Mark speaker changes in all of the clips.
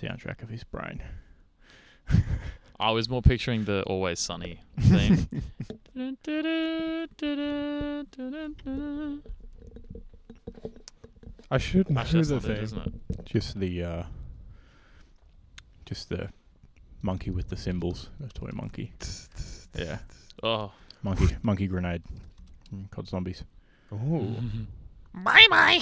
Speaker 1: Soundtrack of his brain.
Speaker 2: I was more picturing the Always Sunny theme. Actually,
Speaker 1: I should know
Speaker 2: that's
Speaker 1: the
Speaker 2: not it,
Speaker 1: thing.
Speaker 2: isn't it?
Speaker 1: Just the, uh, just the monkey with the symbols. The toy monkey. yeah,
Speaker 2: Oh.
Speaker 1: monkey, monkey grenade. Mm, Cod zombies.
Speaker 3: Ooh.
Speaker 2: Bye bye.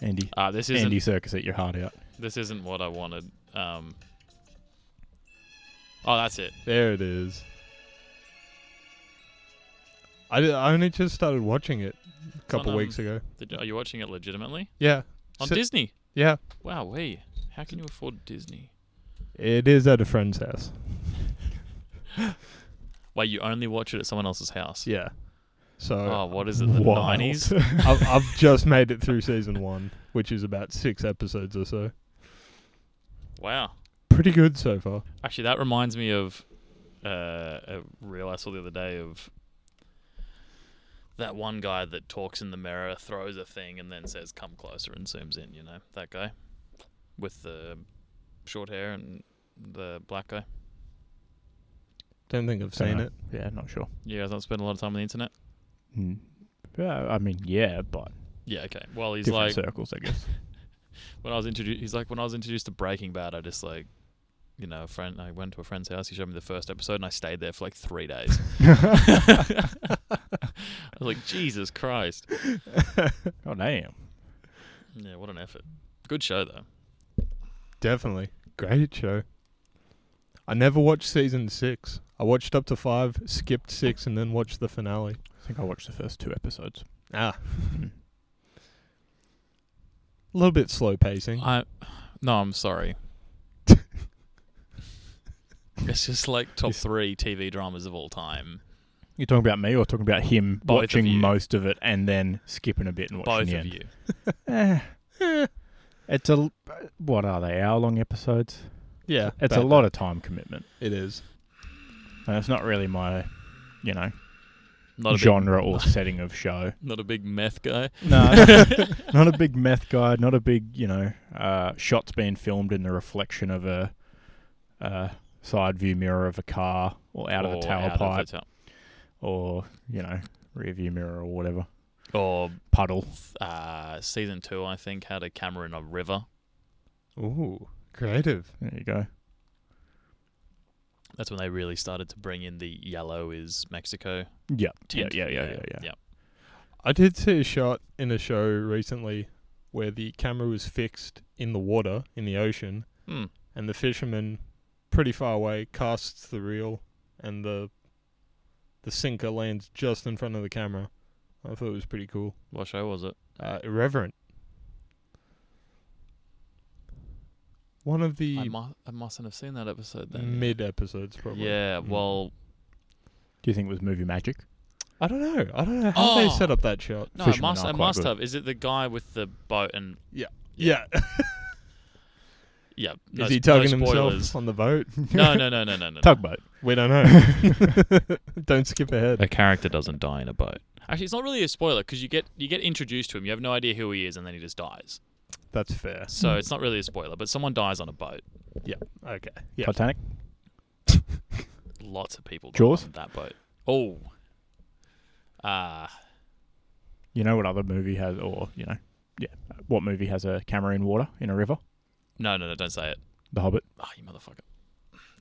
Speaker 1: Andy,
Speaker 2: Ah, this isn't
Speaker 1: Andy Circus, at your heart out.
Speaker 2: this isn't what I wanted. Um. Oh, that's it.
Speaker 3: There it is. I, di- I only just started watching it a couple
Speaker 2: on,
Speaker 3: weeks ago.
Speaker 2: Did- Are you watching it legitimately
Speaker 3: Yeah.
Speaker 2: on
Speaker 3: So-
Speaker 2: Disney?
Speaker 3: Yeah.
Speaker 2: Wow, we. How can you afford Disney?
Speaker 3: It is at a friend's house.
Speaker 2: Wait, you only watch it at someone else's house?
Speaker 3: Yeah. So
Speaker 2: Oh, what is it? The
Speaker 3: Wild.
Speaker 2: nineties?
Speaker 3: I've, I've just made it through season one, which is about six episodes or so.
Speaker 2: Wow.
Speaker 3: Pretty good so far.
Speaker 2: Actually, that reminds me of uh, a reel I saw the other day of that one guy that talks in the mirror, throws a thing, and then says, "Come closer," and zooms in. You know that guy with the short hair and the black guy.
Speaker 3: Don't think I've seen
Speaker 1: Dunno.
Speaker 3: it.
Speaker 1: Uh, Yeah, not sure.
Speaker 2: You guys don't spend a lot of time on the internet.
Speaker 1: Mm. Yeah, I mean, yeah, but
Speaker 2: Yeah. Okay. Well, he's
Speaker 1: different
Speaker 2: like
Speaker 1: circles, I guess.
Speaker 2: when I was introduced. He's like when I was introduced to Breaking Bad. I just like. You know, a friend. I went to a friend's house. He showed me the first episode, and I stayed there for like three days. I was like, Jesus Christ!
Speaker 1: oh damn.
Speaker 2: Yeah, what an effort. Good show though.
Speaker 3: Definitely. Great show. I never watched season six. I watched up to five, skipped six, and then watched the finale.
Speaker 1: I think I watched the first two episodes. Hmm.
Speaker 3: Ah. A little bit slow pacing.
Speaker 2: I no, I'm sorry. it's just like top
Speaker 1: Yes.
Speaker 2: three TV dramas of all time.
Speaker 1: You're talking about me or talking about him
Speaker 2: Both of
Speaker 1: watching
Speaker 2: you.
Speaker 1: most of it and then skipping a bit and watching
Speaker 2: Both
Speaker 1: the
Speaker 2: of
Speaker 1: end?
Speaker 2: you.
Speaker 1: Eh. it's a l- uh, what are they hour long episodes?
Speaker 3: yeah.
Speaker 1: It's a
Speaker 3: about
Speaker 1: lot of time commitment.
Speaker 3: that. It is.
Speaker 1: And it's not really my, you know,
Speaker 2: Not a
Speaker 1: genre or setting of show.
Speaker 2: big, not a big meth guy.
Speaker 1: No, not a big meth guy. Not a big, you know, uh, shots being filmed in the reflection of a uh, side view mirror of a car or out of
Speaker 2: Or
Speaker 1: the tailpipe
Speaker 2: out of the tail-
Speaker 1: or you know rear view mirror or whatever
Speaker 2: Or
Speaker 1: puddle.
Speaker 2: uh, season two, I think, had a camera in a river.
Speaker 3: Ooh. Creative.
Speaker 1: There you go.
Speaker 2: That's when they really started to bring in the yellow is Mexico.
Speaker 1: Yeah, yeah,
Speaker 2: tint.
Speaker 1: yeah, yeah, yeah, yeah.
Speaker 3: I did see a shot in a show recently where the camera was fixed in the water, in the ocean,
Speaker 2: Hmm.
Speaker 3: and the fisherman, pretty far away, casts the reel, and the the sinker lands just in front of the camera. I thought it was pretty cool.
Speaker 2: What show was it?
Speaker 3: Uh, irreverent. One of
Speaker 2: I,
Speaker 3: the
Speaker 2: mu- I mustn't have seen that episode then.
Speaker 3: mid episodes, probably.
Speaker 2: Yeah,
Speaker 1: Mm.
Speaker 2: well,
Speaker 1: Do you think it was movie magic?
Speaker 3: I don't know. I don't know how they
Speaker 2: Oh.
Speaker 3: set up that shot.
Speaker 2: no, it
Speaker 1: Fishermen
Speaker 2: must,
Speaker 1: are
Speaker 2: it
Speaker 1: quite
Speaker 2: must
Speaker 1: good.
Speaker 2: have. Is it the guy with the boat and
Speaker 3: Yeah.
Speaker 2: Yeah. no
Speaker 3: Is he
Speaker 2: sp- no
Speaker 3: tugging
Speaker 2: spoilers.
Speaker 3: himself on the boat?
Speaker 2: No, no, no, no, no, no.
Speaker 1: Tugboat.
Speaker 3: We don't know. don't skip ahead.
Speaker 2: A character doesn't die in a boat. Actually, it's not really a spoiler because you get you get introduced to him. You have no idea who he is, and then he just dies.
Speaker 3: That's fair.
Speaker 2: So it's not really a spoiler, but someone dies on a boat.
Speaker 3: Okay. Yeah.
Speaker 1: Titanic.
Speaker 2: Lots of people die
Speaker 1: Jaws?
Speaker 2: on that boat. Oh. Ah,
Speaker 1: You know what other movie has, or you know, yeah, what movie has a camera in water in a river?
Speaker 2: no, no, no! Don't say it.
Speaker 1: The Hobbit.
Speaker 2: Ah, you motherfucker!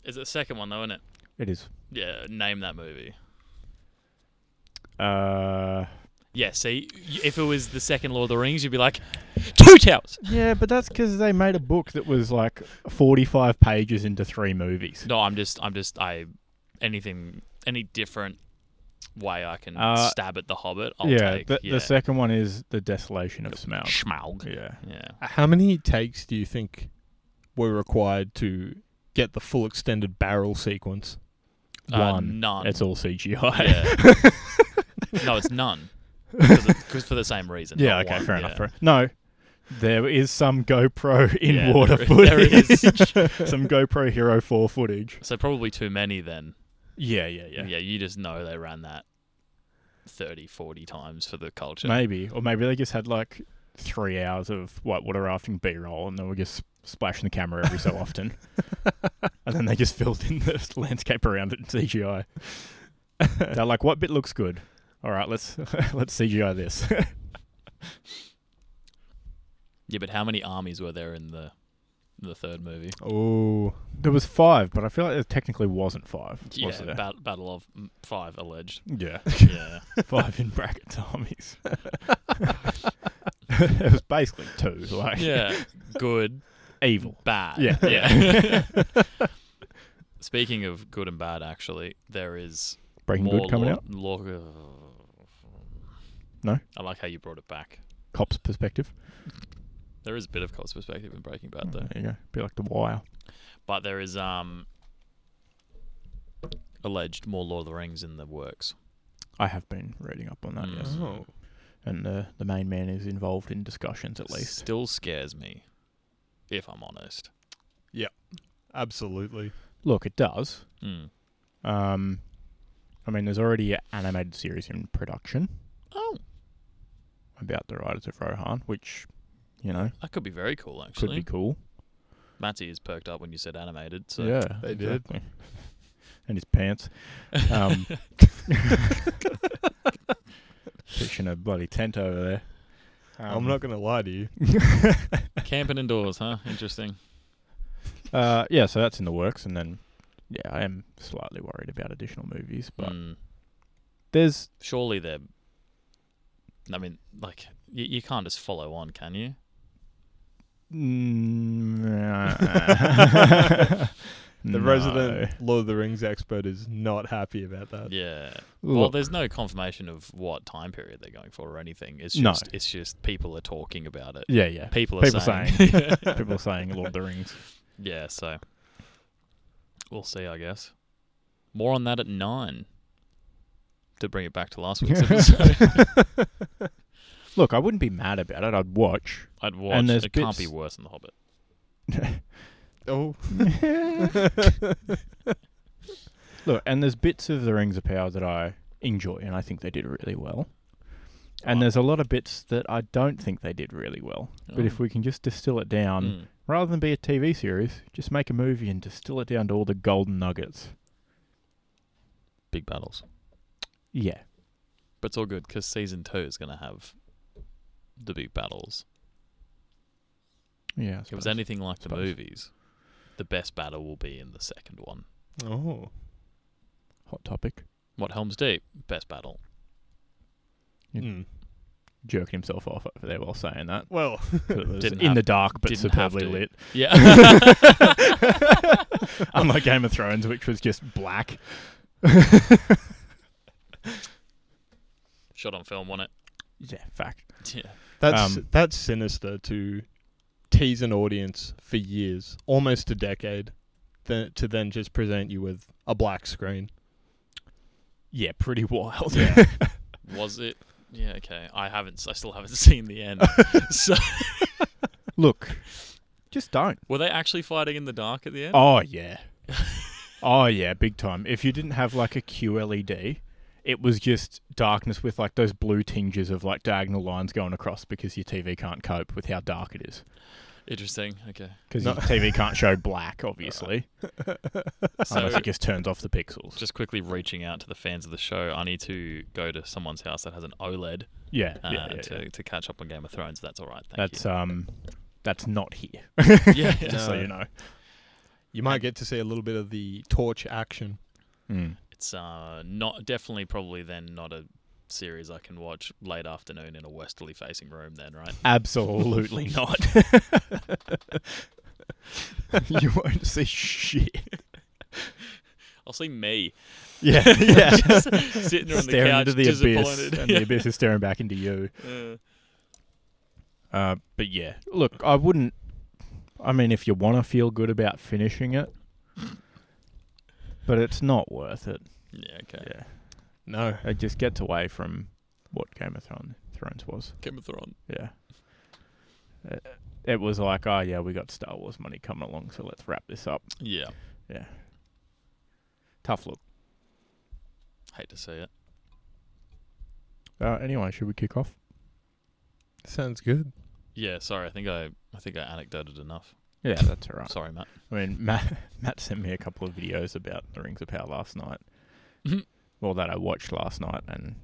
Speaker 2: It's the second one though, isn't it?
Speaker 1: It is.
Speaker 2: Yeah. Name that movie.
Speaker 1: Uh,
Speaker 2: Yeah. See, y- if it was the second Lord of the Rings, you'd be like, Two Towers.
Speaker 1: yeah, but that's because they made a book that was like forty-five pages into three movies.
Speaker 2: No, I'm just, I'm just, I, anything, any different way I can
Speaker 1: Uh,
Speaker 2: stab at the Hobbit, I'll
Speaker 1: yeah,
Speaker 2: take.
Speaker 1: the,
Speaker 2: yeah,
Speaker 1: the second one is the Desolation of Smaug.
Speaker 2: Schmaug.
Speaker 1: Yeah,
Speaker 2: Yeah.
Speaker 3: How many takes do you think were required to get the full extended barrel sequence?
Speaker 2: Uh,
Speaker 1: One.
Speaker 2: none.
Speaker 1: it's all CGI.
Speaker 2: Yeah. no, it's none. Because for the same reason.
Speaker 1: Yeah,
Speaker 2: not
Speaker 1: okay,
Speaker 2: one,
Speaker 1: fair
Speaker 2: yeah.
Speaker 1: enough. fair- no, there is some GoPro in
Speaker 2: Yeah,
Speaker 1: water
Speaker 2: there i- there
Speaker 1: footage.
Speaker 2: is.
Speaker 1: some GoPro Hero 4 footage.
Speaker 2: So probably too many then.
Speaker 1: Yeah, yeah,
Speaker 2: Yeah. you just know they ran that. 30, 40 times for the culture.
Speaker 1: Maybe, or maybe they just had like three hours of whitewater rafting B-roll, and they were just splashing the camera every so often, and then they just filled in the landscape around it in CGI. They're like, "What bit looks good? All right, let's let's CGI this."
Speaker 2: Yeah, but how many armies were there in the the third movie?
Speaker 3: Oh,
Speaker 1: there was five, but I feel like there technically wasn't five. was
Speaker 2: Yeah,
Speaker 1: there?
Speaker 2: bat- Battle of mm, Five alleged.
Speaker 1: yeah,
Speaker 2: Yeah,
Speaker 1: five in brackets armies. it was basically two, like
Speaker 2: yeah, good,
Speaker 1: evil.
Speaker 2: bad.
Speaker 1: Yeah.
Speaker 2: yeah. Speaking of good and bad, actually, there is
Speaker 1: Breaking
Speaker 2: more
Speaker 1: Good coming
Speaker 2: law-
Speaker 1: out.
Speaker 2: law- uh,
Speaker 1: No?
Speaker 2: I like how you brought it back.
Speaker 1: Cops perspective.
Speaker 2: There is a bit of cost perspective in Breaking Bad, though.
Speaker 1: There you go. Be like the Wire.
Speaker 2: But there is um alleged more Lord of the Rings in the works.
Speaker 1: I have been reading up on that,
Speaker 2: Mm.
Speaker 1: yes.
Speaker 3: oh,
Speaker 1: And the the main man is involved in discussions at least.
Speaker 2: still scares me, if I'm honest.
Speaker 3: absolutely.
Speaker 1: Look, it does.
Speaker 2: Mm.
Speaker 1: Um, I mean, there's already an animated series in production
Speaker 2: Oh,
Speaker 1: about the Riders of Rohan, which you know
Speaker 2: that could be very cool,
Speaker 1: could
Speaker 2: actually.
Speaker 1: be cool.
Speaker 2: Matty is perked up when you said animated. So
Speaker 1: yeah,
Speaker 3: They did.
Speaker 1: exactly. and his pants. Um, pushing a bloody tent over there. Um,
Speaker 3: I'm not gonna lie to you.
Speaker 2: camping indoors, huh? Interesting.
Speaker 1: Uh, yeah, so that's in the works, and then yeah, I am slightly worried about additional movies, but
Speaker 2: Mm.
Speaker 1: there's
Speaker 2: Surely they're. I mean, like you, you can't just follow on, can you?
Speaker 1: Mm, the
Speaker 3: The resident Lord of the Rings expert is not happy about that.
Speaker 2: Yeah. Well,
Speaker 1: Look,
Speaker 2: there's no confirmation of what time period they're going for or anything. It's
Speaker 1: No.
Speaker 2: just it's just people are talking about it.
Speaker 1: yeah, yeah.
Speaker 2: People are
Speaker 1: People
Speaker 2: saying.
Speaker 1: People are saying Lord of the Rings.
Speaker 2: yeah, so we'll see, I guess. More on that at nine. To bring it back to last week's episode,
Speaker 1: Look, I wouldn't be mad about it. I'd watch.
Speaker 2: I'd watch. It
Speaker 1: there's
Speaker 2: can't be
Speaker 1: bits-
Speaker 2: worse than The Hobbit.
Speaker 3: Oh,
Speaker 1: Look, and there's bits of the Rings of Power that I enjoy, and I think they did really well. And
Speaker 2: Wow.
Speaker 1: there's a lot of bits that I don't think they did really well. But if we um, can just distill it down,
Speaker 2: Oh. Mm.
Speaker 1: rather than be a TV series, just make a movie and distill it down to all the golden nuggets.
Speaker 2: big battles,
Speaker 1: Yeah.
Speaker 2: but it's all good because season two is going to have the big battles.
Speaker 1: Yeah. I
Speaker 2: If it was
Speaker 1: suppose.
Speaker 2: anything like the
Speaker 1: Suppose.
Speaker 2: movies, the best battle will be in the second one.
Speaker 3: oh,
Speaker 1: Hot topic.
Speaker 2: What Helm's Deep? Best battle.
Speaker 1: Yeah.
Speaker 3: Hmm.
Speaker 1: Jerking himself off over there while saying that.
Speaker 3: well,
Speaker 1: But it was
Speaker 2: Didn't
Speaker 1: in
Speaker 2: have-
Speaker 1: the dark, but
Speaker 2: didn't have
Speaker 1: superbly
Speaker 2: to.
Speaker 1: lit.
Speaker 2: Yeah.
Speaker 1: Unlike Game of Thrones, which was just black.
Speaker 2: Shot on film, wasn't
Speaker 1: Yeah, fact.
Speaker 2: it? Yeah.
Speaker 3: that's
Speaker 1: Um,
Speaker 3: that's sinister to tease an audience for years, almost a decade, then to then just present you with a black screen.
Speaker 1: Yeah, pretty wild.
Speaker 2: Was it? Yeah, okay. I haven't. s- I still haven't seen the end. so,
Speaker 1: Look, just don't.
Speaker 2: were they actually fighting in the dark at the end?
Speaker 1: Oh yeah. oh yeah, big time. If you didn't have like a QLED, it was just darkness with like those blue tinges of like diagonal lines going across because your TV can't cope with how dark it is.
Speaker 2: Interesting. Okay.
Speaker 1: Because
Speaker 3: No.
Speaker 1: your TV can't show black, obviously, unless
Speaker 2: So,
Speaker 1: it just turns off the pixels.
Speaker 2: just quickly reaching out to the fans of the show, I need to go to someone's house that has an OLED
Speaker 1: yeah,
Speaker 2: uh,
Speaker 1: yeah, yeah,
Speaker 2: to,
Speaker 1: yeah.
Speaker 2: to catch up on Game of Thrones. That's all right. Thank
Speaker 1: That's um, that's not here.
Speaker 2: you. yeah.
Speaker 3: No.
Speaker 1: Just so you know.
Speaker 3: You might get to see a little bit of the torch action.
Speaker 2: It's uh, not definitely probably then not a series I can watch late afternoon in a westerly facing room. Then right.
Speaker 1: Absolutely not. you won't see shit.
Speaker 2: I'll see me
Speaker 1: Yeah, yeah.
Speaker 2: just sitting there on the
Speaker 1: staring
Speaker 2: couch,
Speaker 1: into the abyss,
Speaker 2: disappointed.
Speaker 1: and the abyss is staring back into you.
Speaker 2: Uh,
Speaker 1: Uh, but yeah, look, I wouldn't. I mean, if you want to feel good about finishing it, but it's not worth it.
Speaker 2: yeah. Okay.
Speaker 1: Yeah,
Speaker 3: No,
Speaker 1: it just gets away from what Game of Thron- Thrones was.
Speaker 2: Game of Thrones.
Speaker 1: Yeah, it, it was like, oh yeah, we got Star Wars money coming along, so let's wrap this up.
Speaker 2: Yeah.
Speaker 1: Yeah, tough look.
Speaker 2: Hate to see it.
Speaker 1: Uh, anyway, should we kick off?
Speaker 3: Sounds good.
Speaker 2: Yeah, sorry. I think I I think I anecdoted enough.
Speaker 1: Yeah, that's all right.
Speaker 2: Sorry, Matt.
Speaker 1: I mean, Matt, Matt sent me a couple of videos about the Rings of Power last night.
Speaker 2: Mhm.
Speaker 1: well, that I watched last night, and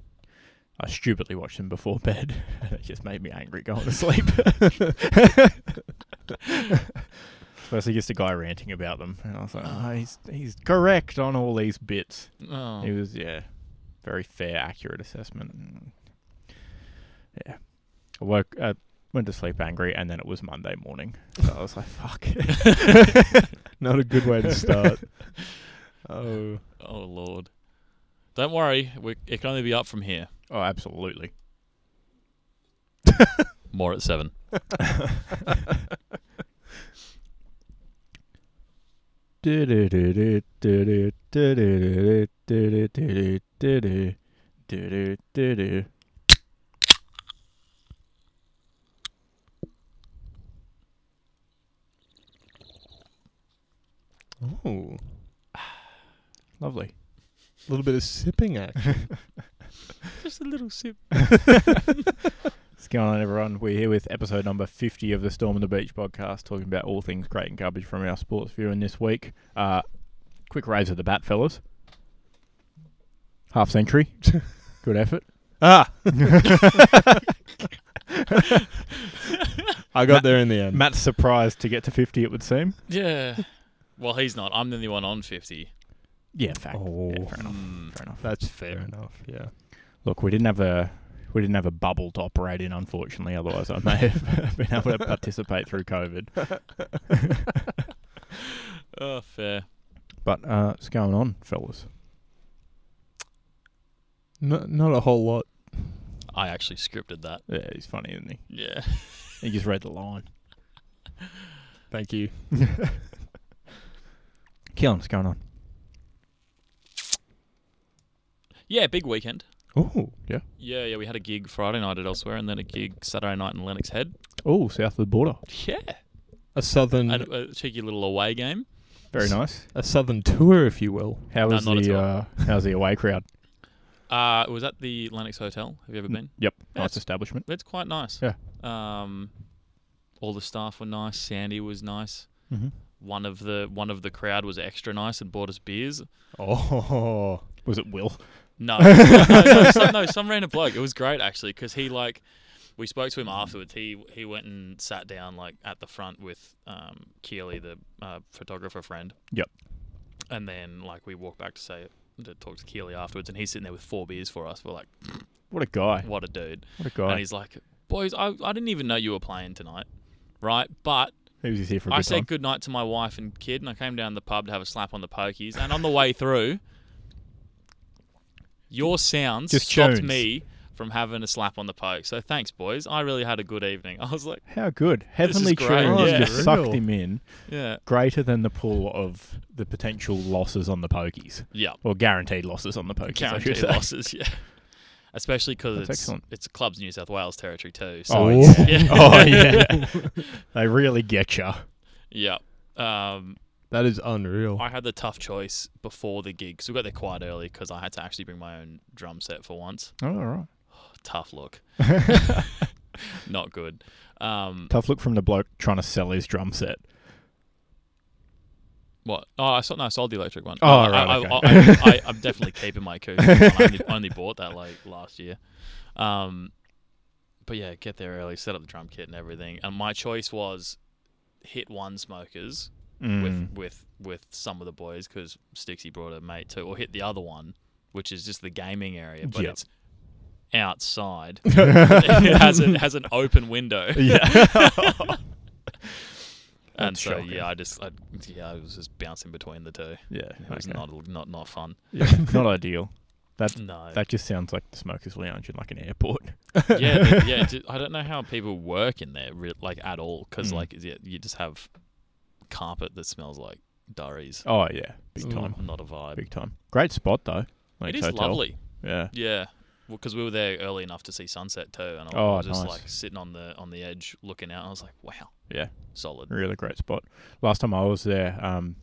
Speaker 1: I stupidly watched them before bed, and it just made me angry going to sleep. Firstly, just a guy ranting about them, and I was like, oh, he's he's correct on all these bits.
Speaker 2: Oh,
Speaker 1: It was yeah, very fair, accurate assessment. and- Yeah, I woke, uh, went to sleep angry, and then it was Monday morning, so I was like, "Fuck."
Speaker 3: Not a good way to start. oh,
Speaker 2: oh lord. Don't worry. We it can only be up from here.
Speaker 1: oh, absolutely.
Speaker 2: More at seven.
Speaker 1: That's
Speaker 3: oh,
Speaker 1: lovely.
Speaker 3: a little bit of sipping action.
Speaker 2: Just a little sip.
Speaker 1: What's going on, everyone? We're here with episode number 50 of the Storm and the Beach podcast, talking about all things great and garbage from our sports viewing this week. Uh, quick raise of the bat, fellas. Half century. Good effort.
Speaker 3: ah, I got there in the end.
Speaker 1: Matt's surprised to get to 50, it would seem.
Speaker 2: Yeah. Well, he's not. I'm the only one on fifty.
Speaker 1: Yeah, fact.
Speaker 3: Oh.
Speaker 1: Yeah, fair enough.
Speaker 2: Mm.
Speaker 1: Fair enough.
Speaker 3: That's fair enough. Yeah.
Speaker 1: Look, we didn't have a we didn't have a bubble to operate in, unfortunately. Otherwise, I may have been able to participate through COVID.
Speaker 2: Oh, fair.
Speaker 1: But uh, what's going on, fellas?
Speaker 3: Not not a whole lot.
Speaker 2: I actually scripted that.
Speaker 1: Yeah, he's funny, isn't he?
Speaker 2: Yeah.
Speaker 1: He just read the line.
Speaker 3: Thank you.
Speaker 1: Keelan, what's going on?
Speaker 2: Yeah. Big weekend.
Speaker 3: Oh,
Speaker 1: Yeah.
Speaker 2: Yeah, yeah. We had a gig Friday night at Elsewhere, and then a gig Saturday night in Lennox Head.
Speaker 1: Oh, south of the border.
Speaker 2: Yeah.
Speaker 3: a southern
Speaker 1: Mm.
Speaker 2: And a cheeky little away game.
Speaker 1: Very nice.
Speaker 3: a southern tour, if you will.
Speaker 1: How was
Speaker 2: not at
Speaker 1: the
Speaker 2: all.
Speaker 1: uh, how's the away crowd?
Speaker 2: Uh, it was at the Lennox Hotel. Have you ever been?
Speaker 1: Yep,
Speaker 2: Yeah,
Speaker 1: nice
Speaker 2: it's-
Speaker 1: establishment.
Speaker 2: It's quite nice.
Speaker 1: Mm. Yeah.
Speaker 2: Um, all the staff were nice. Sandy was nice.
Speaker 1: Mm-hmm.
Speaker 2: One of the one of the crowd was extra nice and bought us beers.
Speaker 3: Oh,
Speaker 1: Was it Will?
Speaker 2: No, no, no, some, no, some random bloke. It was great actually because he like we spoke to him
Speaker 1: Mm.
Speaker 2: afterwards. He he went and sat down like at the front with um, Keely, the uh, photographer friend.
Speaker 1: Yep.
Speaker 2: And then like we walked back to say to talk to Keely afterwards, and he's sitting there with four beers for us. We're like,
Speaker 1: What a guy!
Speaker 2: what a dude!
Speaker 1: What a
Speaker 2: And
Speaker 1: guy!
Speaker 2: he's like, boys, I I didn't even know you were playing tonight, right? But
Speaker 1: He was just here for a
Speaker 2: I
Speaker 1: good time.
Speaker 2: said good night to my wife and kid, and I came down to the pub to have a slap on the pokies. And on the way through, your sounds
Speaker 1: Just
Speaker 2: stopped
Speaker 1: tunes.
Speaker 2: me from having a slap on the poke. So thanks, boys. I really had a good evening. I was like,
Speaker 1: How good!
Speaker 2: is
Speaker 1: Heavenly
Speaker 2: great,
Speaker 1: tunes
Speaker 2: yeah.
Speaker 1: just sucked
Speaker 3: Unreal.
Speaker 1: him in,
Speaker 2: yeah,
Speaker 1: greater than the pool of the potential losses on the pokies,
Speaker 2: yeah,
Speaker 1: or guaranteed losses on the pokies. I
Speaker 2: guaranteed
Speaker 1: should say.
Speaker 2: losses. Yeah, especially because
Speaker 1: That's
Speaker 2: it's
Speaker 1: excellent.
Speaker 2: it's clubs New South Wales territory too. So
Speaker 1: Oh
Speaker 2: it's-
Speaker 1: yeah!
Speaker 2: yeah.
Speaker 1: oh yeah! they really get you.
Speaker 2: yeah.
Speaker 1: Oh.
Speaker 2: Um,
Speaker 3: that is unreal.
Speaker 2: I had the tough choice before the gig, so we got there quite early because I had to actually bring my own drum set for once.
Speaker 1: Oh, all right.
Speaker 2: Tough look, not good. Um,
Speaker 1: Tough look from the bloke trying to sell his drum set.
Speaker 2: What? Oh, I saw. No, I sold the electric one.
Speaker 1: Oh,
Speaker 2: I,
Speaker 1: right,
Speaker 2: I,
Speaker 1: okay.
Speaker 2: I, I, I, I'm definitely keeping my acoustic one. I only, only bought that like last year. Um, but yeah, get there early, set up the drum kit and everything. And my choice was hit one smokers
Speaker 1: Mm.
Speaker 2: with with with some of the boys because Stixie brought a mate too, or hit the other one, which is just the gaming area, but
Speaker 1: Yep.
Speaker 2: it's outside. it has a, it has an open window.
Speaker 1: yeah.
Speaker 2: And
Speaker 1: That's
Speaker 2: so
Speaker 1: shocking.
Speaker 2: yeah, I just I, yeah, I was just bouncing between the two.
Speaker 1: Yeah.
Speaker 2: It was
Speaker 1: okay.
Speaker 2: not not not fun.
Speaker 1: Yeah, not ideal.
Speaker 2: No.
Speaker 1: That just sounds like the smokers' lounge in like an airport.
Speaker 2: yeah, the- yeah. ju- I don't know how people work in there, re- like at all, because
Speaker 1: Mm.
Speaker 2: like yeah, you just have carpet that smells like durries.
Speaker 1: Oh yeah, big
Speaker 3: Ooh.
Speaker 1: time,
Speaker 2: Not a vibe.
Speaker 1: big time. Great spot though.
Speaker 2: It
Speaker 1: Like
Speaker 2: is
Speaker 1: hotel.
Speaker 2: lovely.
Speaker 1: Yeah.
Speaker 2: Yeah, because we were there early enough to see sunset too, and I
Speaker 1: Oh,
Speaker 2: was just
Speaker 1: nice.
Speaker 2: like sitting on the on the edge looking out. And I was like, wow,
Speaker 1: Yeah.
Speaker 2: solid.
Speaker 1: Really great spot. Last time I was there, um,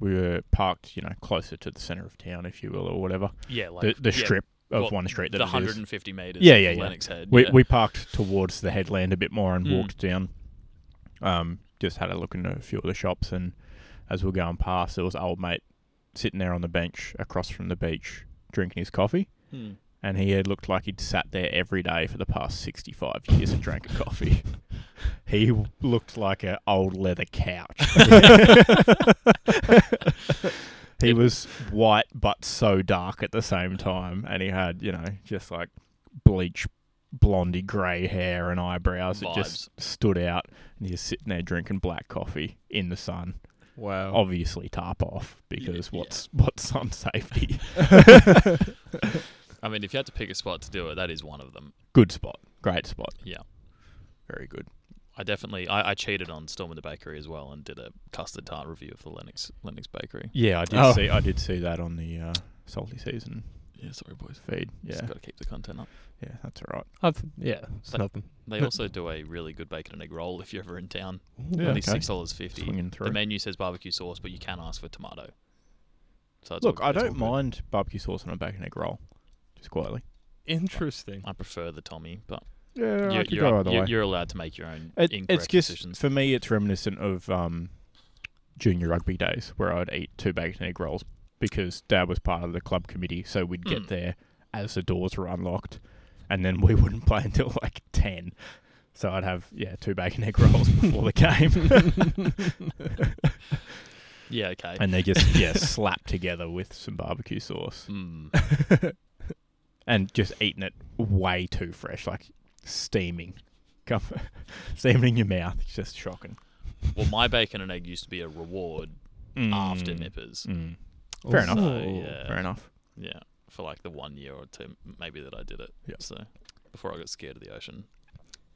Speaker 1: we were parked, you know, closer to the center of town, if you will, or whatever.
Speaker 2: Yeah, like
Speaker 1: the the
Speaker 2: yeah,
Speaker 1: strip. of
Speaker 2: Well,
Speaker 1: one street that
Speaker 2: the
Speaker 1: it is.
Speaker 2: 150 meters.
Speaker 1: Yeah,
Speaker 2: of
Speaker 1: yeah, yeah.
Speaker 2: Lennox Head.
Speaker 1: We
Speaker 2: yeah.
Speaker 1: we parked towards the headland a bit more and
Speaker 2: Mm.
Speaker 1: walked down. Um, just had a look in a few of the shops, and as we were going past, there was an old mate sitting there on the bench across from the beach drinking his coffee,
Speaker 2: Hmm.
Speaker 1: and he had looked like he'd sat there every day for the past sixty five years and drank a coffee. He w- looked like an old leather couch. he was white but so dark at the same time, and he had you know just like bleach blondy grey hair and eyebrows that just stood out. And he's sitting there drinking black coffee in the sun,
Speaker 3: Wow.
Speaker 1: Oh. obviously tarp off because
Speaker 2: Oh. yeah.
Speaker 1: what's what's sun safety?
Speaker 2: I mean, if you had to pick a spot to do it, that is one of them.
Speaker 1: Good spot, great spot,
Speaker 2: Yeah.
Speaker 1: very good.
Speaker 2: I definitely I, I cheated on Storm in the Bakery as well and did a custard tart review of the Lennox Lennox Bakery.
Speaker 1: Yeah, I did
Speaker 3: Oh.
Speaker 1: see I did see that on the uh, salty season
Speaker 2: Yeah, sorry boys.
Speaker 1: feed. Yeah,
Speaker 2: Just got to keep the content up.
Speaker 1: yeah, that's all right.
Speaker 3: I've, yeah, it's
Speaker 2: But-
Speaker 3: nothing.
Speaker 2: They
Speaker 3: No.
Speaker 2: also do a really good bacon and egg roll if you're ever in town.
Speaker 1: Yeah,
Speaker 2: Only
Speaker 1: okay.
Speaker 2: six dollars fifty.
Speaker 1: Swinging
Speaker 2: The
Speaker 1: through.
Speaker 2: menu says barbecue sauce, but you can ask for tomato. So it's
Speaker 1: Look,
Speaker 2: all-
Speaker 1: I
Speaker 2: it's all
Speaker 1: don't
Speaker 2: good.
Speaker 1: mind barbecue sauce on a bacon egg roll, just quietly.
Speaker 3: Interesting.
Speaker 2: I prefer the Tommy, but
Speaker 1: Yeah,
Speaker 2: you're, you're, up- you're, you're allowed to make your own
Speaker 1: It-
Speaker 2: incorrect
Speaker 1: it's just
Speaker 2: decisions.
Speaker 1: for me. It's reminiscent of um, junior rugby days where I'd eat two bacon egg rolls because Dad was part of the club committee, so we'd get
Speaker 2: Mm.
Speaker 1: there as the doors were unlocked, and then we wouldn't play until like ten. So I'd have yeah two bacon egg rolls before the game,
Speaker 2: yeah, okay.
Speaker 1: and they just yeah slapped together with some barbecue sauce
Speaker 2: Mm.
Speaker 1: and just eating it way too fresh, like steaming, Come, steaming in your mouth. It's just shocking.
Speaker 2: well, my bacon and egg used to be a reward after
Speaker 1: Mm.
Speaker 2: nippers.
Speaker 1: Mm. Fair enough.
Speaker 2: So,
Speaker 3: Ooh.
Speaker 2: yeah.
Speaker 1: Fair enough.
Speaker 2: Yeah, for like the one year or two, maybe that I did it.
Speaker 1: Yeah.
Speaker 2: So before I got scared of the ocean.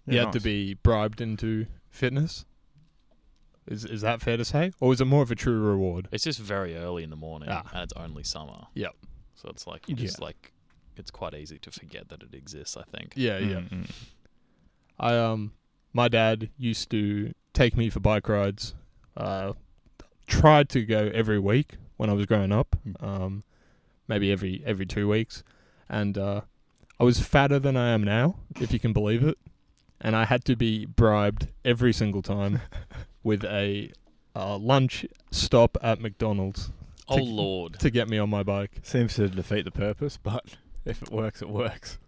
Speaker 3: You had to be bribed into fitness. Is is that fair to say, or is it more of a true reward?
Speaker 2: It's just very early in the morning
Speaker 3: Ah.
Speaker 2: and it's only summer.
Speaker 3: Yep.
Speaker 2: So it's like you
Speaker 1: Yeah.
Speaker 2: just like it's quite easy to forget that it exists, I think.
Speaker 1: uh,
Speaker 3: Yeah, yeah.
Speaker 1: Mm,
Speaker 3: I um, my dad used to take me for bike rides. Uh, tried to go every week when I was growing up.
Speaker 1: Mm.
Speaker 3: Um, maybe every every two weeks, and uh, I was fatter than I am now, if you can believe it. And I had to be bribed every single time with a uh, lunch stop at McDonald's
Speaker 2: Oh
Speaker 3: Tick-
Speaker 2: lord.
Speaker 3: to get me on my bike.
Speaker 1: Seems to defeat the purpose, but if it works, it works.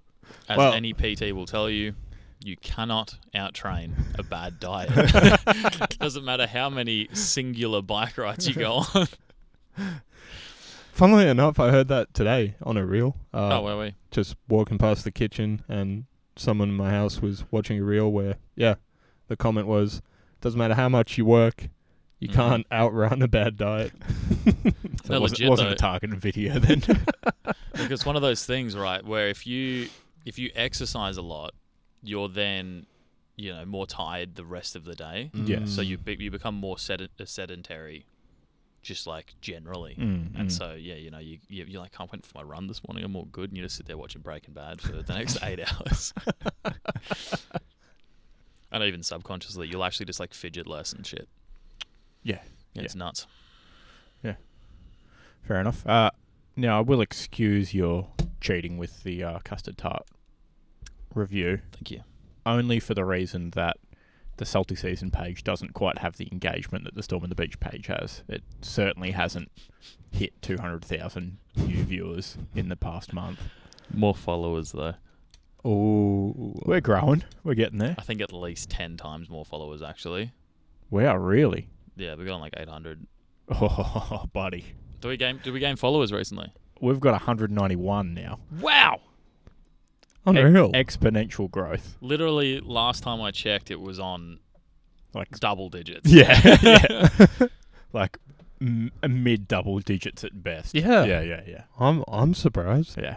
Speaker 2: As
Speaker 3: Well-
Speaker 2: any PT will tell you, you cannot outtrain a bad diet. Doesn't matter how many singular bike rides you go on.
Speaker 3: Funnily enough, I heard that today on a reel. Uh,
Speaker 2: oh, wait, wait.
Speaker 3: just walking past the kitchen and someone in my house was watching a reel where yeah the comment was doesn't matter how much you work you
Speaker 2: Mhm.
Speaker 3: can't outrun a bad diet
Speaker 1: So
Speaker 2: No,
Speaker 1: it wasn't,
Speaker 2: legit,
Speaker 1: wasn't a
Speaker 2: though.
Speaker 1: targeted video then.
Speaker 2: Look, it's one of those things, right, where if you if you exercise a lot, you're then, you know, more tired the rest of the day.
Speaker 1: Yeah,
Speaker 2: Mm,
Speaker 3: Mm.
Speaker 2: So you be- you become more sed- sedentary, just like generally.
Speaker 1: mm.
Speaker 2: And so yeah, you know, you, you you're like, I went for my run this morning. I'm all good, and you just sit there watching Breaking Bad for the next eight hours. and even subconsciously, you'll actually just like fidget less and shit.
Speaker 1: Yeah,
Speaker 2: Yeah, it's nuts.
Speaker 1: Fair enough. Uh, now, I will excuse your cheating with the uh, custard tart review,
Speaker 2: Thank you.
Speaker 1: only for the reason that the Salty Season page doesn't quite have the engagement that the Storm in the Beach page has. It certainly hasn't hit 200,000 new viewers in the past month.
Speaker 2: More followers though.
Speaker 3: oh
Speaker 1: We're growing. We're getting there.
Speaker 2: I think at least ten times more followers actually.
Speaker 1: We are really.
Speaker 2: Yeah, we got on like 800.
Speaker 1: Oh, buddy.
Speaker 2: Do we gain? Did we gain followers recently?
Speaker 1: We've got 191 now.
Speaker 2: Wow!
Speaker 3: unreal
Speaker 1: Exponential growth.
Speaker 2: Literally, last time I checked, it was on
Speaker 1: Like
Speaker 2: double digits.
Speaker 1: yeah, yeah. like m- mid double digits at best.
Speaker 3: Yeah.
Speaker 1: yeah, yeah, yeah,
Speaker 3: i'm i'm surprised
Speaker 1: yeah.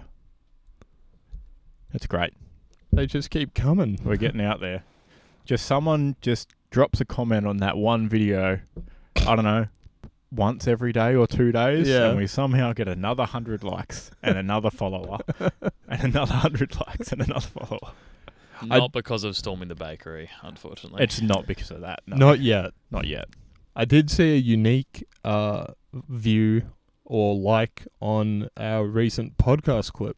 Speaker 1: That's great.
Speaker 3: they just keep coming
Speaker 1: We're getting out there. Just someone just drops a comment on that one video. I don't know, once every day or two days,
Speaker 3: Yeah.
Speaker 1: and we somehow get another hundred likes and another follower and another hundred likes and another follower.
Speaker 2: Not because of storming the bakery, unfortunately.
Speaker 1: It's not because of that. No,
Speaker 3: not yet
Speaker 1: not yet.
Speaker 3: i did see a unique uh view or like on our recent podcast clip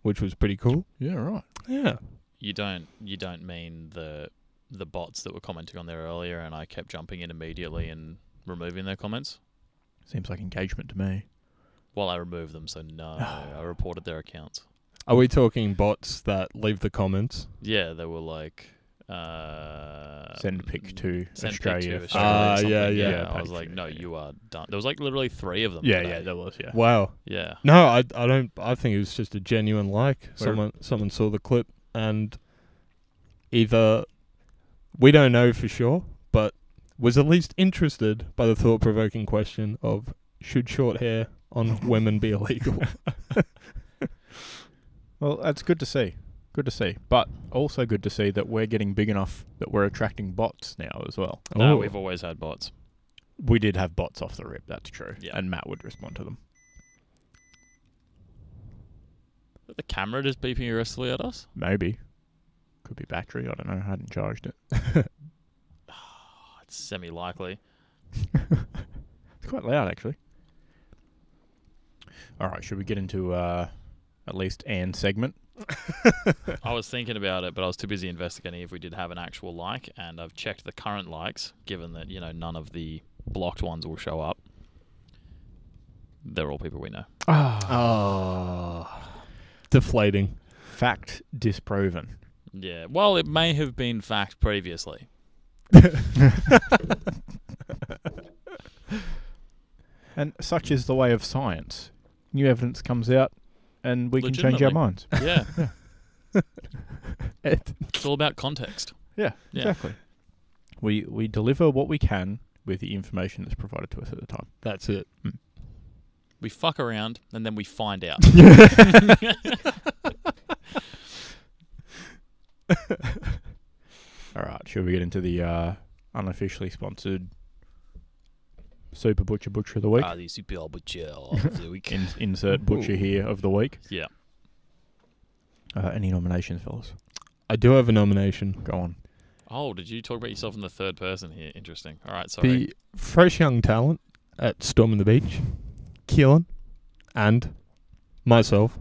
Speaker 3: which was pretty cool.
Speaker 1: Yeah, right.
Speaker 3: Yeah.
Speaker 2: You don't you don't mean the the bots that were commenting on there earlier, and I kept jumping in immediately and removing their comments.
Speaker 1: Seems like engagement to me.
Speaker 2: Well, I removed them, so no, I reported their accounts.
Speaker 3: Are we talking bots that leave the comments?
Speaker 2: Yeah, they were like uh,
Speaker 1: Send pic to
Speaker 2: send pic
Speaker 1: Australia. Uh,
Speaker 2: to
Speaker 1: for-
Speaker 2: Australia or
Speaker 3: Ah, yeah,
Speaker 2: something.
Speaker 3: yeah.
Speaker 1: Yeah,
Speaker 2: I was
Speaker 1: page
Speaker 2: like,
Speaker 1: two,
Speaker 2: no,
Speaker 1: yeah.
Speaker 2: you are done. There was like literally three of them.
Speaker 1: yeah,
Speaker 2: today.
Speaker 1: yeah, there was. Yeah.
Speaker 3: Wow.
Speaker 2: yeah.
Speaker 3: No, I I don't. I think it was just a genuine like.
Speaker 1: Where-
Speaker 3: Someone someone saw the clip and either we don't know for sure, but was at least interested by the thought provoking question of should short hair on women be illegal?
Speaker 1: Well, that's good to see. Good to see, but also good to see that we're getting big enough that we're attracting bots now as well.
Speaker 2: No,
Speaker 3: Oh.
Speaker 2: we've always had bots.
Speaker 1: We did have bots off the rip. That's true.
Speaker 2: Yeah.
Speaker 1: And Matt would respond to them.
Speaker 2: The camera just beeping aggressively at us.
Speaker 1: Maybe. Could be battery. I don't know. I hadn't charged it.
Speaker 2: It's semi likely.
Speaker 1: It's quite loud, actually. All right. Should we get into uh, at least an segment?
Speaker 2: I was thinking about it, but I was too busy investigating if we did have an actual like, and I've checked the current likes, given that, you know, none of the blocked ones will show up. They're all people we know.
Speaker 3: Ah. Deflating.
Speaker 1: Fact disproven.
Speaker 2: Yeah. Well, it may have been fact previously.
Speaker 1: And such is the way of science. New evidence comes out, and we can change our
Speaker 2: Legitimately.
Speaker 1: minds.
Speaker 2: Yeah.
Speaker 1: It-
Speaker 2: it's all about context.
Speaker 1: yeah,
Speaker 2: Yeah.
Speaker 1: exactly. We we deliver what we can with the information that's provided to us at the time.
Speaker 3: That's it.
Speaker 2: We fuck around and then we find out.
Speaker 1: All right, shall we get into the uh, unofficially sponsored Super Butcher Butcher of the Week?
Speaker 2: Ah, the super butcher of the week.
Speaker 1: In- insert Butcher
Speaker 3: Ooh.
Speaker 1: here of the week.
Speaker 2: Yeah.
Speaker 1: Uh, any nominations, fellas?
Speaker 3: I do have a nomination.
Speaker 1: Go on.
Speaker 2: Oh, did you talk about yourself in the third person here? Interesting. All right, sorry.
Speaker 3: The fresh young talent at Storm on the Beach, Keelan, and myself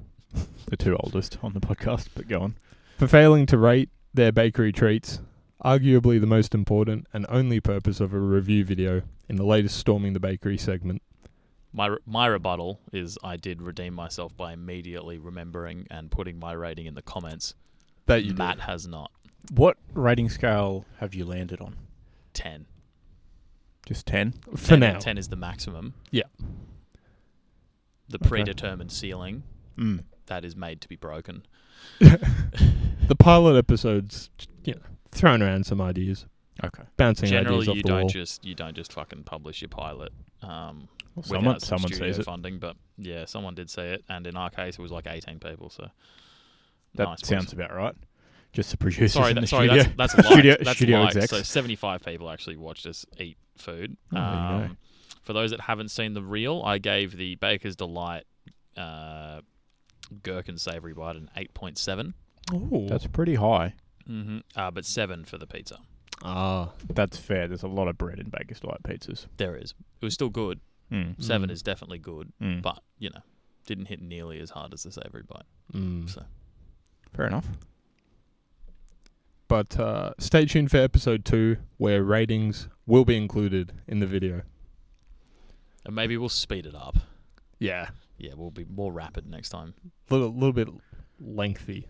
Speaker 1: The two oldest on the podcast, but go on.
Speaker 3: for failing to rate their bakery treats, arguably the most important and only purpose of a review video in the latest Storming the Bakery segment.
Speaker 2: My re- my rebuttal is I did redeem myself by immediately remembering and putting my rating in the comments.
Speaker 3: That you
Speaker 2: Matt has not.
Speaker 1: What rating scale have you landed on?
Speaker 2: 10.
Speaker 1: Just 10?
Speaker 3: did. for
Speaker 2: 10
Speaker 3: now.
Speaker 2: 10 is the maximum.
Speaker 3: Yeah.
Speaker 2: The
Speaker 1: Okay.
Speaker 2: predetermined ceiling
Speaker 1: Mm.
Speaker 2: that is made to be broken.
Speaker 3: The pilot episodes, you know, throwing around some ideas,
Speaker 1: Okay.
Speaker 3: bouncing
Speaker 2: Generally,
Speaker 3: ideas off
Speaker 2: you
Speaker 3: the
Speaker 2: don't
Speaker 3: wall.
Speaker 2: just you don't just fucking publish your pilot. Um,
Speaker 1: someone
Speaker 2: without some
Speaker 1: someone
Speaker 2: studio
Speaker 1: sees it.
Speaker 2: funding, but yeah, someone did say it, and in our case, it was like 18 people. So
Speaker 1: That
Speaker 2: nice
Speaker 1: sounds
Speaker 2: boys.
Speaker 1: about right. Just the producers
Speaker 2: Sorry,
Speaker 1: in the
Speaker 2: that, sorry,
Speaker 1: studio.
Speaker 2: that's that's light.
Speaker 1: Studio-
Speaker 2: that's
Speaker 1: studio
Speaker 2: light.
Speaker 1: execs.
Speaker 2: So 75 people actually watched us eat food.
Speaker 1: Oh, there you go.
Speaker 2: Um, for those that haven't seen the reel, I gave the Baker's Delight uh, gherkin savory bite an 8.7,
Speaker 3: Ooh.
Speaker 1: That's pretty high.
Speaker 2: mm-hmm. uh, but seven for the pizza.
Speaker 3: ah,
Speaker 1: That's fair. There's a lot of bread in Baker's Delight pizzas.
Speaker 2: There is. It was still good.
Speaker 1: Mm.
Speaker 2: Seven
Speaker 3: Mm.
Speaker 2: is definitely good,
Speaker 1: Mm.
Speaker 2: but you know, didn't hit nearly as hard as the savory bite.
Speaker 3: mm.
Speaker 2: So
Speaker 1: Fair enough.
Speaker 3: But uh, stay tuned for episode two, where ratings will be included in the video.
Speaker 2: and maybe we'll speed it up.
Speaker 3: Yeah,
Speaker 2: Yeah, we'll be more rapid next time.
Speaker 3: little little bit lengthy.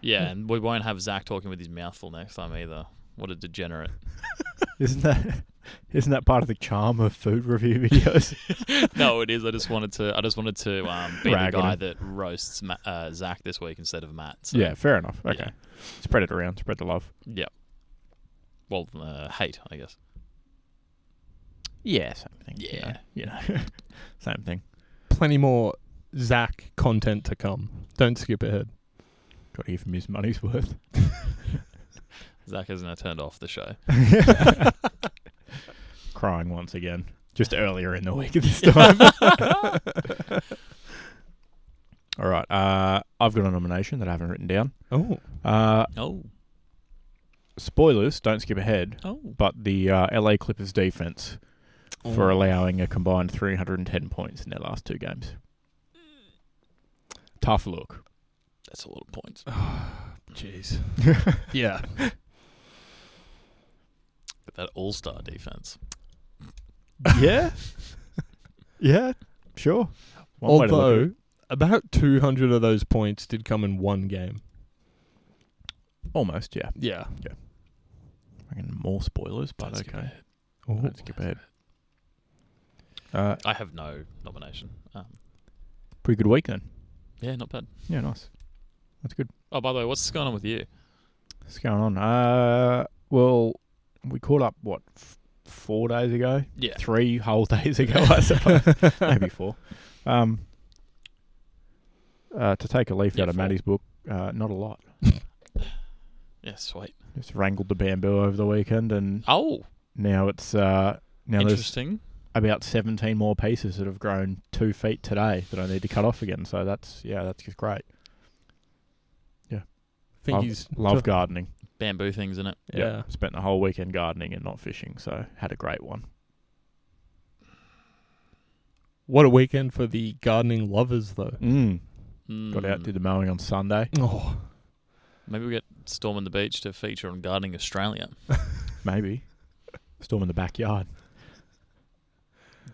Speaker 2: Yeah, and we won't have Zach talking with his mouthful next time either. What a degenerate.
Speaker 1: Isn't that isn't that part of the charm of food review videos?
Speaker 2: no, it is. I just wanted to. I just wanted to um, be
Speaker 1: Rag
Speaker 2: the
Speaker 1: on
Speaker 2: guy
Speaker 1: him.
Speaker 2: that roasts Ma- uh, Zach this week instead of Matt. So,
Speaker 1: yeah, fair enough. Okay.
Speaker 2: Yeah.
Speaker 1: Spread it around, spread the love.
Speaker 2: Yeah. Well, uh, hate, I guess.
Speaker 1: Yeah, same thing.
Speaker 2: you know.
Speaker 1: You know. You know. same thing.
Speaker 3: Plenty more Zach content to come. Don't skip ahead.
Speaker 1: Got to give him his money's worth.
Speaker 2: Zach has now turned off the show.
Speaker 1: Crying once again. Just earlier in the week this time. All right. Uh, I've got a nomination that I haven't written down.
Speaker 3: Oh,
Speaker 1: Uh,
Speaker 2: Oh,
Speaker 1: spoilers, don't skip ahead.
Speaker 2: oh,
Speaker 1: But the uh, LA Clippers defense for allowing a combined 310 points in their last two games. Tough look.
Speaker 2: That's a lot of points.
Speaker 3: Jeez. yeah.
Speaker 2: But that all star defense.
Speaker 1: yeah. Yeah. Sure. One way to look at it.
Speaker 3: Although about 200 of those points did come in one game.
Speaker 1: almost, yeah.
Speaker 3: Yeah.
Speaker 1: I reckon more spoilers, but
Speaker 2: Don't skip
Speaker 1: okay.
Speaker 2: ahead.
Speaker 3: Oh,
Speaker 1: Don't skip ahead. Uh,
Speaker 2: I have no nomination. Um,
Speaker 1: pretty good week then.
Speaker 2: yeah, not bad.
Speaker 1: Yeah, nice. That's good.
Speaker 2: Oh, by the way, what's going on with you?
Speaker 1: What's going on? Uh, well, we caught up what f- four days ago,
Speaker 2: Yeah.
Speaker 1: three whole days ago, I suppose, maybe four. Um, uh, to take a leaf
Speaker 2: Yeah,
Speaker 1: out of
Speaker 2: four.
Speaker 1: Maddie's book, uh, not a lot.
Speaker 2: Yeah, sweet.
Speaker 1: Just wrangled the bamboo over the weekend, and
Speaker 2: Oh,
Speaker 1: now it's uh, now there's
Speaker 2: interesting.
Speaker 1: about seventeen more pieces that have grown two feet today that I need to cut off again. So that's yeah, that's just great.
Speaker 3: I think
Speaker 1: I've-
Speaker 3: he's
Speaker 1: Love gardening.
Speaker 2: Bamboo things in it.
Speaker 3: Yeah.
Speaker 1: Yep. Spent the whole weekend gardening and not fishing, so had a great one.
Speaker 3: What a weekend for the gardening lovers, though.
Speaker 1: Mm.
Speaker 2: Mm.
Speaker 1: Got out, did the mowing on Sunday.
Speaker 3: Oh,
Speaker 2: Maybe we get Storm on the Beach to feature on Gardening Australia.
Speaker 1: Maybe. Storm in the backyard.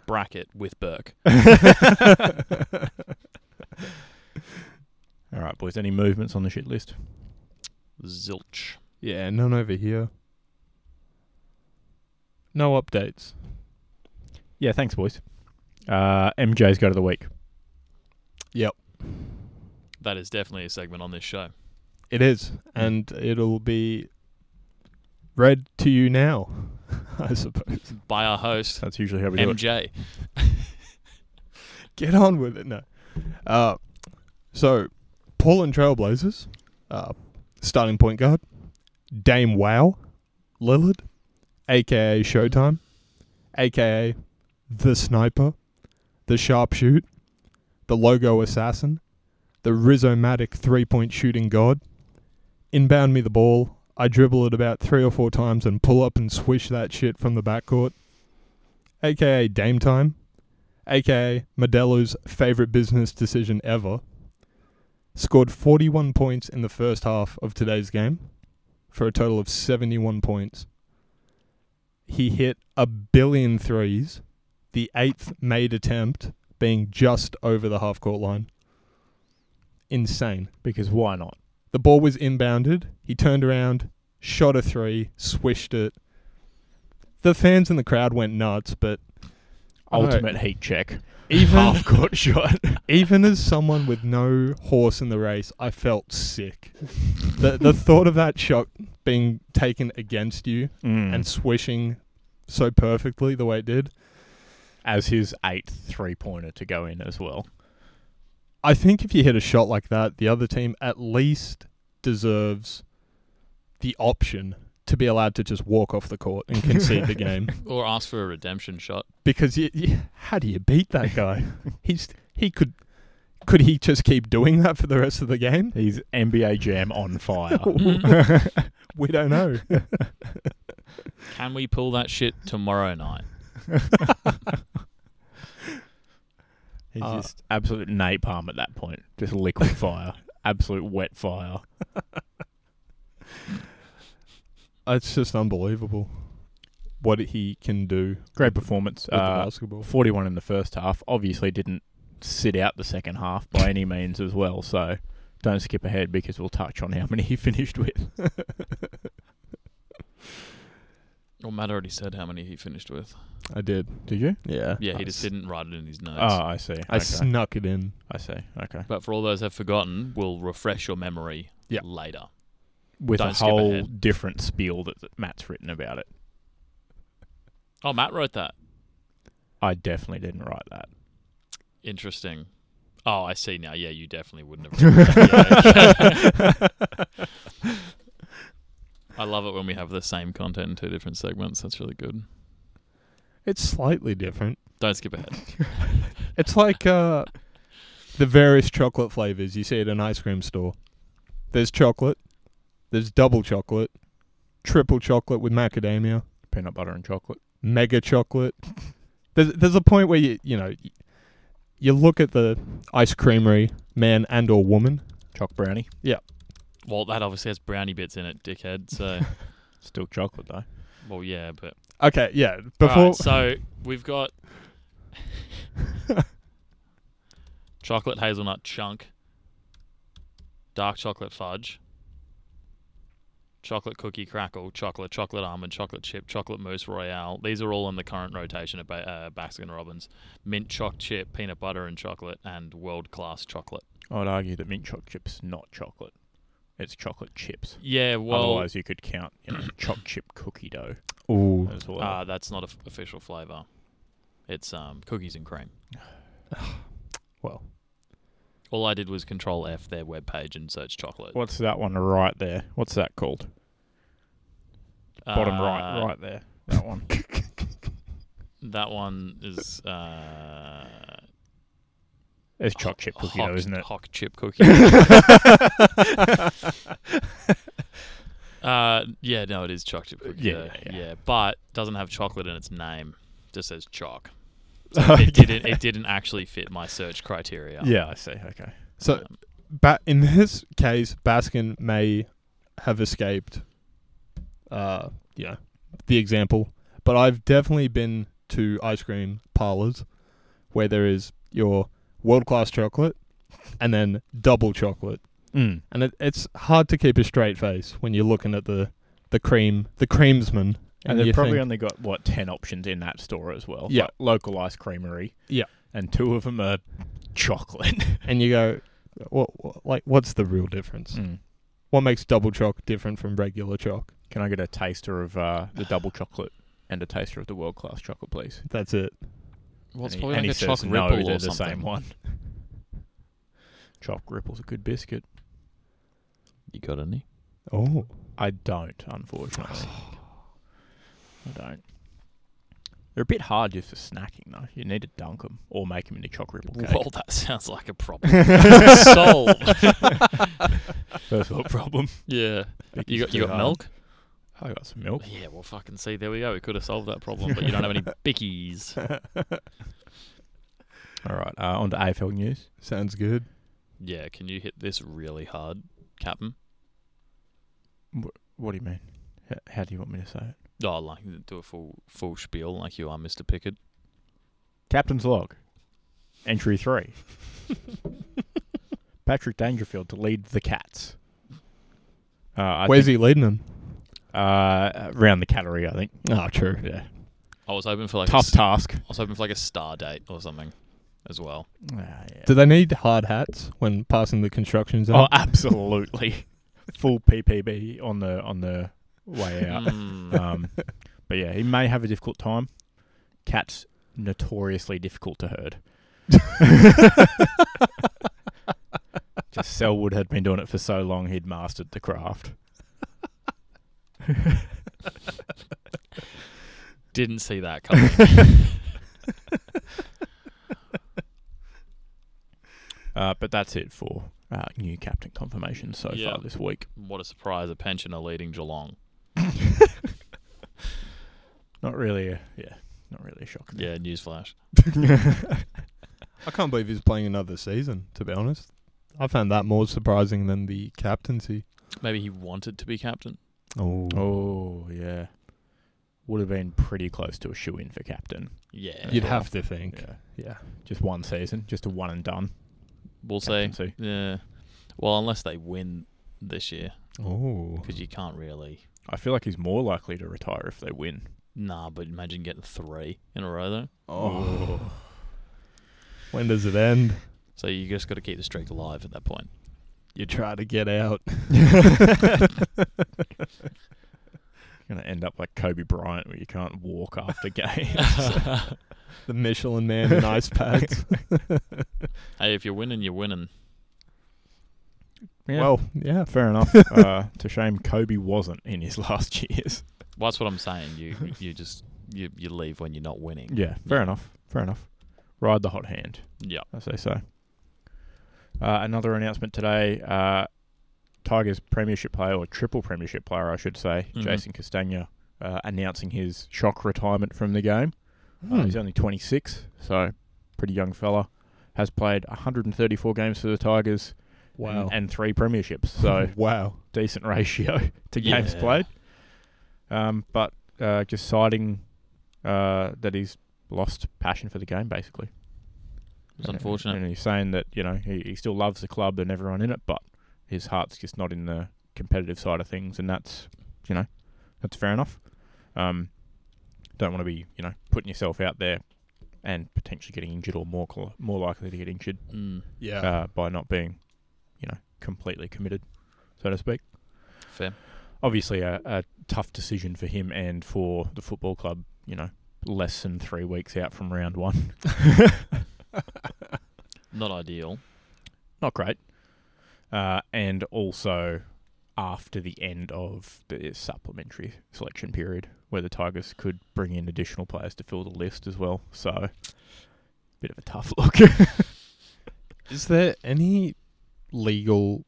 Speaker 2: Bracket with Burke.
Speaker 1: All right, boys. Any movements on the shit list?
Speaker 2: Zilch.
Speaker 3: yeah, none over here. No updates.
Speaker 1: Yeah, thanks, boys. Uh, MJ's go to the week.
Speaker 2: That is definitely a segment on this show.
Speaker 3: It is, and it'll be read to you now, I suppose.
Speaker 2: By our host,
Speaker 1: That's usually how we do it.
Speaker 2: MJ.
Speaker 3: Get on with it. No. Uh, so, Portland Trailblazers, uh, starting point guard, Dame Wow, Lillard, aka Showtime, aka The Sniper, The Sharpshoot, The Logo Assassin, The Rhizomatic Three Point Shooting God, Inbound Me the Ball, I dribble it about three or four times and pull up and swish that shit from the backcourt, aka Dame Time aka Modelo's favorite business decision ever, scored 41 points in the first half of today's game for a total of 71 points. He hit a billion threes, the eighth made attempt being just over the half court line. Insane.
Speaker 1: Because why not?
Speaker 3: The ball was inbounded. He turned around, shot a three, swished it. The fans in the crowd went nuts, but I don't know.
Speaker 1: Ultimate heat check.
Speaker 3: Even-
Speaker 1: half court shot.
Speaker 3: even as someone with no horse in the race, I felt sick. the the thought of that shot being taken against you and
Speaker 1: Mm.
Speaker 3: swishing so perfectly the way it did.
Speaker 1: As his eighth three pointer to go in as well.
Speaker 3: I think if you hit a shot like that, the other team at least deserves the option to be allowed to just walk off the court and concede the game.
Speaker 2: Or ask for a redemption shot.
Speaker 3: Because you, you, how do you beat that guy? He's he could could he just keep doing that for the rest of the game?
Speaker 1: He's NBA Jam on fire.
Speaker 3: We don't know.
Speaker 2: Can we pull that shit tomorrow night?
Speaker 1: He's
Speaker 3: Uh,
Speaker 1: just absolute napalm at that point. Just liquid fire. Absolute wet fire.
Speaker 3: It's just unbelievable what he can do
Speaker 1: Great performance.
Speaker 3: with
Speaker 1: Uh,
Speaker 3: the basketball.
Speaker 1: 41 in the first half. Obviously didn't sit out the second half by any means as well. So don't skip ahead because we'll touch on how many he finished with.
Speaker 2: Well, Matt already said how many he finished with.
Speaker 3: I did.
Speaker 1: Did you?
Speaker 3: Yeah.
Speaker 2: Yeah, he
Speaker 1: Nice.
Speaker 2: just didn't write it in his notes.
Speaker 1: Oh, I see.
Speaker 3: I
Speaker 1: okay.
Speaker 3: snuck it in.
Speaker 1: I see. Okay.
Speaker 2: But for all those that have forgotten, we'll refresh your memory
Speaker 3: Yeah.
Speaker 2: later.
Speaker 1: With a
Speaker 2: Don't skip
Speaker 1: whole
Speaker 2: ahead.
Speaker 1: different spiel that, that Matt's written about it.
Speaker 2: Oh, Matt wrote that.
Speaker 1: I definitely didn't write that.
Speaker 2: Interesting. Oh, I see now. Yeah, you definitely wouldn't have. written that. Yeah. I love it when we have the same content in two different segments. That's really good.
Speaker 3: It's slightly different.
Speaker 2: Don't skip ahead.
Speaker 3: It's like uh, the various chocolate flavors you see at an ice cream store. There's chocolate. There's double chocolate, triple chocolate with macadamia,
Speaker 1: Peanut butter and chocolate.
Speaker 3: mega chocolate. There's there's a point where you you know y- you look at the ice creamery man and or woman.
Speaker 1: Choc brownie.
Speaker 2: Well, that obviously has brownie bits in it, dickhead. So,
Speaker 1: Still chocolate though.
Speaker 2: well, yeah, but
Speaker 3: Okay, yeah.
Speaker 2: All
Speaker 3: Before
Speaker 2: right, so we've got chocolate hazelnut chunk, dark chocolate fudge, chocolate cookie crackle, chocolate chocolate almond, chocolate chip, chocolate mousse royale. These are all in the current rotation at ba- uh, Baskin and Robbins. Mint choc chip, peanut butter and chocolate, and world class chocolate.
Speaker 1: I would argue that mint choc chips not chocolate. It's chocolate chips.
Speaker 2: Yeah, well,
Speaker 1: Otherwise, you could count you know, choc chip cookie dough
Speaker 3: Ooh.
Speaker 1: as well.
Speaker 2: uh, that's not an official flavor. It's um, cookies and cream.
Speaker 3: Well.
Speaker 2: All I did was Control F their webpage and search chocolate.
Speaker 1: What's that one right there? What's that called? Bottom right,
Speaker 2: Uh,
Speaker 1: right there. That one.
Speaker 2: That one is uh,
Speaker 1: It's choc chip cookie
Speaker 2: hock,
Speaker 1: dough, isn't it?
Speaker 2: Hock chip cookie. uh, yeah, no, it is choc chip cookie.
Speaker 1: Yeah,
Speaker 2: dough.
Speaker 1: yeah, yeah.
Speaker 2: but doesn't have chocolate in its name. Just says chalk. So it didn't. It didn't actually fit my search criteria. Uh,
Speaker 1: Yeah, I see. Okay.
Speaker 3: So ba- in this case, Baskin may have escaped, uh, you know, the example. But I've definitely been to ice cream parlors where there is your world class chocolate and then double chocolate,
Speaker 1: Mm.
Speaker 3: and it, it's hard to keep a straight face when you're looking at the the cream, the creamsman,
Speaker 1: And they've probably
Speaker 3: think,
Speaker 1: only got what ten options in that store as well.
Speaker 3: Yeah.
Speaker 1: like local ice creamery.
Speaker 3: Yeah.
Speaker 1: and two of them are chocolate.
Speaker 3: and you go, what, what, like, what's the real difference?
Speaker 1: Mm.
Speaker 3: What makes double choc different from regular choc?
Speaker 1: Can I get a taster of uh, the double chocolate and a taster of the world class chocolate, please?
Speaker 3: That's it.
Speaker 2: Well, it's
Speaker 1: And he-
Speaker 2: probably
Speaker 1: and
Speaker 2: like
Speaker 1: he
Speaker 2: a
Speaker 1: says,
Speaker 2: choc
Speaker 1: no,
Speaker 2: ripple
Speaker 1: they're
Speaker 2: or
Speaker 1: the
Speaker 2: something.
Speaker 1: same one. Choc ripple's a good biscuit.
Speaker 2: You got any?
Speaker 3: Oh.
Speaker 1: I don't, unfortunately. I don't. They're a bit hard just for snacking, though. You need to dunk them or make them into choc ripple cake.
Speaker 2: Well, that sounds like a problem. Solved.
Speaker 1: First world problem.
Speaker 2: Yeah. You got you got milk?
Speaker 1: I Oh, got some milk.
Speaker 2: Yeah. Well, fucking see, there we go. We could have solved that problem, but you don't have any bickies.
Speaker 1: All right, uh, on to AFL news.
Speaker 3: Sounds good.
Speaker 2: Yeah. Can you hit this really hard, Captain?
Speaker 1: What do you mean? H- How do you want me to say it?
Speaker 2: Oh, like do a full full spiel like you are, Mister Pickard.
Speaker 1: Captain's log, entry three. Patrick Dangerfield to lead the Cats. Uh, I
Speaker 3: Where's
Speaker 1: think,
Speaker 3: he leading him?
Speaker 1: Uh, around the cattery, I think.
Speaker 3: Oh, true.
Speaker 1: Yeah,
Speaker 2: I was hoping for like a
Speaker 1: tough
Speaker 2: s-
Speaker 1: task.
Speaker 2: I was hoping for like a star date or something, as well.
Speaker 1: Ah,
Speaker 3: Do they need hard hats when passing the construction zone?
Speaker 1: Oh, absolutely. Full PPB on the on the way out.
Speaker 2: Mm.
Speaker 1: um, but yeah, he may have a difficult time. Cats notoriously difficult to herd. Just Selwood had been doing it for so long, he'd mastered the craft.
Speaker 2: Didn't see that coming.
Speaker 1: Uh, but that's it for uh, new captain confirmation so
Speaker 2: Yeah.
Speaker 1: far this week.
Speaker 2: what a surprise! A pensioner leading Geelong.
Speaker 1: Not really, a, yeah, not really a shock.
Speaker 2: Yeah, newsflash.
Speaker 3: I can't believe he's playing another season, to be honest. I found that more surprising than the captaincy.
Speaker 2: Maybe he wanted to be captain.
Speaker 3: Oh.
Speaker 1: Oh yeah, would have been pretty close to a shoe in for captain.
Speaker 2: Yeah,
Speaker 3: You'd have to think.
Speaker 1: Yeah,
Speaker 3: Yeah.
Speaker 1: just one season, just a one and done.
Speaker 2: we'll see.
Speaker 1: captaincy.
Speaker 2: Yeah. Well, unless they win this year,
Speaker 3: Oh.
Speaker 2: because you can't really.
Speaker 1: I feel like he's more likely to retire if they win.
Speaker 2: Nah, but imagine getting three in a row though.
Speaker 3: Oh. When does it end?
Speaker 2: So you just got to keep the streak alive at that point.
Speaker 3: You try to get out.
Speaker 1: You're gonna end up like Kobe Bryant, where you can't walk after games.
Speaker 3: The Michelin man in ice pads.
Speaker 2: Hey, if you're winning, you're winning.
Speaker 1: Yeah,
Speaker 3: Well, yeah.
Speaker 1: fair enough. uh, to shame Kobe wasn't in his last years.
Speaker 2: Well, that's what I'm saying. You you just you, you leave when you're not winning.
Speaker 1: Yeah, fair enough. Fair enough. Ride the hot hand,
Speaker 2: Yeah.
Speaker 1: as they say. Uh, another announcement today: uh, Tigers Premiership player or triple Premiership player, I should say,
Speaker 2: Mhm.
Speaker 1: Jason Castagna, uh, announcing his Oh,
Speaker 3: Hmm.
Speaker 1: shock retirement from the game. Uh, he's only 26, so pretty young fella. has played 134 games for the Tigers
Speaker 3: Wow.
Speaker 1: and, and three premierships. So
Speaker 3: wow.
Speaker 1: decent ratio to games
Speaker 2: Yeah.
Speaker 1: played. Um, but uh, just citing uh, that he's lost passion for the game, basically.
Speaker 2: It's
Speaker 1: And-
Speaker 2: unfortunate.
Speaker 1: And he's saying that you know he, he still loves the club and everyone in it, but his heart's just not in the competitive side of things, and that's you know that's fair enough. Um, don't want to be you know putting yourself out there and potentially getting injured or more cl- more likely to get injured
Speaker 2: Mm,
Speaker 3: Yeah.
Speaker 1: uh, by not being you know completely committed, so to speak.
Speaker 2: fair.
Speaker 1: Obviously, a, a tough decision for him and for the football club. You know, less than three weeks out from round one.
Speaker 2: Not ideal.
Speaker 1: not great. Uh, and also after the end of the supplementary selection period, where the Tigers could bring in additional players to fill the list as well. So, bit of a tough look.
Speaker 3: Is there any legal?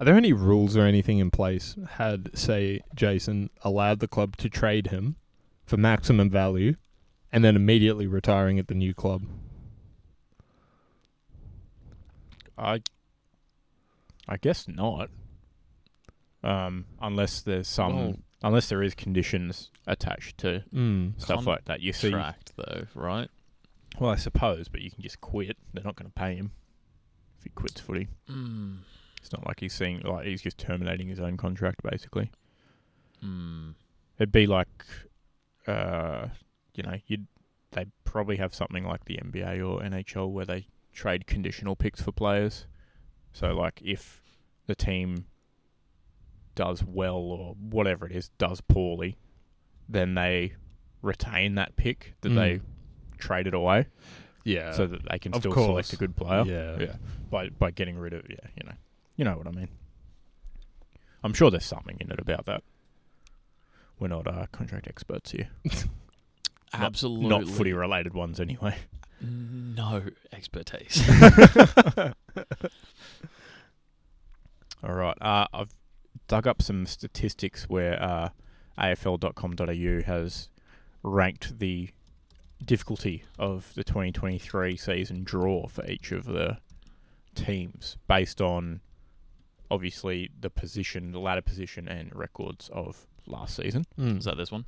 Speaker 3: Are there any rules or anything in place? Had say Jason allowed the club to trade him for maximum value, and then immediately retiring at the new club?
Speaker 1: I, I guess not. Um, unless there's some,
Speaker 2: Well-
Speaker 1: unless there is conditions attached to
Speaker 3: Mm.
Speaker 1: stuff like that. You see,
Speaker 2: Tracked though, right?
Speaker 1: well, I suppose, but you can just quit. They're not going to pay him if he quits footy.
Speaker 2: Mm.
Speaker 1: It's not like he's seeing like he's just terminating his own contract basically.
Speaker 2: Mm.
Speaker 1: It'd be like, uh, you know, you'd they'd probably have something like the NBA or NHL where they trade conditional picks for players. So like if the team does well or whatever it is does poorly, then they retain that pick that they
Speaker 3: Mm.
Speaker 1: trade it away
Speaker 3: Yeah.
Speaker 1: Hmm. so that they can
Speaker 3: of
Speaker 1: still
Speaker 3: course.
Speaker 1: select a good player
Speaker 3: yeah.
Speaker 1: yeah. by by getting rid of yeah, you know, you know what I mean. I'm sure there's something in it about that. We're not uh, contract experts here, Not-
Speaker 2: Absolutely.
Speaker 1: not footy related ones anyway.
Speaker 2: No expertise.
Speaker 1: All right, uh, I've dug up some statistics where uh, AFL.com.au has ranked the difficulty of the 2023 season draw for each of the teams based on obviously the position, the ladder position, and records of last season.
Speaker 3: Hmm.
Speaker 2: Is that this one?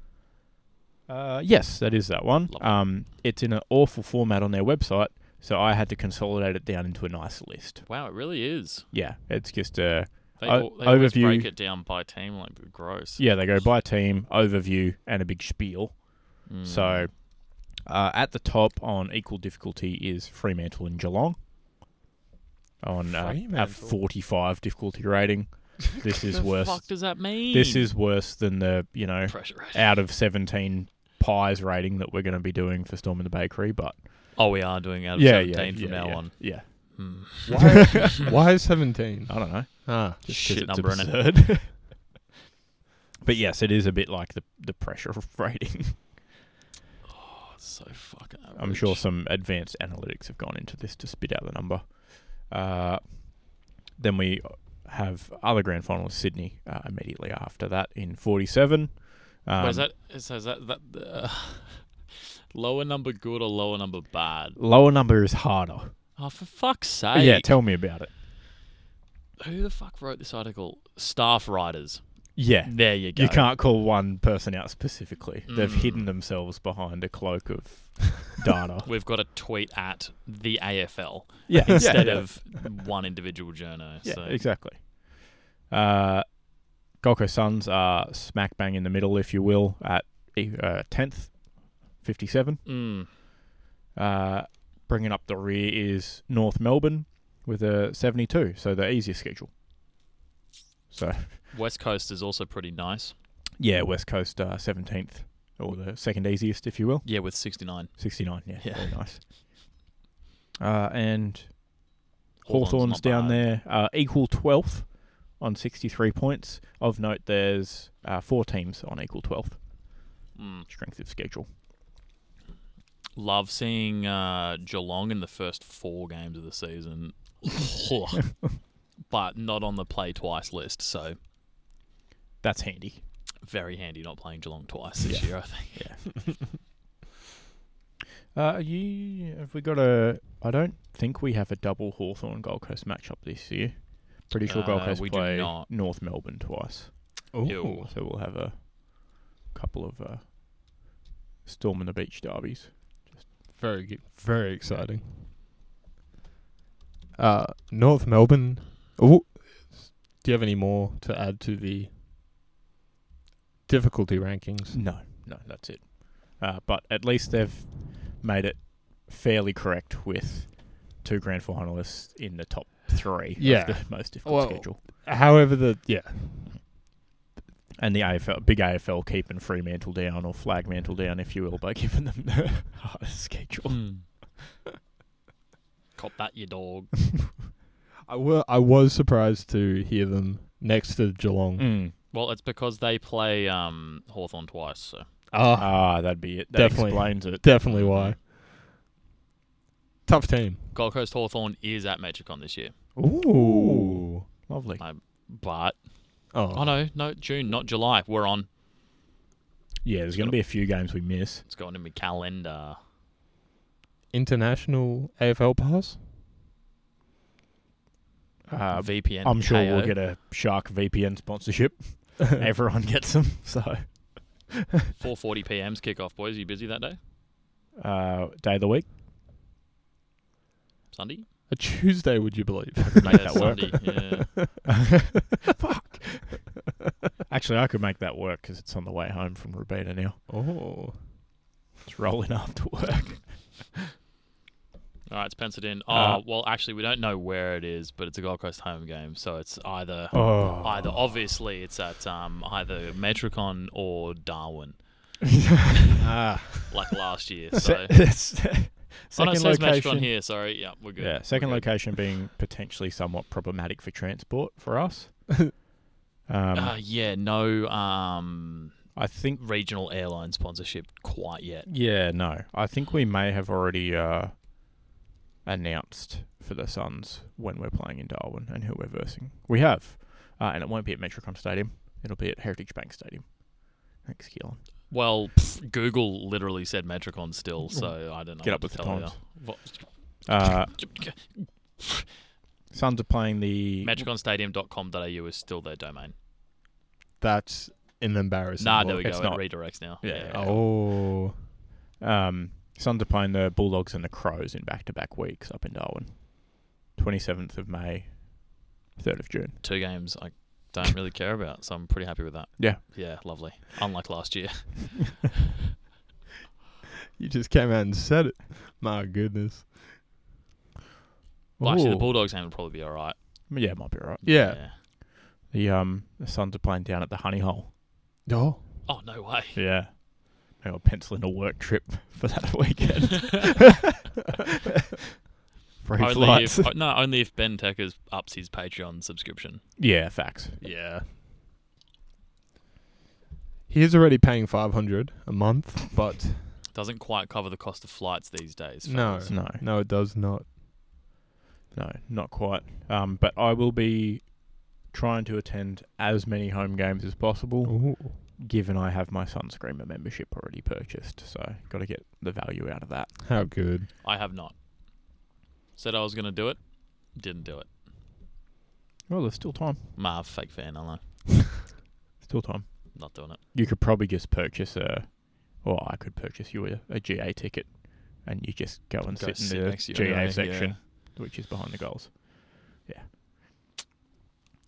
Speaker 1: Uh, yes, that is that one.
Speaker 2: Lovely.
Speaker 1: Um, it's in an awful format on their website, so I had to consolidate it down into a nice list.
Speaker 2: Wow, it really is.
Speaker 1: Yeah, it's just uh, a
Speaker 2: They,
Speaker 1: O-
Speaker 2: all, they always
Speaker 1: overview-
Speaker 2: break it down by team, like gross.
Speaker 1: yeah. They go by team overview and a big spiel.
Speaker 2: Mm.
Speaker 1: So uh, at the top on equal difficulty is Fremantle and Geelong on uh, a
Speaker 3: Fremantle?
Speaker 1: 45 difficulty rating. This is
Speaker 2: the
Speaker 1: worse.
Speaker 2: fuck does that mean?
Speaker 1: This is worse than the you know
Speaker 2: pressure. rating.
Speaker 1: out of 17 pies rating that we're going to be doing for Storm in the Bakery, but
Speaker 2: Oh, we are doing out of
Speaker 1: yeah, yeah,
Speaker 2: 17
Speaker 1: yeah,
Speaker 2: from now
Speaker 1: yeah,
Speaker 2: on.
Speaker 1: yeah.
Speaker 2: Mm.
Speaker 3: Why, why seventeen?
Speaker 1: I don't know.
Speaker 3: Ah.
Speaker 1: just 'cause
Speaker 2: Shit
Speaker 1: it's
Speaker 2: number in it.
Speaker 1: absurd. but yes, it is a bit like the the pressure of rating.
Speaker 2: Oh, it's so fucking.
Speaker 1: I'm
Speaker 2: average.
Speaker 1: sure some advanced analytics have gone into this to spit out the number. Uh, then we have other grand finals Sydney uh, immediately after that in 47. Um,
Speaker 2: Wait, is that so is that, that uh, lower number good or lower number bad?
Speaker 1: Lower number is harder.
Speaker 2: Oh, for fuck's sake!
Speaker 1: Yeah, tell me about it.
Speaker 2: Who the fuck wrote this article? Staff writers.
Speaker 1: Yeah.
Speaker 2: There you go.
Speaker 1: You can't call one person out specifically. They've
Speaker 2: Mm.
Speaker 1: hidden themselves behind a cloak of data.
Speaker 2: We've got a tweet at the AFL
Speaker 1: yeah, yeah,
Speaker 2: instead
Speaker 1: yeah.
Speaker 2: of one individual journo.
Speaker 1: Yeah,
Speaker 2: so.
Speaker 1: exactly. Uh, Gold Coast Suns are smack bang in the middle, if you will, at e, uh, tenth, fifty-seven.
Speaker 2: Mm.
Speaker 1: Uh, bringing up the rear is North Melbourne with a seventy-two, so the easiest schedule. So
Speaker 2: West Coast is also pretty nice.
Speaker 1: yeah, West Coast seventeenth, or the second easiest, if you will,
Speaker 2: Yeah, with 69.
Speaker 1: sixty-nine. Yeah,
Speaker 2: Yeah.
Speaker 1: very nice. Uh, and
Speaker 2: Hawthorn's
Speaker 1: Hawthorn's
Speaker 2: not
Speaker 1: down
Speaker 2: bad.
Speaker 1: there, uh, equal 12th on 63 points. Of note, there's uh, four teams on equal 12th
Speaker 2: Mm.
Speaker 1: strength of schedule.
Speaker 2: Love seeing uh, Geelong in the first four games of the season, but not on the play twice list. So
Speaker 1: That's handy.
Speaker 2: very handy not playing Geelong twice this
Speaker 1: Yeah.
Speaker 2: year, I
Speaker 1: Yeah.
Speaker 2: think.
Speaker 1: Uh, you have we got a? I don't think we have a double Hawthorn Gold Coast matchup this year. Pretty sure Gold
Speaker 2: Uh,
Speaker 1: Coast
Speaker 2: we do
Speaker 1: play
Speaker 2: not.
Speaker 1: North Melbourne twice,
Speaker 2: Ew.
Speaker 1: so we'll have a couple of uh, storm in the beach derbies.
Speaker 3: Very good. Very exciting. Uh, North Melbourne. Ooh. Do you have any more to add to the difficulty rankings?
Speaker 1: No, no, that's it. Uh, but at least they've made it fairly correct with two grand finalists in the top three.
Speaker 3: Yeah.
Speaker 1: of the most difficult
Speaker 3: Well-
Speaker 1: schedule.
Speaker 3: However, the yeah,
Speaker 1: And the AFL, big AFL keeping Fremantle down or Flagmantle down, if you will, by giving them the hardest schedule. Hmm.
Speaker 2: Cop that, you dog.
Speaker 3: I were I was surprised to hear them next to Geelong.
Speaker 1: Mm.
Speaker 2: Well, it's because they play um, Hawthorn twice, so
Speaker 3: Ah,
Speaker 1: Ah, that'd be it. That
Speaker 3: Definitely.
Speaker 1: explains it.
Speaker 3: definitely why. Tough team.
Speaker 2: Gold Coast Hawthorn is at Metricon this year.
Speaker 1: Ooh. Lovely.
Speaker 2: But
Speaker 3: Oh,
Speaker 2: oh no, no June, not July. We're on.
Speaker 1: Yeah, there's going to be a few games we miss.
Speaker 2: It's going to be calendar.
Speaker 3: international AFL pass.
Speaker 1: Uh,
Speaker 2: VPN.
Speaker 1: I'm sure
Speaker 2: KO.
Speaker 1: we'll get a Shark VPN sponsorship. Everyone gets them. So,
Speaker 2: 4:40 p.m.'s kickoff, boys. Are you busy that day?
Speaker 1: uh, day of the week.
Speaker 2: Sunday?
Speaker 3: A Tuesday, would you believe?
Speaker 2: No,
Speaker 1: Make
Speaker 2: that's
Speaker 1: that work.
Speaker 2: Sunday. Yeah.
Speaker 1: Fuck. Actually, I could make that work because it's on the way home from Rubina now.
Speaker 3: Oh,
Speaker 1: It's rolling after work.
Speaker 2: All right, it's penciled in. Oh,
Speaker 1: Uh,
Speaker 2: well, actually, we don't know where it is, but it's a Gold Coast home game, so it's either
Speaker 1: Oh.
Speaker 2: either obviously it's at um, either Metricon or Darwin,
Speaker 3: ah,
Speaker 2: like last year. So.
Speaker 1: Se- second
Speaker 2: Oh, no, it says Metricon
Speaker 1: location.
Speaker 2: here. Sorry, yeah, we're good.
Speaker 1: Yeah, second
Speaker 2: We're good.
Speaker 1: location being potentially somewhat problematic for transport for us. um,
Speaker 2: uh, yeah, no um,
Speaker 1: I think.
Speaker 2: regional airline sponsorship quite yet.
Speaker 1: Yeah, no. I think we may have already uh, announced for the Suns when we're playing in Darwin and who we're versing. We have. Uh, and it won't be at Metricon Stadium. It'll be at Heritage Bank Stadium. Thanks, Keelan.
Speaker 2: Well, pff, Google literally said Metricon still, so I don't know.
Speaker 1: Get
Speaker 2: what
Speaker 1: up
Speaker 2: to
Speaker 1: with the
Speaker 2: tell
Speaker 1: times.
Speaker 2: you. Well,
Speaker 1: Uh, Suns are playing the.
Speaker 2: Metriconstadium.com.au is still their domain.
Speaker 3: that's an embarrassing.
Speaker 2: Nah, there we go.
Speaker 1: it's
Speaker 2: It
Speaker 1: not.
Speaker 2: redirects now.
Speaker 1: Yeah, yeah.
Speaker 3: Oh,
Speaker 1: Um, Suns are playing the Bulldogs and the Crows in back to back weeks up in Darwin. 27th of May, 3rd of June.
Speaker 2: Two games I don't really care about, so I'm pretty happy with that.
Speaker 1: Yeah.
Speaker 2: Yeah, lovely. Unlike last year.
Speaker 3: you just came out and said it. My goodness.
Speaker 2: Well, actually, the
Speaker 1: Ooh.
Speaker 2: Bulldogs game would probably be all right.
Speaker 1: Yeah, it might be alright.
Speaker 3: Yeah.
Speaker 1: The um the Suns are playing down at the Honey Hole.
Speaker 3: Oh,
Speaker 2: Oh, no way.
Speaker 1: Yeah. They were penciling a work trip for that weekend. Free
Speaker 2: only
Speaker 1: flights.
Speaker 2: if, oh, no, only if Ben Teckers ups his Patreon subscription.
Speaker 1: yeah, facts.
Speaker 3: yeah. He is already paying five hundred a month, but
Speaker 2: Doesn't quite cover the cost of flights these days.
Speaker 3: no,
Speaker 2: fellas.
Speaker 1: No,
Speaker 3: no, it does not.
Speaker 1: no, not quite. Um, but I will be trying to attend as many home games as possible.
Speaker 3: Ooh.
Speaker 1: given I have my Sunscreamer membership already purchased, so got to get the value out of that.
Speaker 3: How good.
Speaker 2: I have not. Said I was going to do it. Didn't do it.
Speaker 1: Well, there's still time.
Speaker 2: Marv, fake fan, I know.
Speaker 1: Still time.
Speaker 2: Not doing it.
Speaker 1: You could probably just purchase a, or I could purchase you a, a GA ticket, and you just go and
Speaker 2: Go
Speaker 1: sit,
Speaker 2: sit
Speaker 1: in the
Speaker 2: next to your
Speaker 1: GA
Speaker 2: guy,
Speaker 1: section, which is behind the goals. Yeah,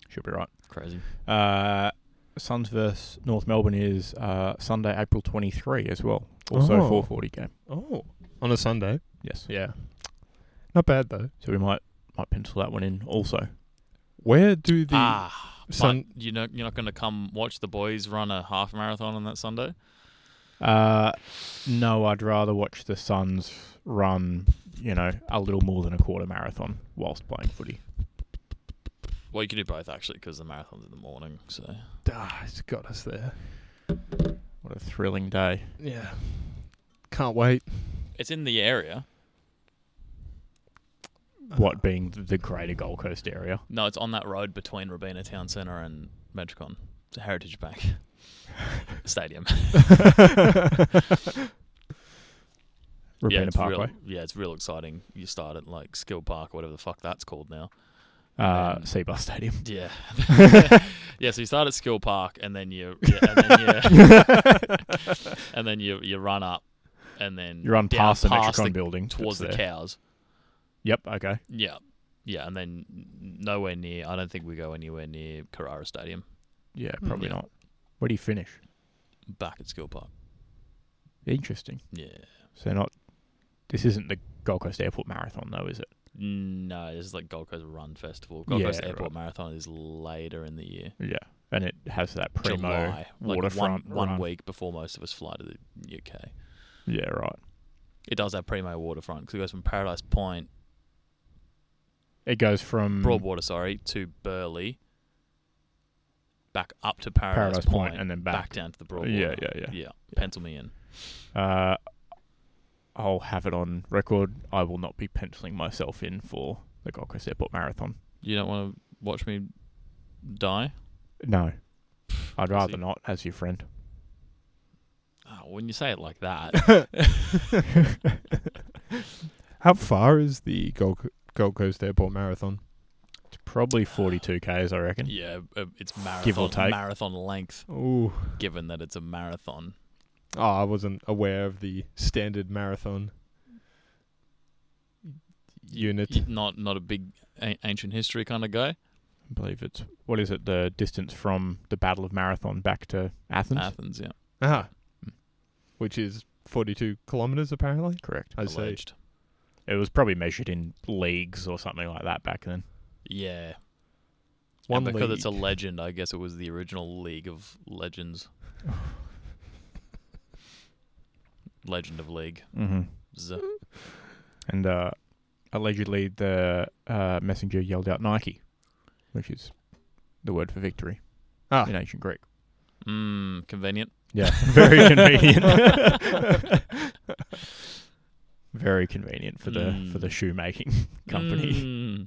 Speaker 1: should be right.
Speaker 2: Crazy.
Speaker 1: Uh, Suns versus North Melbourne is uh, Sunday, April 23 as well. Also
Speaker 3: Oh.
Speaker 1: 4:40 game.
Speaker 3: Oh, on a Sunday.
Speaker 1: Yes.
Speaker 3: Yeah. Not bad though.
Speaker 1: So we might might pencil that one in also.
Speaker 3: Where do the
Speaker 2: ah,
Speaker 3: Sun-
Speaker 2: but you know, you're not going to come watch the boys run a half marathon on that Sunday?
Speaker 1: Uh, no, I'd rather watch the Suns run, you know, a little more than a quarter marathon whilst playing footy.
Speaker 2: Well, you can do both, actually, because the marathon's in the morning. So
Speaker 3: ah, it's got us there.
Speaker 1: What a thrilling day!
Speaker 3: Yeah. Can't wait.
Speaker 2: It's in the area.
Speaker 3: Ah.
Speaker 1: What being th- the greater Gold Coast area?
Speaker 2: No, it's on that road between Robina Town Centre and Metricon. It's a Heritage Bank Stadium.
Speaker 1: Rabina
Speaker 2: yeah, it's
Speaker 1: Parkway.
Speaker 2: Real, yeah, it's real exciting. You start at like Skill Park or whatever the fuck that's called now.
Speaker 1: Uh,
Speaker 2: Um,
Speaker 1: Seabus Stadium.
Speaker 2: Yeah. yeah, so you start at Skill Park and then you yeah, and then you, and then you you run up and then
Speaker 1: You run
Speaker 2: down
Speaker 1: past the
Speaker 2: past
Speaker 1: Metricon building.
Speaker 2: towards the
Speaker 1: that's there.
Speaker 2: cows.
Speaker 1: Yep, okay.
Speaker 2: Yeah. Yeah, and then n- nowhere near I don't think we go anywhere near Carrara Stadium
Speaker 1: Yeah,
Speaker 3: Hmm.
Speaker 1: probably
Speaker 2: Yeah.
Speaker 1: not. Where do you finish?
Speaker 2: back at Skill Park.
Speaker 1: Interesting.
Speaker 2: Yeah.
Speaker 1: So not this isn't the Gold Coast Airport Marathon though, is it?
Speaker 2: No, this is like Gold Coast Run Festival. Gold
Speaker 1: Yeah,
Speaker 2: Coast Airport
Speaker 1: right.
Speaker 2: Marathon is later in the year.
Speaker 1: Yeah. And it has that primo
Speaker 2: July,
Speaker 1: waterfront
Speaker 2: like one, one
Speaker 1: run.
Speaker 2: week before most of us fly to the UK.
Speaker 1: Yeah, right.
Speaker 2: It does have primo waterfront because it goes from Paradise Point,
Speaker 1: It goes from
Speaker 2: Broadwater, sorry, to Burley, back up to Paradise,
Speaker 1: Paradise
Speaker 2: Point,
Speaker 1: Point and then
Speaker 2: back.
Speaker 1: back.
Speaker 2: down to the Broadwater.
Speaker 1: Yeah, yeah, yeah.
Speaker 2: yeah. Pencil me in.
Speaker 1: Uh, I'll have it on record. I will not be penciling myself in for the Gold Coast Airport Marathon.
Speaker 2: You don't want to watch me die?
Speaker 1: No, I'd rather
Speaker 2: See.
Speaker 1: not. As your friend,
Speaker 2: Oh, when you say it like that,
Speaker 3: How far is the Gold, Co- Gold Coast Airport Marathon?
Speaker 1: it's probably forty-two k's, I reckon.
Speaker 2: yeah, uh, it's marathon,
Speaker 1: Give or take.
Speaker 2: marathon length.
Speaker 3: Ooh.
Speaker 2: Given that it's a marathon,
Speaker 3: Oh, I wasn't aware of the standard marathon unit.
Speaker 2: Y- not not a big a- ancient history kind of guy.
Speaker 1: I believe it's what is it? The distance from the Battle of Marathon back to Athens.
Speaker 2: Athens, yeah,
Speaker 3: Ah.
Speaker 1: Hmm.
Speaker 3: Which is 42 kilometers, apparently.
Speaker 1: Correct.
Speaker 3: I see.
Speaker 2: alleged.
Speaker 1: It was probably measured in leagues or something like that back then.
Speaker 2: Yeah,
Speaker 3: One
Speaker 2: and because it's a
Speaker 3: league.
Speaker 2: legend, I guess it was the original League of Legends. legend of League.
Speaker 1: Mm-hmm.
Speaker 2: Z-
Speaker 1: And uh, allegedly, the uh, messenger yelled out Nike, which is the word for victory
Speaker 3: Ah.
Speaker 1: in ancient Greek.
Speaker 2: Mm, convenient.
Speaker 1: Yeah, very convenient. very convenient for the for the
Speaker 2: Mm.
Speaker 1: shoemaking company.
Speaker 2: Mm.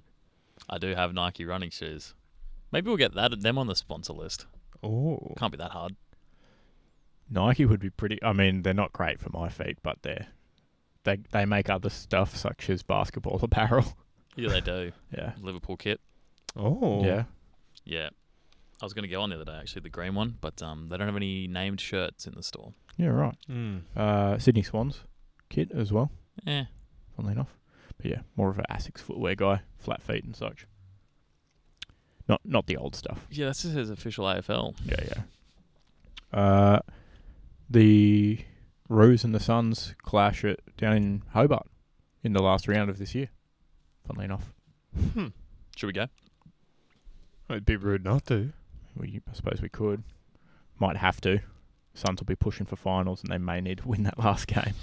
Speaker 2: I do have Nike running shoes. Maybe we'll get that them on the sponsor list.
Speaker 3: Oh.
Speaker 2: Can't be that hard.
Speaker 1: Nike would be pretty. I mean, they're not great for my feet, but they're they they make other stuff such as basketball apparel.
Speaker 2: Yeah, they do.
Speaker 1: Yeah,
Speaker 2: Liverpool kit.
Speaker 3: Oh.
Speaker 1: yeah.
Speaker 2: Yeah. I was gonna go on the other day actually, the green one, but um, they don't have any named shirts in the store.
Speaker 1: Yeah, right.
Speaker 3: Mm.
Speaker 1: Uh, Sydney Swans kit as well.
Speaker 2: Eh.
Speaker 1: Funnily enough, but yeah, more of an Asics footwear guy, flat feet and such. Not not the old stuff.
Speaker 2: Yeah, that's just his official AFL.
Speaker 1: Yeah, yeah. Uh, the Rose and the Suns clash at, down in Hobart in the last round of this year. Funnily enough,
Speaker 3: Hmm.
Speaker 2: Should we go?
Speaker 3: It'd be rude not to.
Speaker 1: we I suppose we could, might have to. Suns will be pushing for finals, and they may need to win that last game.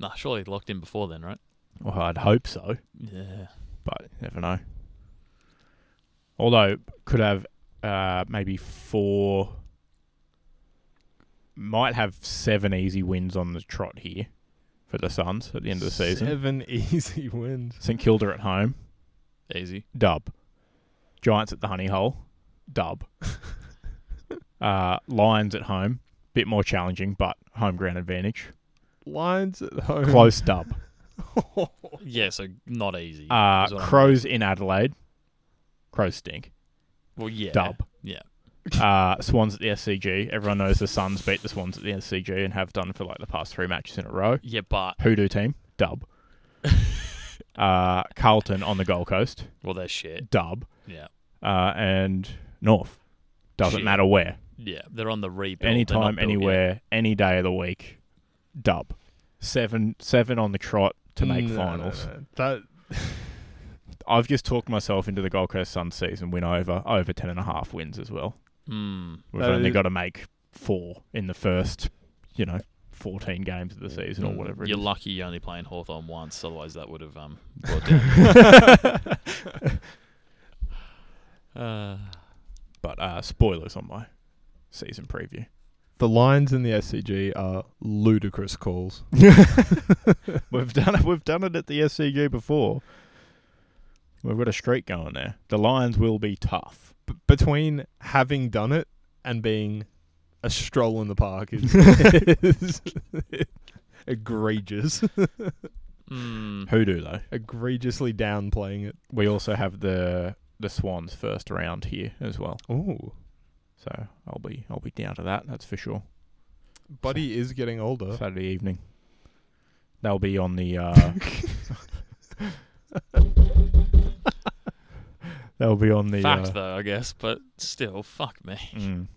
Speaker 2: Nah, surely locked in before then, right?
Speaker 1: Well, I'd hope so,
Speaker 2: Yeah.
Speaker 1: but you never know. Although could have uh, maybe four, might have seven easy wins on the trot here for the Suns at the end of the season.
Speaker 3: Seven easy wins.
Speaker 1: St Kilda at home,
Speaker 2: Easy.
Speaker 1: dub. Giants at the Honey Hole, dub. uh, Lions at home, bit more challenging, but home ground advantage.
Speaker 3: Lions at home.
Speaker 1: Close dub.
Speaker 2: Yeah, so not easy.
Speaker 1: Uh,
Speaker 2: is what I'm-
Speaker 1: Crows in Adelaide, Crows stink,
Speaker 2: Well, yeah.
Speaker 1: dub.
Speaker 2: Yeah.
Speaker 1: Uh, Swans at the SCG. Everyone knows the Suns beat the Swans at the SCG and have done for like the past three matches in a row.
Speaker 2: Yeah, but
Speaker 1: Hoodoo team, dub. uh, Carlton on the Gold Coast,
Speaker 2: well, they're shit.
Speaker 1: dub.
Speaker 2: Yeah,
Speaker 1: Uh, and North, doesn't
Speaker 2: Shit.
Speaker 1: matter where.
Speaker 2: yeah, they're on the rebuild. They're not
Speaker 1: anytime,
Speaker 2: built
Speaker 1: anywhere, any day of the week. Dub seven seven on the trot to make
Speaker 3: No, no,
Speaker 1: finals.
Speaker 3: no. That
Speaker 1: I've just talked myself into the Gold Coast Sun season win over over ten and a half wins as well.
Speaker 2: Yet. Mm.
Speaker 1: We've
Speaker 3: That
Speaker 1: only
Speaker 3: is-
Speaker 1: got to make four in the first, you know, fourteen games of the season or
Speaker 3: Mm.
Speaker 1: whatever. it
Speaker 2: You're
Speaker 1: is.
Speaker 2: lucky you're only playing Hawthorn once, otherwise that would have um. brought down- uh,
Speaker 1: but uh, spoilers on my season preview.
Speaker 3: the lines in the SCG are ludicrous calls.
Speaker 1: We've done it. We've done it at the SCG before. We've got a streak going there. The Lions will be tough.
Speaker 3: B- between having done it and being a stroll in the park is, is egregious,
Speaker 2: Mm.
Speaker 1: Hoodoo though.
Speaker 3: egregiously downplaying it.
Speaker 1: We also have the the Swans first round here as well.
Speaker 3: Ooh,
Speaker 1: So I'll be I'll be down to that. That's for sure.
Speaker 3: Buddy is getting older.
Speaker 1: Saturday evening. They'll be on the. Uh, they'll be on the.
Speaker 2: Fact
Speaker 1: uh,
Speaker 2: though, I guess, but still, fuck me.
Speaker 1: mm.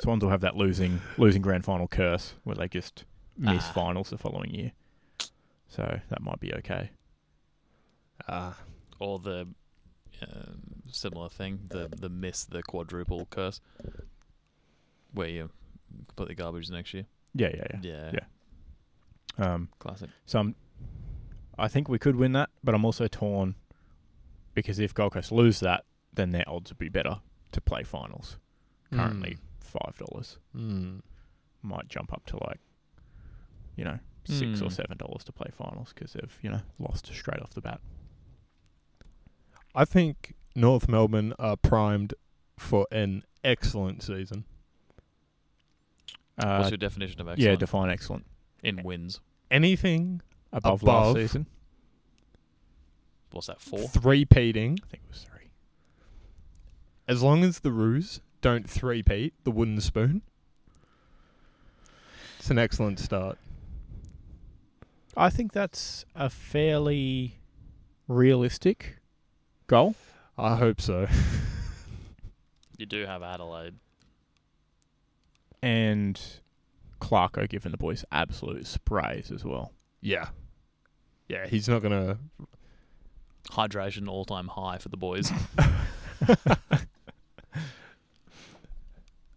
Speaker 1: Swans will have that losing losing grand final curse where they just miss
Speaker 2: Ah.
Speaker 1: finals the following year. So that might be okay.
Speaker 3: Ah,
Speaker 2: Or the um similar thing, the the miss the quadruple curse, where you completely garbage the next year.
Speaker 1: Yeah, yeah, yeah.
Speaker 2: Yeah,
Speaker 1: Um,
Speaker 2: classic.
Speaker 1: so I'm, I think we could win that, but I'm also torn because if Gold Coast lose that, then their odds would be better to play finals.
Speaker 3: Hmm.
Speaker 1: Currently,
Speaker 2: Hmm.
Speaker 1: five dollars.
Speaker 3: Mm.
Speaker 1: might jump up to like, you know, six or
Speaker 2: Mm.
Speaker 1: seven dollars to play finals because they've you know lost straight off the bat.
Speaker 3: I think North Melbourne are primed for an excellent season.
Speaker 1: Uh,
Speaker 2: What's your definition of
Speaker 1: yeah,
Speaker 2: excellent?
Speaker 1: define excellent
Speaker 2: in wins.
Speaker 3: Anything
Speaker 1: above,
Speaker 3: Above.
Speaker 1: last season.
Speaker 2: What's that four?
Speaker 3: three-peating,
Speaker 1: I think it was three.
Speaker 3: as long as the ruse don't three-peat the wooden spoon, it's an excellent start.
Speaker 1: I think that's a fairly realistic goal.
Speaker 3: I hope so.
Speaker 2: You do have Adelaide.
Speaker 1: And Clarko giving the boys absolute sprays as well.
Speaker 3: Yeah. Yeah, he's not gonna.
Speaker 2: Hydration all time high for the boys.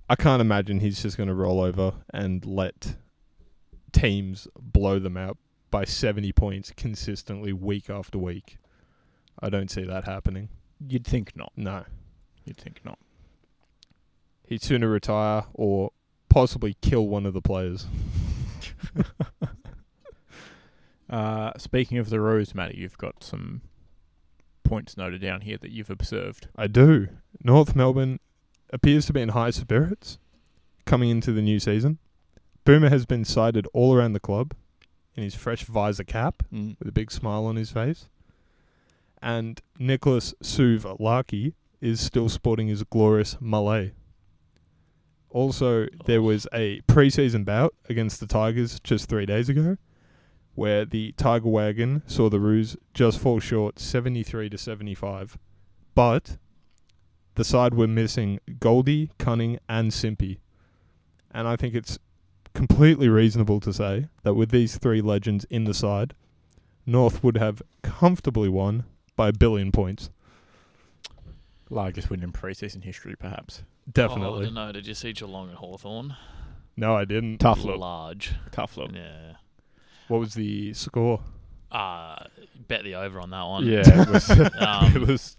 Speaker 3: I can't imagine he's just gonna roll over and let teams blow them out by seventy points consistently week after week. I don't see that happening.
Speaker 1: You'd think not.
Speaker 3: No,
Speaker 1: You'd think not.
Speaker 3: he'd sooner retire or possibly kill one of the players.
Speaker 1: Uh, speaking of the rose, Matty, you've got some points noted down here that you've observed.
Speaker 3: I do. North Melbourne appears to be in high spirits coming into the new season. Boomer has been cited all around the club in his fresh visor cap
Speaker 2: Hmm.
Speaker 3: with a big smile on his face. And Nicholas Suve Larky is still sporting his glorious Malay. Also, there was a preseason bout against the Tigers just three days ago, where the Tiger Wagon saw the Roos just fall short, seventy-three to seventy-five. But the side were missing Goldie, Cunning, and Simpy, and I think it's completely reasonable to say that with these three legends in the side, North would have comfortably won by a billion points.
Speaker 1: Largest win in preseason history, perhaps.
Speaker 2: Oh, I
Speaker 3: Definitely.
Speaker 2: don't know. Did you see Geelong and Hawthorn?
Speaker 3: no, I didn't.
Speaker 1: Tough look.
Speaker 2: Large.
Speaker 1: Tough look.
Speaker 2: Yeah.
Speaker 3: What was the score?
Speaker 2: Uh, bet the over on that one.
Speaker 1: Yeah, it was,
Speaker 2: Um,
Speaker 1: it was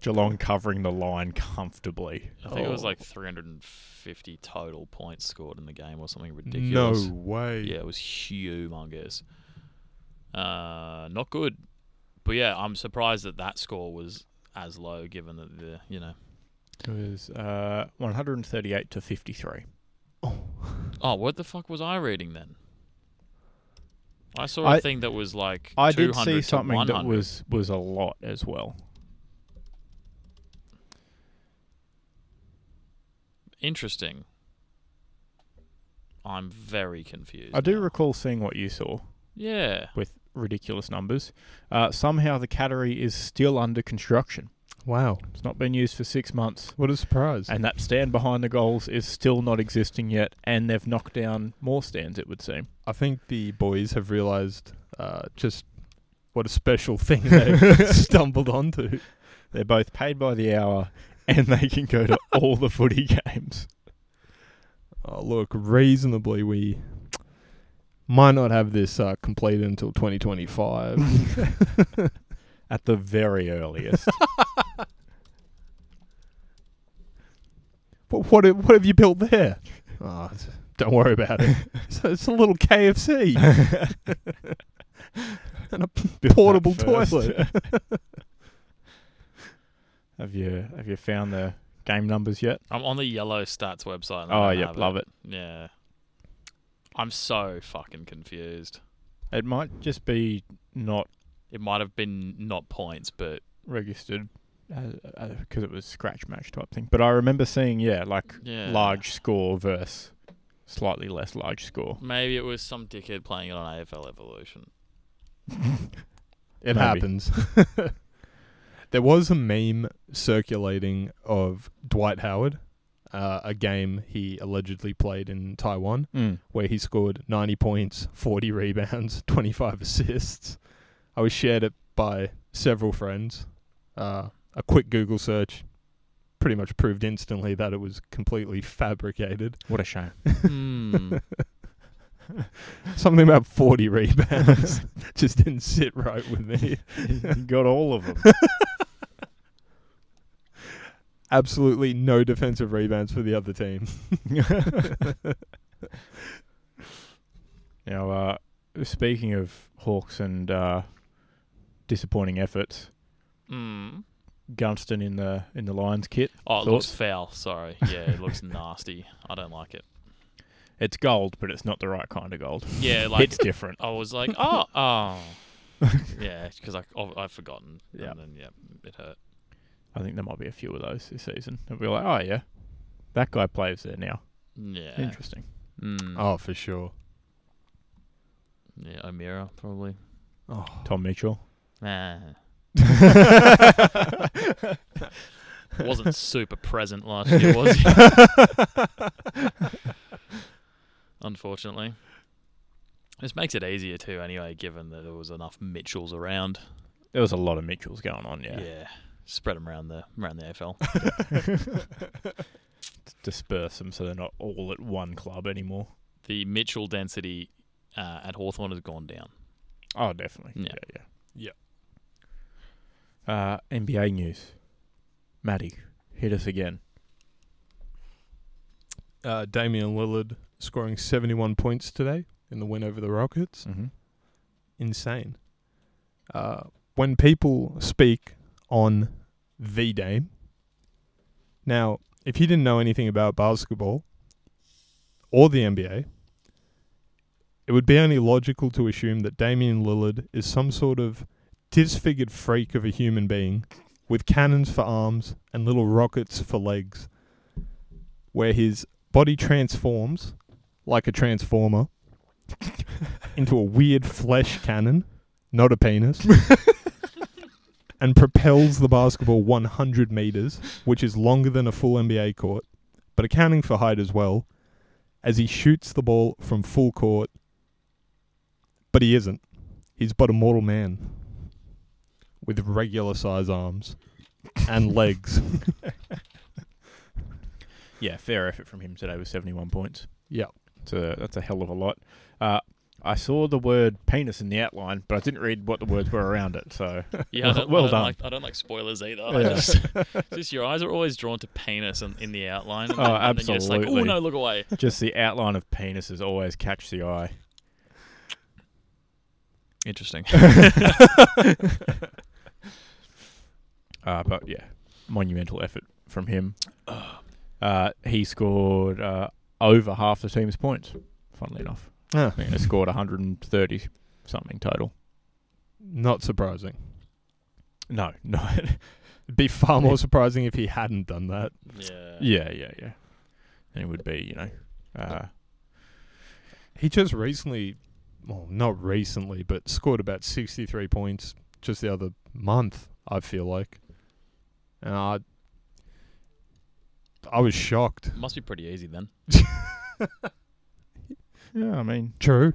Speaker 1: Geelong covering the line comfortably.
Speaker 2: I think it was
Speaker 3: Oh.
Speaker 2: like 350 total points scored in the game or something ridiculous.
Speaker 3: No way.
Speaker 2: Yeah, it was humongous. Uh, not good. But yeah, I'm surprised that that score was as low given that the, you know.
Speaker 1: It was uh, 138 to 53.
Speaker 2: Oh, what the fuck was I reading then? I saw a
Speaker 1: I-
Speaker 2: thing that was like
Speaker 1: I
Speaker 2: 200
Speaker 1: did see
Speaker 2: to
Speaker 1: something that
Speaker 2: 100.
Speaker 1: was was a lot as well.
Speaker 2: interesting. I'm very confused.
Speaker 1: I do
Speaker 2: now.
Speaker 1: recall seeing what you saw
Speaker 2: Yeah.
Speaker 1: with ridiculous numbers. Uh, somehow the cattery is still under construction.
Speaker 3: Wow.
Speaker 1: It's not been used for six months,
Speaker 3: What a surprise.
Speaker 1: and that stand behind the goals is still not existing yet. And they've knocked down more stands, it would seem.
Speaker 3: I think the boys have realised uh, just what a special thing they've stumbled onto.
Speaker 1: They're both paid by the hour, and they can go to all the footy games.
Speaker 3: Oh, look, reasonably, we might not have this uh, completed until 2025.
Speaker 1: at the very earliest.
Speaker 3: but what, have- what have you built there? Oh, it's- don't worry about it. It's a, it's a little KFC and a portable
Speaker 1: Built that
Speaker 3: toilet.
Speaker 1: first. have you have you found the game numbers yet?
Speaker 2: I'm on the yellow stats website. and I
Speaker 1: Oh
Speaker 2: don't
Speaker 1: yeah,
Speaker 2: have
Speaker 1: love it.
Speaker 2: Yeah. I'm so fucking confused.
Speaker 1: It might just be not
Speaker 2: It might have been not points, but
Speaker 1: registered because it was scratch match type thing. But I remember seeing, yeah, like
Speaker 2: yeah,
Speaker 1: large score versus slightly less large score.
Speaker 2: Maybe it was some dickhead playing it on AFL Evolution.
Speaker 1: Mm.
Speaker 3: It
Speaker 1: Maybe.
Speaker 3: happens. there was a meme circulating of Dwight Howard, uh, a game he allegedly played in Taiwan,
Speaker 1: Mm.
Speaker 3: where he scored 90 points, 40 rebounds, 25 assists. I was shared it by several friends. Uh, a quick Google search pretty much proved instantly that it was completely fabricated.
Speaker 1: What a shame.
Speaker 2: Hmm.
Speaker 3: Something about 40 rebounds just didn't sit right with me.
Speaker 1: you got all of them.
Speaker 3: absolutely no defensive rebounds for the other team.
Speaker 1: Now, uh, speaking of Hawks and uh, disappointing efforts,
Speaker 2: Hmm.
Speaker 1: Gunston in the in the Lions kit.
Speaker 2: Oh, it looks
Speaker 1: Thoughts?
Speaker 2: foul. Sorry. Yeah, it looks nasty. I don't like it.
Speaker 1: It's gold, but it's not the right kind of gold.
Speaker 2: Yeah, like
Speaker 1: it's different.
Speaker 2: I was like, oh, oh. yeah, because I oh, I've forgotten.
Speaker 1: Yeah.
Speaker 2: And then yeah, it hurt.
Speaker 1: I think there might be a few of those this season. It'll be like, oh yeah, that guy plays there now.
Speaker 2: Yeah.
Speaker 1: Interesting.
Speaker 2: Mm.
Speaker 3: Oh, for sure.
Speaker 2: Yeah, O'Meara probably.
Speaker 3: Oh.
Speaker 1: Tom Mitchell. Ah.
Speaker 2: Nah. Wasn't super present last year, was he? Unfortunately. This makes it easier too, anyway, given that there was enough Mitchells around.
Speaker 1: There was a lot of Mitchells going on. Yeah,
Speaker 2: Spread them around the around the AFL.
Speaker 1: disperse them so they're not all at one club anymore.
Speaker 2: the Mitchell density uh, at Hawthorn has gone down.
Speaker 1: Oh, definitely.
Speaker 2: Yeah.
Speaker 1: yeah, yeah. Uh, NBA news. Maddie, hit us again.
Speaker 3: uh, Damian Lillard scoring 71 points today in the win over the Rockets.
Speaker 1: Mm-hmm.
Speaker 3: Insane. Uh, when people speak on the Dame, now, if you didn't know anything about basketball or the NBA, it would be only logical to assume that Damian Lillard is some sort of disfigured freak of a human being with cannons for arms and little rockets for legs, where his body transforms like a transformer into a weird flesh cannon, not a penis, and propels the basketball 100 meters, which is longer than a full NBA court, but accounting for height as well, as he shoots the ball from full court. But he isn't. He's but a mortal man with regular size arms and legs.
Speaker 1: Yeah, fair effort from him today with 71 points.
Speaker 3: Yep.
Speaker 1: It's a, that's a hell of a lot. Uh, I saw the word penis in the outline, but I didn't read what the words were around it. So
Speaker 2: Yeah, I don't,
Speaker 1: Well
Speaker 2: I don't
Speaker 1: done.
Speaker 2: Like, I don't like spoilers either. I
Speaker 1: Yeah.
Speaker 2: just, just your eyes are always drawn to penis in, in the outline. And
Speaker 1: Oh,
Speaker 2: then- and then you're just like,
Speaker 1: absolutely.
Speaker 2: oh no, look away.
Speaker 1: just the outline of penises always catch the eye.
Speaker 2: Interesting.
Speaker 1: Uh, but yeah, monumental effort from him. Uh, he scored uh, over half the team's points, funnily enough.
Speaker 3: Ah,
Speaker 1: I think they scored 130 something total.
Speaker 3: not surprising.
Speaker 1: No, no.
Speaker 3: It'd be far more surprising if he hadn't done that.
Speaker 2: Yeah.
Speaker 1: yeah, yeah, yeah. And it would be, you know, uh,
Speaker 3: He just recently, well, not recently, but scored about 63 points just the other month, I feel like. And I, I was shocked.
Speaker 2: Must be pretty easy then.
Speaker 1: yeah, I mean,
Speaker 3: True.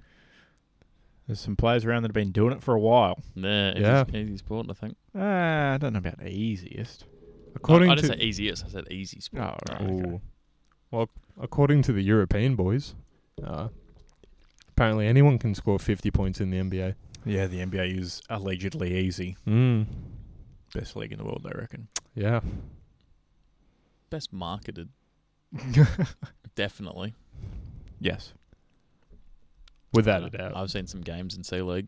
Speaker 1: There's some players around that have been doing it for a while.
Speaker 2: Yeah. Easy,
Speaker 3: Yeah.
Speaker 2: easy sport, I think.
Speaker 1: Uh, I don't know about the easiest.
Speaker 3: According
Speaker 2: I, I
Speaker 3: to
Speaker 2: didn't say easiest. I said easy sport.
Speaker 1: Oh, right,
Speaker 3: Ooh. Well, according to the European boys, uh, apparently anyone can score 50 points in the NBA.
Speaker 1: Yeah, the NBA is allegedly easy.
Speaker 3: Mm.
Speaker 1: Best league in the world, I reckon.
Speaker 3: Yeah.
Speaker 2: Best marketed, definitely.
Speaker 1: yes.
Speaker 3: Without
Speaker 2: I-
Speaker 3: a doubt.
Speaker 2: I've seen some games in C League.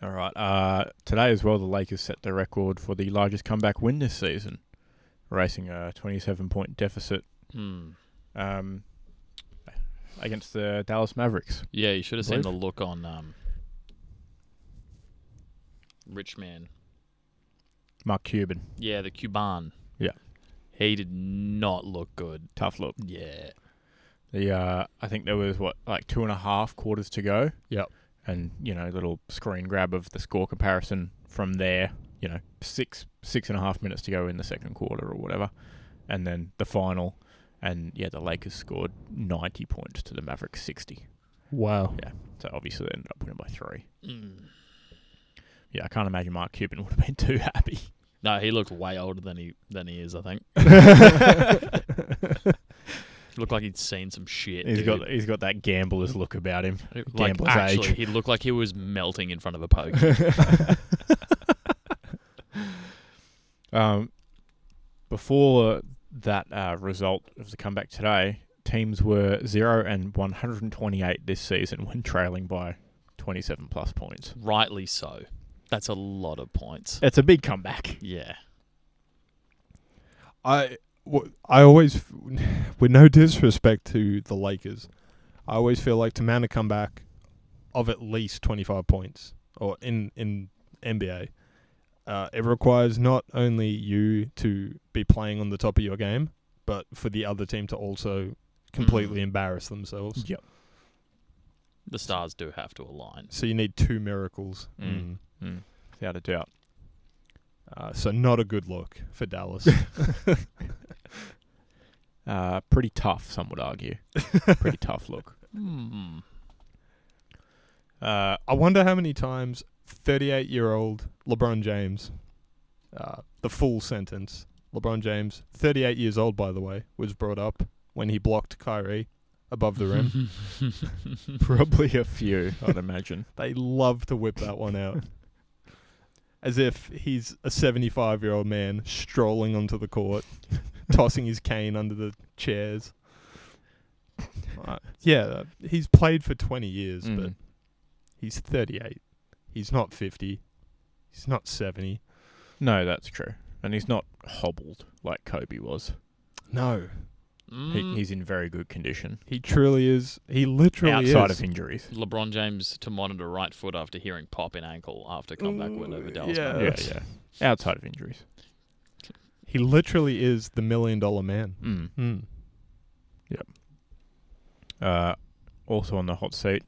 Speaker 1: All right. Uh, today as well, the Lakers set the record for the largest comeback win this season racing a 27 point deficit
Speaker 2: Mm.
Speaker 1: um, against the Dallas Mavericks.
Speaker 2: Yeah, you should have seen the
Speaker 1: Believe.
Speaker 2: look on um, Rich Man.
Speaker 1: Mark Cuban,
Speaker 2: Yeah, the Cuban.
Speaker 1: Yeah.
Speaker 2: He did not look good.
Speaker 1: tough look.
Speaker 2: Yeah.
Speaker 1: The uh, I think there was what like two and a half quarters to go.
Speaker 3: Yep.
Speaker 1: And you know, little screen grab of the score comparison from there. You know, six six and a half minutes to go in the second quarter or whatever, and then the final. And yeah, the Lakers scored ninety points to the Mavericks sixty.
Speaker 3: Wow.
Speaker 1: So obviously they ended up winning by three.
Speaker 2: Mm.
Speaker 1: Yeah, I can't imagine Mark Cuban would have been too happy.
Speaker 2: No, he looked way older than he than he is. I think he looked like he'd seen some shit.
Speaker 1: He's
Speaker 2: dude.
Speaker 1: got he's got that gambler's look about him.
Speaker 2: like
Speaker 1: gambler's
Speaker 2: actually,
Speaker 1: age.
Speaker 2: he looked like he was melting in front of a poker.
Speaker 1: um, before that uh, result of the comeback today, teams were zero and one hundred and twenty-eight this season when trailing by twenty-seven plus points.
Speaker 2: Rightly so. That's a lot of points.
Speaker 1: It's a big comeback.
Speaker 2: Yeah.
Speaker 3: I wh- I always, f- with no disrespect to the Lakers, I always feel like to mount a comeback of at least twenty five points or in in NBA, uh, it requires not only you to be playing on the top of your game, but for the other team to also completely
Speaker 2: Mm.
Speaker 3: embarrass themselves.
Speaker 1: Yep.
Speaker 2: The stars do have to align.
Speaker 3: So you need two miracles.
Speaker 2: Mm.
Speaker 1: Without a doubt.
Speaker 3: Uh, so not a good look for Dallas.
Speaker 1: Uh, pretty tough, some would argue. pretty tough look.
Speaker 2: Mm.
Speaker 1: Uh,
Speaker 3: I wonder how many times 38 year old LeBron James, uh, the full sentence, LeBron James, 38 years old, by the way, was brought up when he blocked Kyrie above the rim.
Speaker 1: probably a few, I'd imagine.
Speaker 3: they love to whip that one out. As if he's a 75 year old man strolling onto the court, tossing his cane under the chairs. Uh, yeah, uh, he's played for 20 years, but
Speaker 1: Mm.
Speaker 3: He's 38. He's not 50. He's not 70.
Speaker 1: No, that's true. And he's not hobbled like Kobe was.
Speaker 3: No.
Speaker 1: He,
Speaker 2: Mm.
Speaker 1: he's in very good condition
Speaker 3: He truly is. He literally
Speaker 1: outside
Speaker 3: is.
Speaker 1: of injuries.
Speaker 2: LeBron James to monitor right foot after hearing pop in ankle after comeback win over Dallas.
Speaker 3: Yeah.
Speaker 1: Yeah,
Speaker 2: Mavericks.
Speaker 1: yeah. Outside of injuries.
Speaker 3: He literally is the million dollar man.
Speaker 1: Mm.
Speaker 3: Mm.
Speaker 1: Uh, also on the hot seat,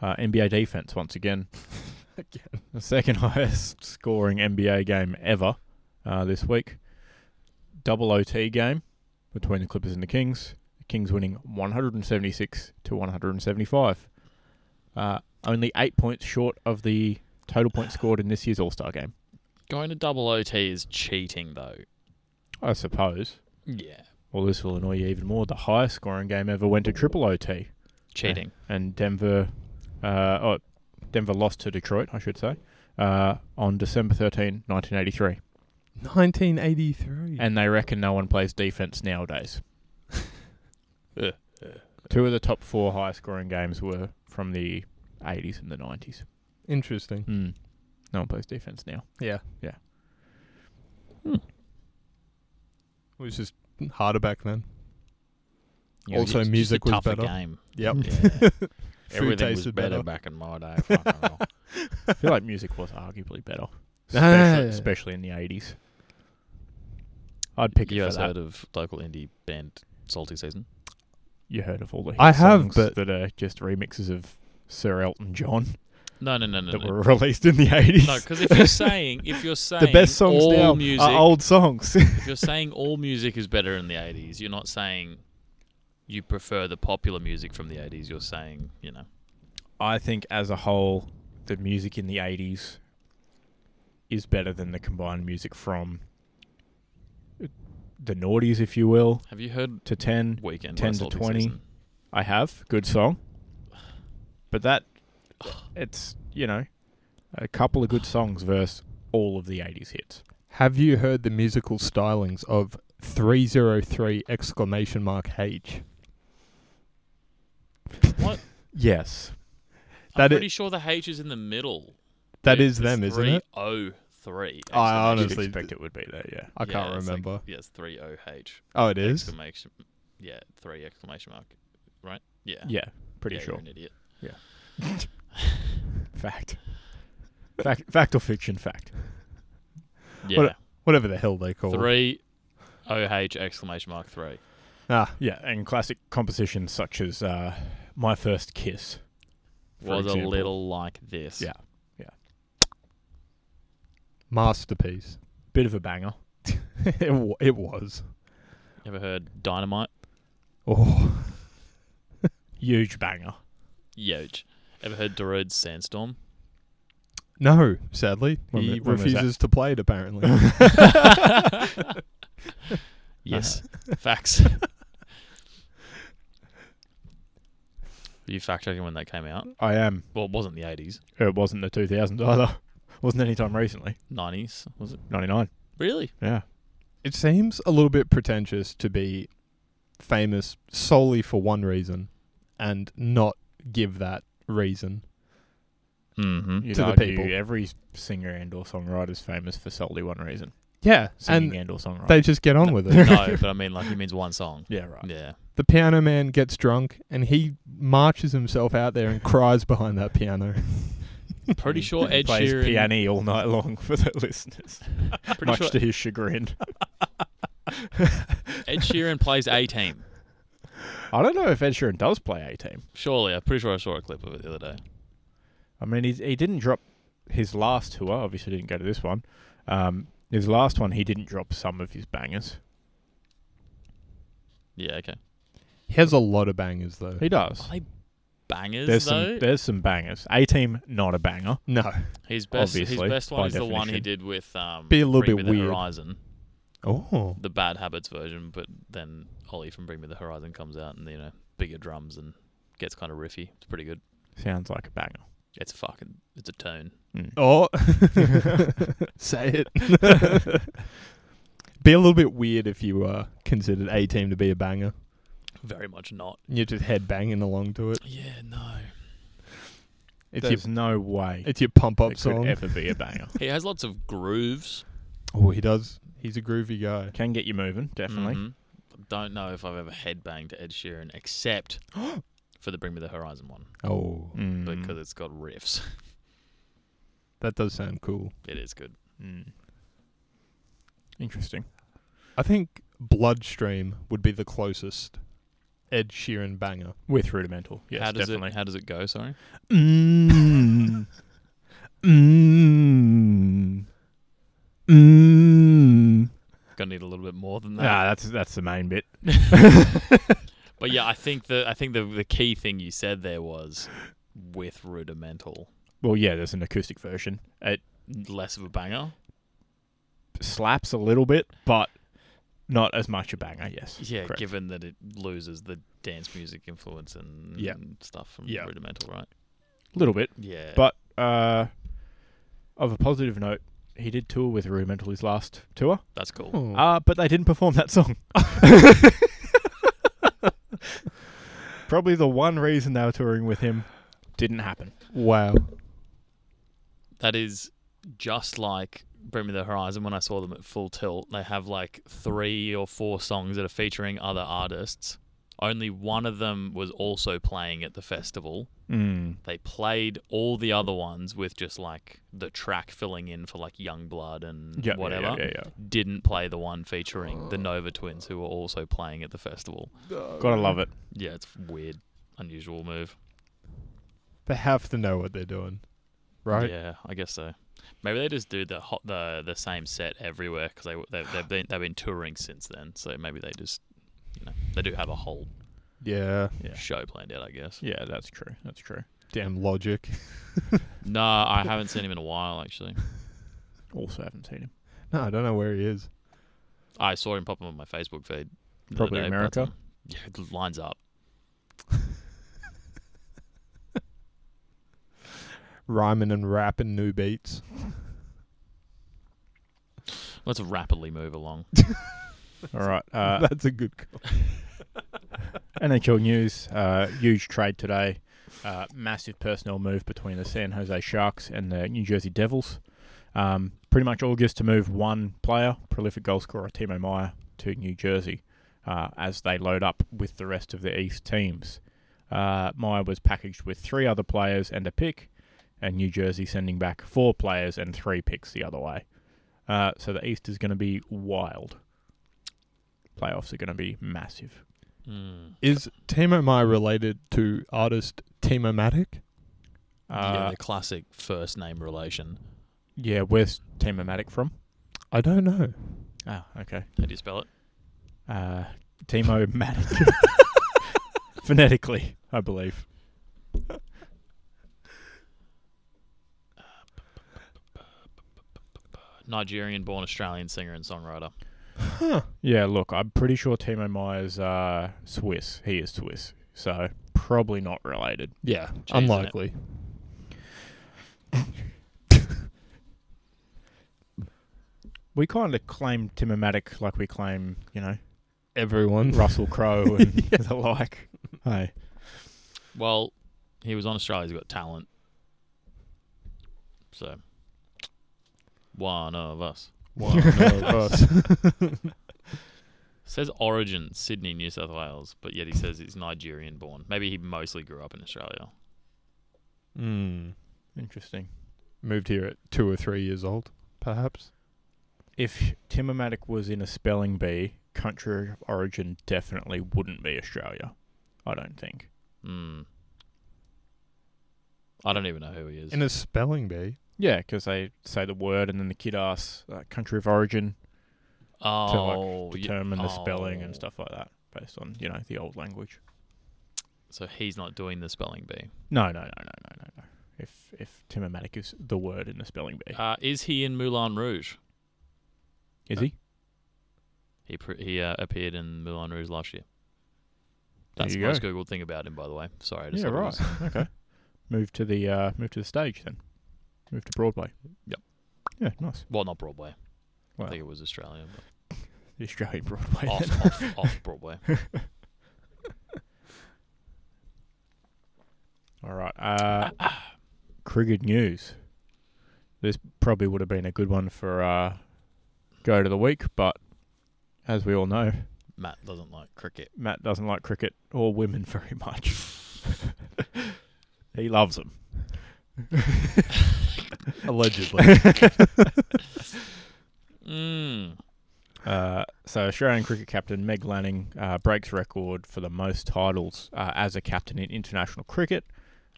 Speaker 1: uh, NBA defense once again.
Speaker 3: Again.
Speaker 1: The second highest scoring NBA game ever uh, this week. Double OT game between the Clippers and the Kings. The Kings winning 176 to 175. Uh, only eight points short of the total points scored in this year's All Star game.
Speaker 2: Going to double OT is cheating though.
Speaker 1: I suppose.
Speaker 2: Yeah.
Speaker 1: Well, this will annoy you even more. The highest scoring game ever went to triple OT,
Speaker 2: Cheating.
Speaker 1: and Denver, uh, oh, Denver lost to Detroit, I should say, uh, on December 13, 1983.
Speaker 3: 1983.
Speaker 1: And they reckon no one plays defense nowadays.
Speaker 2: Ugh.
Speaker 1: Two of the top four highest scoring games were from the 80s and the 90s.
Speaker 3: Interesting.
Speaker 1: Mm. No one plays defense now.
Speaker 3: Yeah.
Speaker 1: Yeah.
Speaker 2: Hmm.
Speaker 3: It was just harder back then.
Speaker 2: You know,
Speaker 3: Also,
Speaker 2: it's just a
Speaker 3: music was
Speaker 2: tougher
Speaker 3: better.
Speaker 2: Game.
Speaker 3: Yep.
Speaker 2: Yeah.
Speaker 3: Food
Speaker 2: Everything was
Speaker 3: tasted
Speaker 2: better,
Speaker 3: better.
Speaker 2: back in my day. fucking hell.
Speaker 1: I feel like music was arguably better,
Speaker 3: Ah.
Speaker 1: especially, especially in the 80s. I'd pick
Speaker 2: you
Speaker 1: it for
Speaker 2: guys
Speaker 1: that.
Speaker 2: heard of local indie band Salty Season?
Speaker 1: you heard of all the
Speaker 3: I
Speaker 1: hit
Speaker 3: have,
Speaker 1: songs
Speaker 3: but-
Speaker 1: that are just remixes of Sir Elton John
Speaker 2: No, no, no, no.
Speaker 1: that
Speaker 2: no.
Speaker 1: were released in the eighties.
Speaker 2: No, because if you're saying if you're saying
Speaker 1: the best songs
Speaker 2: all
Speaker 1: now
Speaker 2: music,
Speaker 1: are old songs.
Speaker 2: if you're saying all music is better in the '80s, you're not saying you prefer the popular music from the '80s. You're saying you know
Speaker 1: I think as a whole, the music in the eighties is better than the combined music from the noughties, if you will,
Speaker 2: Have you heard
Speaker 1: to ten.
Speaker 2: Weekend?
Speaker 1: 10
Speaker 2: by
Speaker 1: to
Speaker 2: Salty
Speaker 1: 20.
Speaker 2: Season?
Speaker 1: I have good song, but that it's you know a couple of good songs versus all of the eighties hits.
Speaker 3: Have you heard the musical stylings of 303 exclamation mark H?
Speaker 2: What?
Speaker 1: Yes.
Speaker 2: I'm
Speaker 3: That i-
Speaker 2: pretty sure the H is in the middle.
Speaker 3: That
Speaker 2: It-
Speaker 3: is them,
Speaker 2: it's
Speaker 3: isn't it?
Speaker 2: three O three.
Speaker 3: I
Speaker 1: You'd
Speaker 3: honestly-
Speaker 1: expect it would be there, yeah.
Speaker 3: I can't
Speaker 2: Yeah, it's like-
Speaker 3: remember.
Speaker 2: yeah, it's three O H.
Speaker 3: oh, it is.
Speaker 2: Exclamation. Yeah, three exclamation mark. Right? Yeah.
Speaker 1: Yeah, pretty
Speaker 2: Yeah,
Speaker 1: sure.
Speaker 2: You're an idiot.
Speaker 1: Fact. fact. Fact or fiction? Fact.
Speaker 3: uh,
Speaker 2: Yeah.
Speaker 3: Whatever the hell they call it.
Speaker 2: Three O H exclamation mark three.
Speaker 3: Ah,
Speaker 1: Yeah, and classic compositions such as uh, "My First Kiss." for
Speaker 2: Was a
Speaker 1: example.
Speaker 2: little like this.
Speaker 1: Yeah.
Speaker 3: masterpiece.
Speaker 1: Bit of a banger.
Speaker 3: it, wa it was.
Speaker 2: Ever heard dynamite?
Speaker 3: Oh,
Speaker 1: Huge banger.
Speaker 2: Yoge. Ever heard Darude's sandstorm?
Speaker 3: no, sadly.
Speaker 1: When
Speaker 3: he
Speaker 1: wa- when was that?
Speaker 3: refuses to play it, apparently.
Speaker 2: yes. Uh-huh. Facts. Were you fact checking when they came out?
Speaker 1: I am.
Speaker 2: Well, it wasn't the 80s.
Speaker 1: It wasn't the 2000s either. Wasn't any time recently.
Speaker 2: 90s, was it?
Speaker 1: 99.
Speaker 2: Really?
Speaker 1: Yeah.
Speaker 3: it seems a little bit pretentious to be famous solely for one reason and not give that reason.
Speaker 2: Mm-hmm.
Speaker 1: You'd
Speaker 3: To the
Speaker 1: argue
Speaker 3: people.
Speaker 1: every singer and or songwriter is famous for solely one reason:
Speaker 3: Yeah,
Speaker 1: singing
Speaker 3: and
Speaker 1: and or songwriting.
Speaker 3: they just get on with it.
Speaker 2: no, but I mean, like, he means one song.
Speaker 1: yeah, right.
Speaker 2: Yeah.
Speaker 3: The piano man gets drunk and he marches himself out there and cries behind that piano.
Speaker 2: Pretty
Speaker 1: He
Speaker 2: sure Ed
Speaker 1: plays
Speaker 2: Sheeran.
Speaker 1: piano all night long for the listeners,
Speaker 2: Pretty
Speaker 1: much
Speaker 2: sure
Speaker 1: to his chagrin.
Speaker 2: Ed Sheeran plays A Team.
Speaker 1: I don't know if Ed Sheeran does play A Team.
Speaker 2: Surely. I'm pretty sure I saw a clip of it the other day.
Speaker 1: I mean, he's, he didn't drop his last tour. Obviously, didn't go to this one. Um, his last one, he didn't drop some of his bangers.
Speaker 2: Yeah, okay.
Speaker 3: He has a lot of bangers though.
Speaker 1: He does.
Speaker 2: Are they bangers,
Speaker 1: There's
Speaker 2: Oh, though?
Speaker 1: some there's some bangers. A Team, not a banger.
Speaker 3: No.
Speaker 2: his best, his
Speaker 1: obviously,
Speaker 2: best one
Speaker 1: by
Speaker 2: is the one he
Speaker 1: definition.
Speaker 2: did with um,
Speaker 3: Be a little
Speaker 2: Bring
Speaker 3: bit
Speaker 2: Me the
Speaker 3: weird.
Speaker 2: Horizon.
Speaker 3: Oh.
Speaker 2: the Bad Habits version, but then Ollie from Bring Me the Horizon comes out and you know bigger drums and gets kind of riffy. It's pretty good.
Speaker 1: Sounds like a banger.
Speaker 2: It's fucking it's a tone.
Speaker 1: Mm.
Speaker 3: Oh. Say it. be a little bit weird if you uh, considered A Team to be a banger.
Speaker 2: Very much not.
Speaker 3: You're just head banging along to it.
Speaker 2: Yeah, no.
Speaker 3: It's your,
Speaker 1: There's no way
Speaker 3: it's your pump up
Speaker 1: it could
Speaker 3: song.
Speaker 1: ever be a banger.
Speaker 2: He has lots of grooves.
Speaker 3: oh, he does. He's a groovy guy.
Speaker 1: Can get you moving, definitely.
Speaker 2: Mhm. Don't know if I've ever headbanged to Ed Sheeran except for the Bring Me the Horizon one
Speaker 3: Oh,
Speaker 1: Mm.
Speaker 2: because it's got riffs.
Speaker 3: that does sound cool.
Speaker 2: It is good.
Speaker 1: Mm. Interesting.
Speaker 3: I think Bloodstream would be the closest Ed Sheeran banger.
Speaker 1: With rudimental, yes,
Speaker 2: how does
Speaker 1: definitely.
Speaker 2: it? How does it go? Sorry.
Speaker 1: Mmm. Mmm. Mmm.
Speaker 2: Gonna need a little bit more than that.
Speaker 1: Ah, that's that's the main bit.
Speaker 2: But yeah, I think the I think the the key thing you said there was with rudimental,
Speaker 1: Well, yeah, there's an acoustic version. It
Speaker 2: less of a banger.
Speaker 1: slaps a little bit, but not as much a banger. Yes.
Speaker 2: Yeah,
Speaker 1: Correct.
Speaker 2: given that it loses the dance music influence and
Speaker 1: Yeah.
Speaker 2: stuff from
Speaker 1: Yeah.
Speaker 2: rudimental, right?
Speaker 1: A little bit,
Speaker 2: Yeah.
Speaker 1: but uh, of a positive note, he did tour with Rudimental his last tour.
Speaker 2: that's cool.
Speaker 3: Oh.
Speaker 1: Uh, but they didn't perform that song. Probably the one reason they were touring with him didn't happen.
Speaker 3: wow.
Speaker 2: That is just like Bring Me the Horizon when I saw them at Full Tilt. They have like three or four songs that are featuring other artists. Only one of them was also playing at the festival.
Speaker 1: Mm.
Speaker 2: They played all the other ones with just like the track filling in for like Youngblood and
Speaker 1: Yeah,
Speaker 2: whatever.
Speaker 1: Yeah, Oh. yeah, yeah.
Speaker 2: Didn't play the one featuring the Nova Twins who were also playing at the festival.
Speaker 1: Gotta love it.
Speaker 2: Yeah, it's weird, unusual move.
Speaker 3: They have to know what they're doing, right?
Speaker 2: Yeah, I guess so. Maybe they just do the hot, the the same set everywhere because they they've, they've been they've been touring since then. So maybe they just you know they do have a whole
Speaker 3: Yeah.
Speaker 1: Yeah.
Speaker 2: show planned out. I guess.
Speaker 1: Yeah, that's true. That's true.
Speaker 3: Damn logic.
Speaker 2: No, I haven't seen him in a while actually.
Speaker 1: Also, haven't seen him.
Speaker 3: No, I don't know where he is.
Speaker 2: I saw him pop up on my Facebook feed. the other
Speaker 1: Probably
Speaker 2: day, but,
Speaker 1: America.
Speaker 2: um, Yeah, it lines up.
Speaker 3: Rhyming and rapping new beats.
Speaker 2: Let's rapidly move along.
Speaker 1: All right. Uh,
Speaker 3: That's a good call.
Speaker 1: NHL news, uh, huge trade today. Uh, massive personnel move between the San Jose Sharks and the New Jersey Devils. Um, pretty much August to move one player, prolific goal scorer Timo Meyer, to New Jersey uh, as they load up with the rest of the East teams. Uh, Meyer was packaged with three other players and a pick, and New Jersey sending back four players and three picks the other way. Uh, so the East is going to be wild. Playoffs are going to be massive.
Speaker 2: Mm.
Speaker 3: Is Timo Meyer related to artist Timo Matic?
Speaker 2: yeah,
Speaker 1: Uh,
Speaker 2: the classic first name relation.
Speaker 1: yeah, where's Timo Matic from?
Speaker 3: I don't know.
Speaker 1: Ah, okay.
Speaker 2: How do you spell it?
Speaker 1: Uh, Timo Matic. Phonetically, I believe.
Speaker 2: Nigerian-born Australian singer and songwriter.
Speaker 1: Yeah, look, I'm pretty sure Timo Meyer's uh, Swiss. He is Swiss. So probably not related.
Speaker 3: Yeah,
Speaker 2: Jeez,
Speaker 3: unlikely.
Speaker 1: We kind of claim Timo Matic like we claim, you know,
Speaker 3: Everyone.
Speaker 1: Russell Crowe and the like. Hey.
Speaker 2: Well, he was on Australia's Got Talent. So, one of us.
Speaker 3: One of us.
Speaker 2: Says origin, Sydney, New South Wales, but yet he says he's Nigerian born. Maybe he mostly grew up in Australia.
Speaker 3: Mm.
Speaker 1: Interesting.
Speaker 3: Moved here at two or three years old, perhaps.
Speaker 1: If Timo Matic was in a spelling bee, country of origin definitely wouldn't be Australia. I don't think.
Speaker 2: Hmm. I don't even know who he is.
Speaker 3: In a spelling bee.
Speaker 1: Yeah, because they say the word and then the kid asks uh, country of origin. to
Speaker 2: oh,
Speaker 1: like
Speaker 2: ye-
Speaker 1: determine the spelling
Speaker 2: oh.
Speaker 1: and stuff like that based on you know the old language.
Speaker 2: So he's not doing the spelling bee.
Speaker 1: No, no, no, no, no, no, no. If if timomatic is the word in the spelling bee,
Speaker 2: Uh, is he in Moulin Rouge?
Speaker 1: is he?
Speaker 2: He pr- he uh, appeared in Moulin Rouge last year.
Speaker 1: There
Speaker 2: That's the
Speaker 1: you
Speaker 2: most
Speaker 1: go.
Speaker 2: googled thing about him, by the way. Sorry, I just
Speaker 1: Yeah,
Speaker 2: thought it
Speaker 1: right.
Speaker 2: was-
Speaker 1: okay. Move to the uh, move to the stage then. Move to Broadway.
Speaker 2: Yep.
Speaker 1: Yeah, nice.
Speaker 2: Well, not Broadway.
Speaker 1: Wow.
Speaker 2: I think it was Australia, but
Speaker 1: The Australian Broadway.
Speaker 2: off,
Speaker 1: then.
Speaker 2: off, off Broadway.
Speaker 1: All right. Uh, cricket news. This probably would have been a good one for uh, go to the week, but as we all know,
Speaker 2: Matt doesn't like cricket.
Speaker 1: Matt doesn't like cricket or women very much. he loves them.
Speaker 3: Allegedly.
Speaker 2: Mm.
Speaker 1: Uh, so Australian cricket captain Meg Lanning uh, breaks record for the most titles uh, as a captain in international cricket,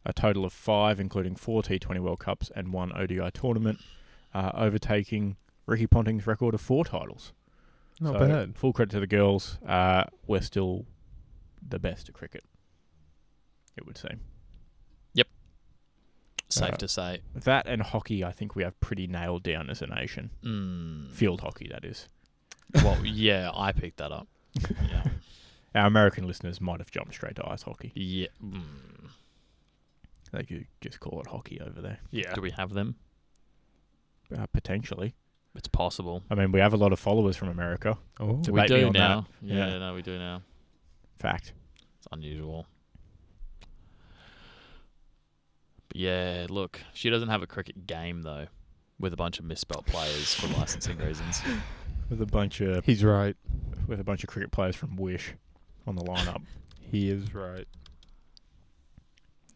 Speaker 1: a total of five, including four T20 World Cups and one ODI tournament, uh, overtaking Ricky Ponting's record of four titles.
Speaker 3: Not
Speaker 1: So,
Speaker 3: bad.
Speaker 1: Full credit to the girls. Uh, we're still the best at cricket. It would seem
Speaker 2: Safe
Speaker 1: Uh,
Speaker 2: to say.
Speaker 1: that and hockey. I think we have pretty nailed down as a nation.
Speaker 2: Mm.
Speaker 1: Field hockey, that is.
Speaker 2: Well, yeah, I picked that up. Yeah.
Speaker 1: Our American listeners might have jumped straight to ice hockey.
Speaker 2: yeah. Mm.
Speaker 1: They could just call it hockey over there.
Speaker 3: Yeah.
Speaker 2: Do we have them?
Speaker 1: Uh, potentially.
Speaker 2: It's possible.
Speaker 1: I mean, we have a lot of followers from America.
Speaker 3: Oh,
Speaker 1: Do
Speaker 2: we
Speaker 1: Debate me
Speaker 2: do
Speaker 1: on that.
Speaker 2: now. Yeah,
Speaker 1: Yeah.
Speaker 2: no, we do now.
Speaker 1: Fact.
Speaker 2: It's unusual. But yeah, look, she doesn't have a cricket game though, with a bunch of misspelled players for licensing reasons.
Speaker 1: With a bunch of
Speaker 3: he's right.
Speaker 1: with a bunch of cricket players from Wish on the lineup.
Speaker 3: He is right.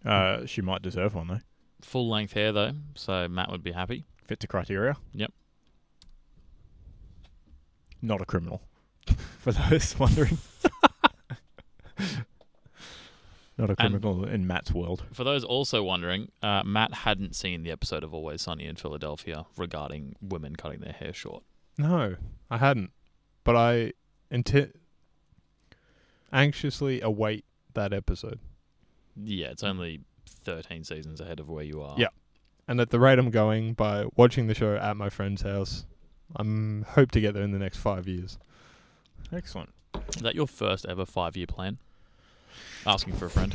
Speaker 1: uh, she might deserve one though.
Speaker 2: Full length hair though, so Matt would be happy.
Speaker 1: Fit the criteria.
Speaker 2: Yep.
Speaker 1: Not a criminal. For those wondering. Not a
Speaker 2: And-
Speaker 1: criminal in Matt's world.
Speaker 2: For those also wondering, uh, Matt hadn't seen the episode of Always Sunny in Philadelphia regarding women cutting their hair short.
Speaker 3: No, I hadn't. But I inti- anxiously await that episode.
Speaker 2: Yeah, it's only 13 seasons ahead of where you are.
Speaker 3: Yeah. And at the rate I'm going by watching the show at my friend's house, I'm hope to get there in the next five years.
Speaker 1: Excellent.
Speaker 2: Is that your first ever five year plan? Asking for a friend.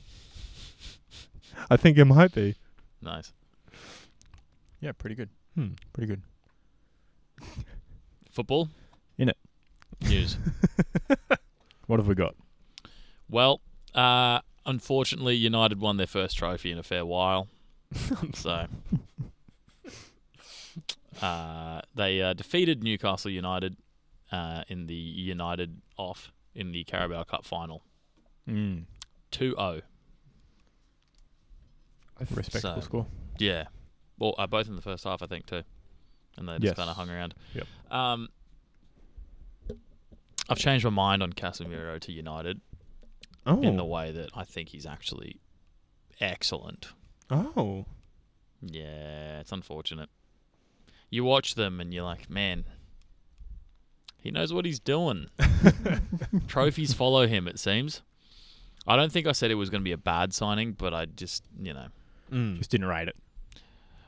Speaker 3: I think it might be.
Speaker 2: Nice.
Speaker 1: Yeah, pretty good.
Speaker 3: Hmm.
Speaker 1: Pretty good.
Speaker 2: Football?
Speaker 1: In it.
Speaker 2: News.
Speaker 1: What have we got?
Speaker 2: Well, uh, unfortunately, United won their first trophy in a fair while. so Uh, they uh, defeated Newcastle United uh, in the United off in the Carabao Cup final
Speaker 1: Mm.
Speaker 2: 2 0.
Speaker 1: Respectable
Speaker 2: So-
Speaker 1: score.
Speaker 2: Yeah. Well, uh, both in the first half, I think, too. And they just
Speaker 1: Yes.
Speaker 2: kind of hung around.
Speaker 1: Yep.
Speaker 2: Um, I've changed my mind on Casemiro to United
Speaker 3: Oh.
Speaker 2: in the way that I think he's actually excellent.
Speaker 3: oh.
Speaker 2: Yeah, it's unfortunate. You watch them and you're like, man, he knows what he's doing. Trophies follow him, it seems. I don't think I said it was going to be a bad signing, but I just, you know,
Speaker 3: Mm.
Speaker 1: Just didn't rate it.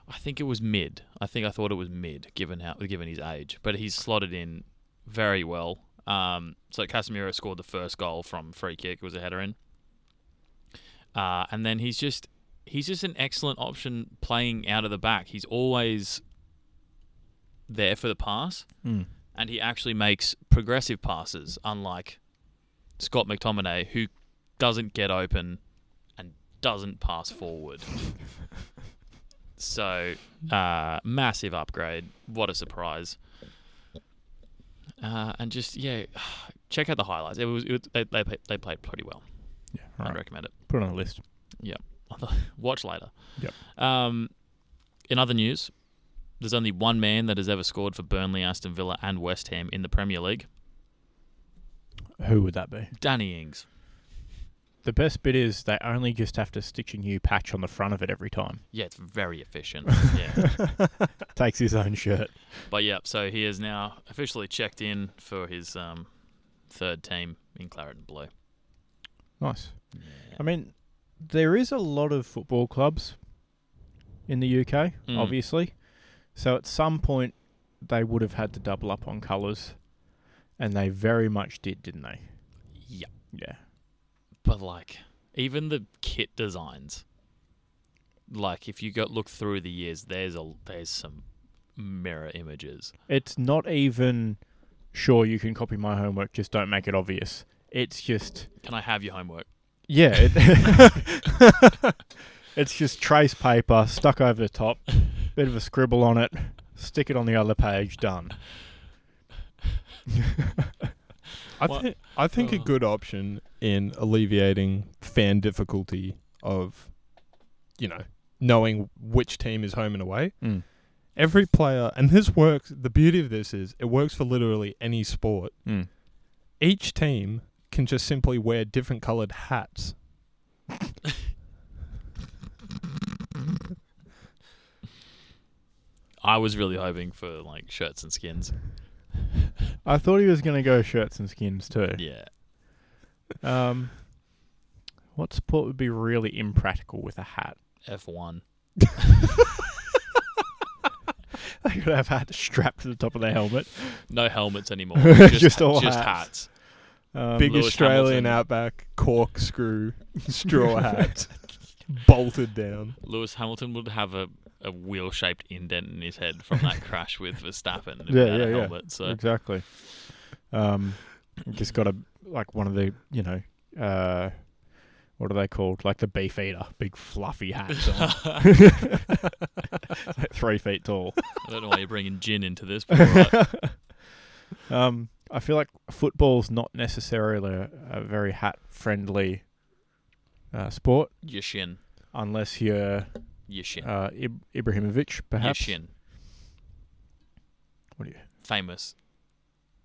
Speaker 2: I think it was mid. I think I thought it was mid, given how given his age. But he's slotted in very well. Um, so Casemiro scored the first goal from free kick. It was a header in. Uh, and then he's just he's just an excellent option playing out of the back. He's always there for the pass,
Speaker 1: Mm.
Speaker 2: and he actually makes progressive passes, unlike Scott McTominay, who doesn't get open and doesn't pass forward. So, uh, massive upgrade. What a surprise. Uh, and just, yeah, check out the highlights. It was, it was they, they, play- they played pretty well.
Speaker 1: Yeah, all
Speaker 2: I'd
Speaker 1: right.
Speaker 2: recommend it.
Speaker 1: Put it on a list.
Speaker 2: Watch later.
Speaker 1: Yep.
Speaker 2: Um, in other news, there's only one man that has ever scored for Burnley, Aston Villa, and West Ham in the Premier League
Speaker 1: Who would that be?
Speaker 2: Danny Ings.
Speaker 1: The best bit is they only just have to stitch a new patch on the front of it every time.
Speaker 2: Yeah, it's very efficient. Yeah.
Speaker 1: Takes his own shirt.
Speaker 2: But yeah, so he is now officially checked in for his um, third team in Claret and Blue.
Speaker 1: Nice.
Speaker 2: Yeah.
Speaker 1: I mean, there is a lot of football clubs in the UK,
Speaker 2: Mm.
Speaker 1: obviously. So at some point, they would have had to double up on colours, and they very much did, didn't they?
Speaker 2: Yeah.
Speaker 1: Yeah.
Speaker 2: But like, even the kit designs, like if you go look through the years, there's a there's some mirror images.
Speaker 1: It's not even sure you can copy my homework, just don't make it obvious. It's just
Speaker 2: Can I have your homework?
Speaker 1: yeah, it, it's just trace paper stuck over the top, bit of a scribble on it, stick it on the other page, done.
Speaker 3: I,
Speaker 2: What-
Speaker 3: thi- I think a
Speaker 2: Oh.
Speaker 3: good option in alleviating fan difficulty of, you know, knowing which team is home and away.
Speaker 1: Mm.
Speaker 3: Every player, and this works, the beauty of this is it works for literally any sport.
Speaker 1: Mm.
Speaker 3: Each team can just simply wear different coloured hats.
Speaker 2: I was really hoping for like shirts and skins.
Speaker 1: I thought he was going to go shirts and skins too.
Speaker 2: Yeah.
Speaker 1: Um, what sport would be really impractical with a hat?
Speaker 2: F one.
Speaker 1: They could have hat strapped to the top of their helmet.
Speaker 2: No helmets anymore. Just,
Speaker 1: Just all
Speaker 2: just
Speaker 1: hats.
Speaker 2: hats.
Speaker 1: Um,
Speaker 3: Big
Speaker 2: Lewis
Speaker 3: Australian
Speaker 2: Hamilton.
Speaker 3: outback, corkscrew, straw hat, bolted down.
Speaker 2: Lewis Hamilton would have a, a wheel shaped indent in his head from that crash with Verstappen
Speaker 1: Yeah,
Speaker 2: without
Speaker 1: yeah,
Speaker 2: a
Speaker 1: yeah.
Speaker 2: helmet. So
Speaker 1: Exactly. Um, just got a like one of the you know, uh, what are they called? Like the beef eater, big fluffy hats on, like three feet tall.
Speaker 2: I don't know why you're bringing gin into this. But all right.
Speaker 1: Um, I feel like football's not necessarily a, a very hat friendly uh, sport
Speaker 2: your shin,
Speaker 1: unless you're
Speaker 2: your shin,
Speaker 1: uh, Ib- Ibrahimovic,
Speaker 2: your
Speaker 1: perhaps.
Speaker 2: shin.
Speaker 1: What do you?
Speaker 2: famous,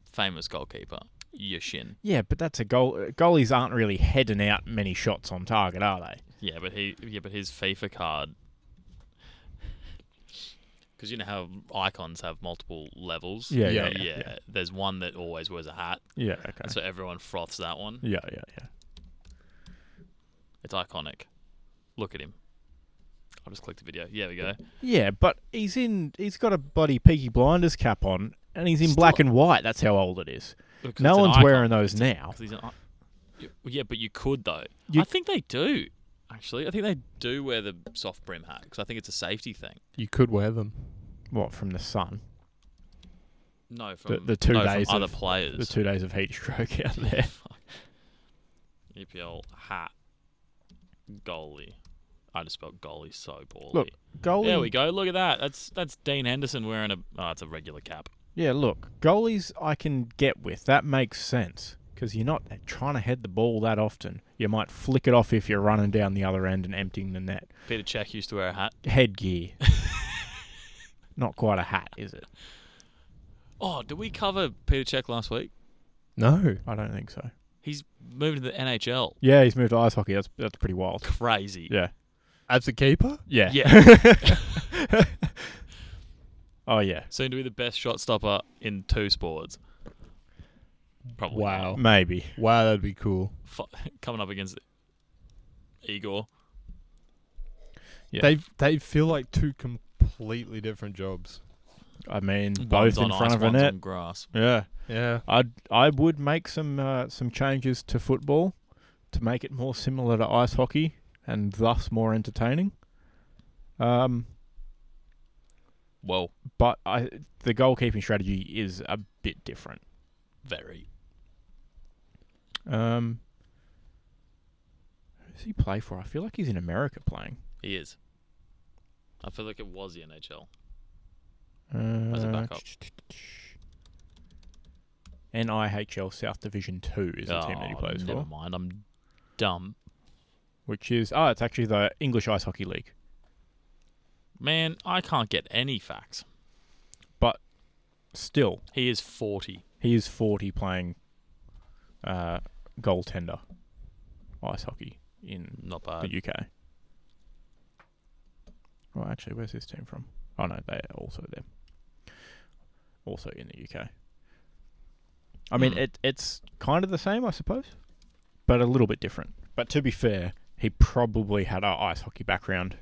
Speaker 2: famous goalkeeper, Yashin.
Speaker 1: Yeah, but that's a goal. uh, Goalies aren't really heading out many shots on target, are they?
Speaker 2: Yeah, but he, yeah, but his FIFA card. Because you know how icons have multiple levels.
Speaker 1: Yeah,
Speaker 3: Yeah,
Speaker 1: yeah, yeah.
Speaker 2: There's one that always wears a hat,
Speaker 1: Yeah. Okay.
Speaker 2: so everyone froths that one.
Speaker 1: yeah, yeah, yeah.
Speaker 2: It's iconic. Look at him. I'll just click the video. Yeah, we go.
Speaker 1: Yeah, but he's in. He's got a bloody Peaky Blinders cap on, and he's in
Speaker 2: Still-
Speaker 1: black and white. That's how old it is.
Speaker 2: Look, 'cause
Speaker 1: No
Speaker 2: it's an
Speaker 1: one's
Speaker 2: icon.
Speaker 1: wearing those now.
Speaker 2: 'Cause he's an i- Yeah, well, yeah, but you could though.
Speaker 1: You-
Speaker 2: I think they do. Actually, I think they do wear the soft brim hat because I think it's a safety thing.
Speaker 3: You could wear them.
Speaker 1: What from the sun?
Speaker 2: No, from
Speaker 1: the two
Speaker 2: no, from
Speaker 1: days
Speaker 2: other
Speaker 1: of-
Speaker 2: players.
Speaker 1: The two days of heat stroke out there.
Speaker 2: E Fuck. EPL hat goalie I just spelled goalie so poorly.
Speaker 1: Look, Goalie.
Speaker 2: there we go. Look at that. That's that's Dean Henderson wearing a. Oh, it's a regular cap.
Speaker 1: Yeah, look, goalies I can get with. That makes sense because you're not trying to head the ball that often. You might flick it off if you're running down the other end and emptying the net.
Speaker 2: Peter Check used to wear a hat.
Speaker 1: Headgear. not quite a hat, is it?
Speaker 2: Oh, did we cover Peter Check last week?
Speaker 3: No.
Speaker 1: I don't think so.
Speaker 2: He's moved to the NHL.
Speaker 1: Yeah, he's moved to ice hockey. That's that's pretty wild.
Speaker 2: Crazy.
Speaker 1: Yeah.
Speaker 3: As a keeper?
Speaker 1: Yeah. oh yeah.
Speaker 2: Soon to be the best shot stopper in two sports. Probably.
Speaker 3: Wow.
Speaker 1: Maybe.
Speaker 3: Wow, that'd be cool.
Speaker 2: Fu- Coming up against Igor.
Speaker 1: Yeah.
Speaker 3: They they feel like two completely different jobs.
Speaker 1: I mean,
Speaker 2: One's
Speaker 1: both
Speaker 2: on
Speaker 1: in front
Speaker 2: ice,
Speaker 1: of a
Speaker 2: one's
Speaker 1: net.
Speaker 2: on grass.
Speaker 1: Yeah.
Speaker 3: Yeah.
Speaker 1: I'd I would make some uh, some changes to football to make it more similar to ice hockey and thus more entertaining. Um,
Speaker 2: Well,
Speaker 1: but I the goalkeeping strategy is a bit different.
Speaker 2: very.
Speaker 1: Um, who does he play for? I feel like he's in America playing.
Speaker 2: He is. I feel like it was the NHL.
Speaker 1: Uh,
Speaker 2: As a backup.
Speaker 1: NIHL South Division Two is the team that he
Speaker 2: Oh,
Speaker 1: plays
Speaker 2: never
Speaker 1: for,
Speaker 2: mind. I'm dumb.
Speaker 1: which is oh, it's actually the English Ice Hockey League.
Speaker 2: Man, I can't get any facts.
Speaker 1: Still,
Speaker 2: He is 40.
Speaker 1: He is 40 playing uh, goaltender ice hockey in
Speaker 2: Not
Speaker 1: the
Speaker 2: bad.
Speaker 1: UK. Well, actually, where's this team from? Oh, no, they are also there. Also in the UK. I mean,
Speaker 2: Hmm.
Speaker 1: it it's kind of the same, I suppose, but a little bit different. But to be fair, he probably had a ice hockey background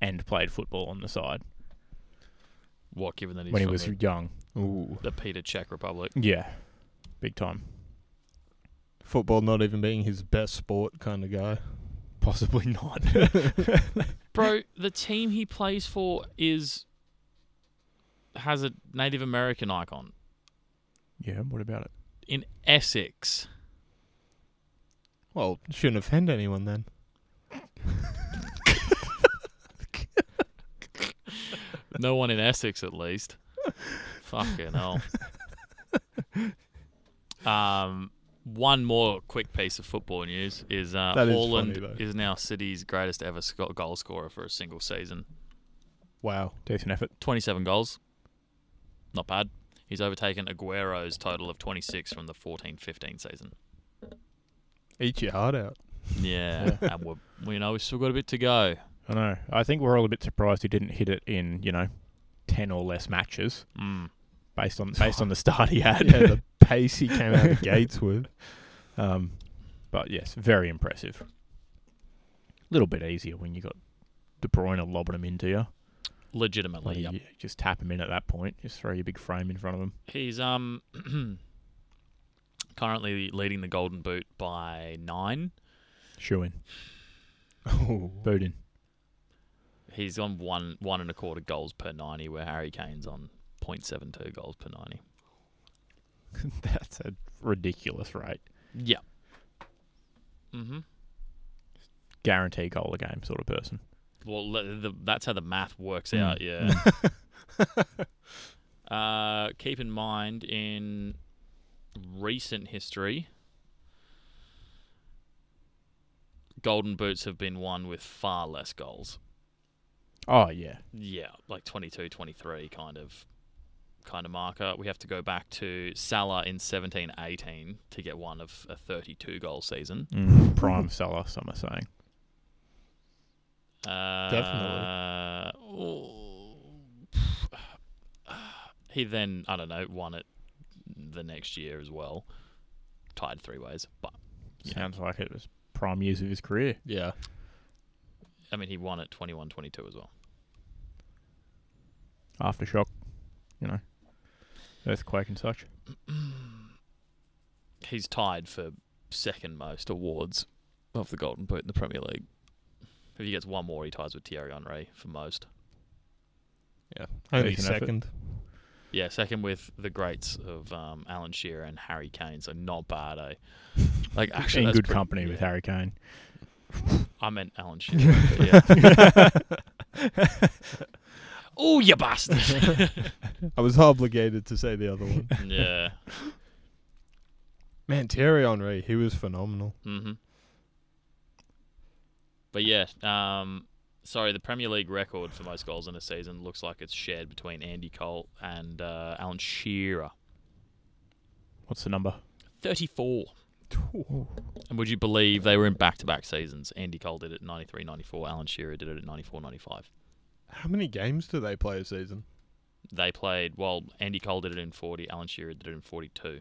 Speaker 1: and played football on the side
Speaker 2: What, given that he's
Speaker 1: when he
Speaker 2: from
Speaker 1: was
Speaker 2: the,
Speaker 1: young.
Speaker 3: Ooh.
Speaker 2: the Peter Czech Republic?
Speaker 1: Yeah, big time.
Speaker 3: Football not even being his best sport kind of guy.
Speaker 1: Possibly not.
Speaker 2: Bro, the team he plays for is. has a Native American icon
Speaker 1: yeah, what about it?
Speaker 2: in Essex.
Speaker 3: Well, shouldn't offend anyone then.
Speaker 2: No one in Essex, at least. Fucking hell. Um, one more quick piece of football news is uh,
Speaker 3: That is
Speaker 2: Haaland
Speaker 3: funny, though.
Speaker 2: is now City's greatest ever sco- goal scorer for a single season.
Speaker 3: Wow.
Speaker 1: Decent effort.
Speaker 2: 27 goals. Not bad. He's overtaken Aguero's total of 26 from the 14-15 season.
Speaker 3: Eat your heart out.
Speaker 2: Yeah, and we're, we know we've still got a bit to go.
Speaker 1: I know. I think we're all a bit surprised he didn't hit it in, you know, ten or less matches
Speaker 2: Mm.
Speaker 1: based on based on the start he had.
Speaker 3: Yeah, the pace he came out of gates with.
Speaker 1: um, but yes, very impressive. A little bit easier when you got De Bruyne lobbing him into you. Like,
Speaker 2: Legitimately, yep.
Speaker 1: you just tap him in at that point. Just throw your big frame in front of him.
Speaker 2: He's um currently leading the Golden Boot by nine.
Speaker 1: Shoe in,
Speaker 3: Oh.
Speaker 1: boot in.
Speaker 2: He's on one one and a quarter goals per ninety, where Harry Kane's on 0.72 goals per ninety.
Speaker 1: That's a ridiculous rate.
Speaker 2: Yeah. Mm-hmm.
Speaker 1: Guarantee goal a game sort of person.
Speaker 2: Well, le- the, that's how the math works
Speaker 1: Mm.
Speaker 2: out. Yeah. uh, keep in mind, in recent history, Golden Boots have been won with far less goals.
Speaker 1: Oh yeah,
Speaker 2: yeah, like 22, 23 kind of kind of marker. We have to go back to Salah in 17, 18 to get one of a 32 goal season.
Speaker 1: mm, prime seller. Some are saying.
Speaker 2: Uh, He then, I don't know, won it the next year as well. Tied three ways, but Yeah.
Speaker 1: Sounds like it was prime years of his career.
Speaker 3: Yeah.
Speaker 2: I mean, he won at 21, 22 as well.
Speaker 1: aftershock, you know, earthquake and such.
Speaker 2: He's tied for second most awards of the Golden Boot in the Premier League. If he gets one more, he ties with Thierry Henry for most.
Speaker 3: Yeah. Only
Speaker 1: Decent effort.
Speaker 3: second.
Speaker 2: Yeah, second with the greats of um, Alan Shearer and Harry Kane. So not bad, eh? Like actually,
Speaker 1: in
Speaker 2: that's
Speaker 1: good
Speaker 2: pretty-
Speaker 1: company with
Speaker 2: yeah.
Speaker 1: Harry Kane.
Speaker 2: I meant Alan Shearer. but yeah. oh, you bastard!
Speaker 3: I was obligated to say the other one.
Speaker 2: yeah.
Speaker 3: Man, Thierry Henry, he was phenomenal.
Speaker 2: hmm But yeah, um, sorry, the Premier League record for most goals in a season looks like it's shared between Andy Cole and uh, Alan Shearer.
Speaker 1: What's the number?
Speaker 2: 34. And would you believe they were in back to back seasons? Andy Cole did it in 93 94, Alan Shearer did it at 94 95.
Speaker 3: How many games do they play a season?
Speaker 2: They played, well, Andy Cole did it in 40, Alan Shearer did it in 42.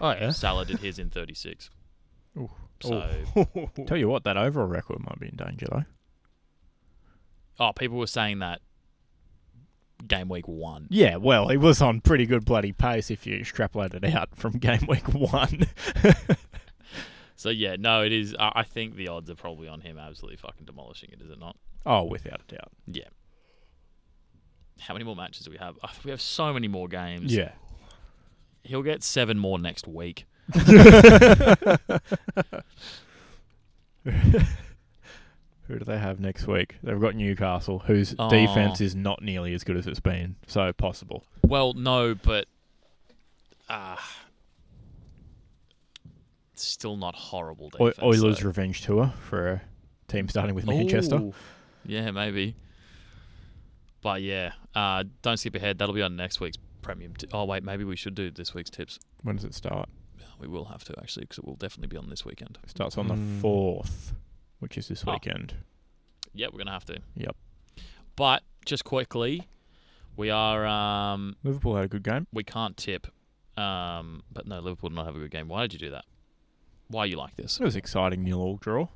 Speaker 3: Oh yeah.
Speaker 2: Salah did his in 36.
Speaker 1: Ooh.
Speaker 2: So,
Speaker 1: Tell you what, that overall record might be in danger though.
Speaker 2: oh, people were saying that game week one.
Speaker 1: Yeah, well, he was on pretty good bloody pace if you extrapolate it out from game week one.
Speaker 2: So yeah, no, it is. I I think the odds are probably on him absolutely fucking demolishing it, is it not?
Speaker 1: oh, without a doubt.
Speaker 2: Yeah. How many more matches do we have? Oh, we have so many more games.
Speaker 1: Yeah.
Speaker 2: He'll get seven more next week.
Speaker 1: Who do they have next week? They've got Newcastle, whose
Speaker 2: Oh.
Speaker 1: defense is not nearly as good as it's been. So possible.
Speaker 2: Well, no, but uh, still not horrible.
Speaker 1: Oy-
Speaker 2: Defense,
Speaker 1: Oilers
Speaker 2: though.
Speaker 1: revenge tour for a team starting with Manchester.
Speaker 3: Oh.
Speaker 2: Ooh. Yeah, maybe. But yeah, uh, don't skip ahead. That'll be on next week's premium. T- oh wait, maybe we should do this week's tips.
Speaker 1: When does it start?
Speaker 2: We will have to actually, because it will definitely be on this weekend.
Speaker 1: It starts on
Speaker 3: Mm.
Speaker 1: the fourth, which is this
Speaker 2: Oh.
Speaker 1: weekend.
Speaker 2: Yeah, we're gonna have to.
Speaker 1: Yep.
Speaker 2: But just quickly, we are um,
Speaker 1: Liverpool had a good game.
Speaker 2: we can't tip. Um, but no, Liverpool did not have a good game. Why did you do that? Why are you like this?
Speaker 1: It was exciting nil all draw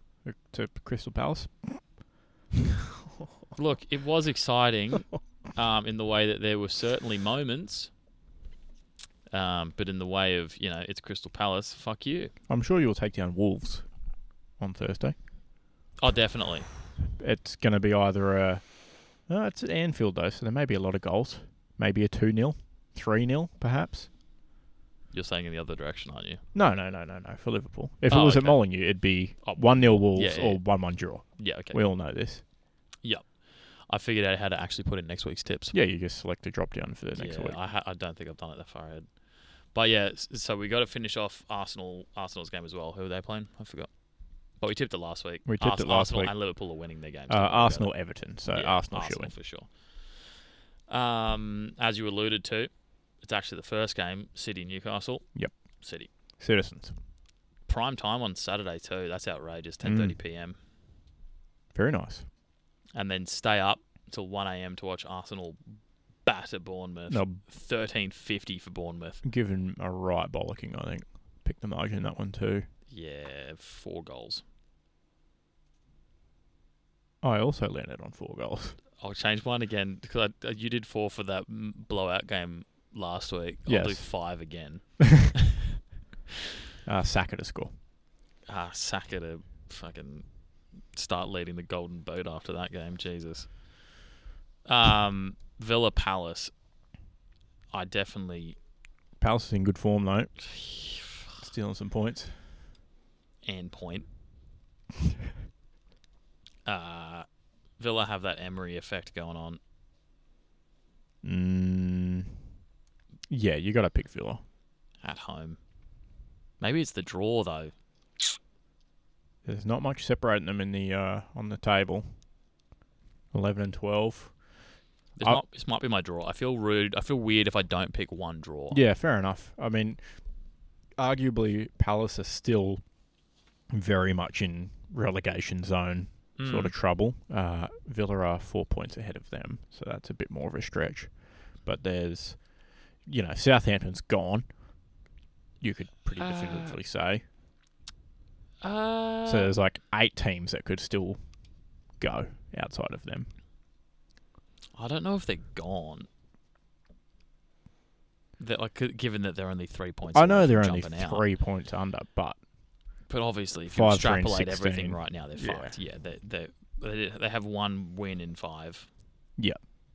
Speaker 1: to Crystal Palace.
Speaker 2: Look, it was exciting um, in the way that there were certainly moments, um, but in the way of, you know, it's Crystal Palace, fuck you.
Speaker 1: I'm sure you'll take down Wolves on Thursday.
Speaker 2: Oh, definitely.
Speaker 1: It's going to be either a. No, it's at Anfield, though, so there may be a lot of goals. Maybe a 2 0, 3 0, perhaps.
Speaker 2: You're saying in the other direction, aren't you?
Speaker 1: No, no, no, no, no, for Liverpool. If
Speaker 2: Oh,
Speaker 1: it was at
Speaker 2: okay.
Speaker 1: Molyneux, it'd be
Speaker 2: Oh,
Speaker 1: 1 0 Wolves
Speaker 2: yeah,
Speaker 1: or
Speaker 2: yeah.
Speaker 1: 1 1 draw.
Speaker 2: Yeah, okay.
Speaker 1: We all know this.
Speaker 2: I figured out how to actually put in next week's tips.
Speaker 1: Yeah, you just select a drop down for the next
Speaker 2: yeah,
Speaker 1: week.
Speaker 2: I, ha- I don't think I've done it that far ahead. But yeah, s- so we got to finish off Arsenal Arsenal's game as well. Who are they playing? I forgot. But we tipped it last week.
Speaker 1: We tipped it last
Speaker 2: Arsenal
Speaker 1: week.
Speaker 2: and Liverpool are winning their games.
Speaker 1: Uh,
Speaker 2: Don't worry about it.
Speaker 1: Arsenal, Everton. So
Speaker 2: Yeah,
Speaker 1: Arsenal, should win.
Speaker 2: for sure. Um, as you alluded to, it's actually the first game, City Newcastle.
Speaker 1: Yep.
Speaker 2: City.
Speaker 1: Citizens.
Speaker 2: Prime time on Saturday too. That's outrageous. Ten thirty
Speaker 1: Mm.
Speaker 2: p.m.
Speaker 1: Very nice.
Speaker 2: and then stay up till one a.m. to watch Arsenal batter Bournemouth.
Speaker 1: No,
Speaker 2: Thirteen fifty for Bournemouth.
Speaker 1: given a right bollocking, I think. Pick the margin in that one, too.
Speaker 2: Yeah, four goals.
Speaker 1: I also landed on four goals.
Speaker 2: I'll change mine again because I, uh, you did four for that mm, blowout game last week. I'll do
Speaker 1: Yes.
Speaker 2: five again.
Speaker 1: Uh, Saka to score.
Speaker 2: Ah, Saka to fucking start leading the golden boat after that game. Jesus. Um, Villa Palace. I definitely
Speaker 1: Palace is in good form, though. Stealing some points.
Speaker 2: and point. Uh, Villa have that Emery effect going on.
Speaker 1: Mm, yeah, you got to pick Villa.
Speaker 2: at home. Maybe it's the draw though.
Speaker 1: There's not much separating them in the uh, on the table. Eleven and twelve.
Speaker 2: This,
Speaker 1: I-
Speaker 2: might, this might be my draw. I feel rude. I feel weird if I don't pick one draw.
Speaker 1: Yeah, fair enough. I mean, arguably Palace are still very much in relegation zone
Speaker 2: Mm.
Speaker 1: sort of trouble. Uh, Villa are four points ahead of them, so that's a bit more of a stretch. But there's, you know, Southampton's gone. You could pretty
Speaker 2: Uh,
Speaker 1: definitively say.
Speaker 2: Uh,
Speaker 1: So there's like eight teams that could still go outside of them.
Speaker 2: I don't know if they're gone. That like g- given that they're only three points.
Speaker 1: I
Speaker 2: away
Speaker 1: know
Speaker 2: from
Speaker 1: they're only
Speaker 2: jumping out.
Speaker 1: three points under, but
Speaker 2: but obviously if you
Speaker 1: Five, three, and
Speaker 2: extrapolate everything
Speaker 1: 16.
Speaker 2: right now, they're
Speaker 1: Yeah.
Speaker 2: fucked. Yeah, they they they they have one win in five.
Speaker 1: Yeah.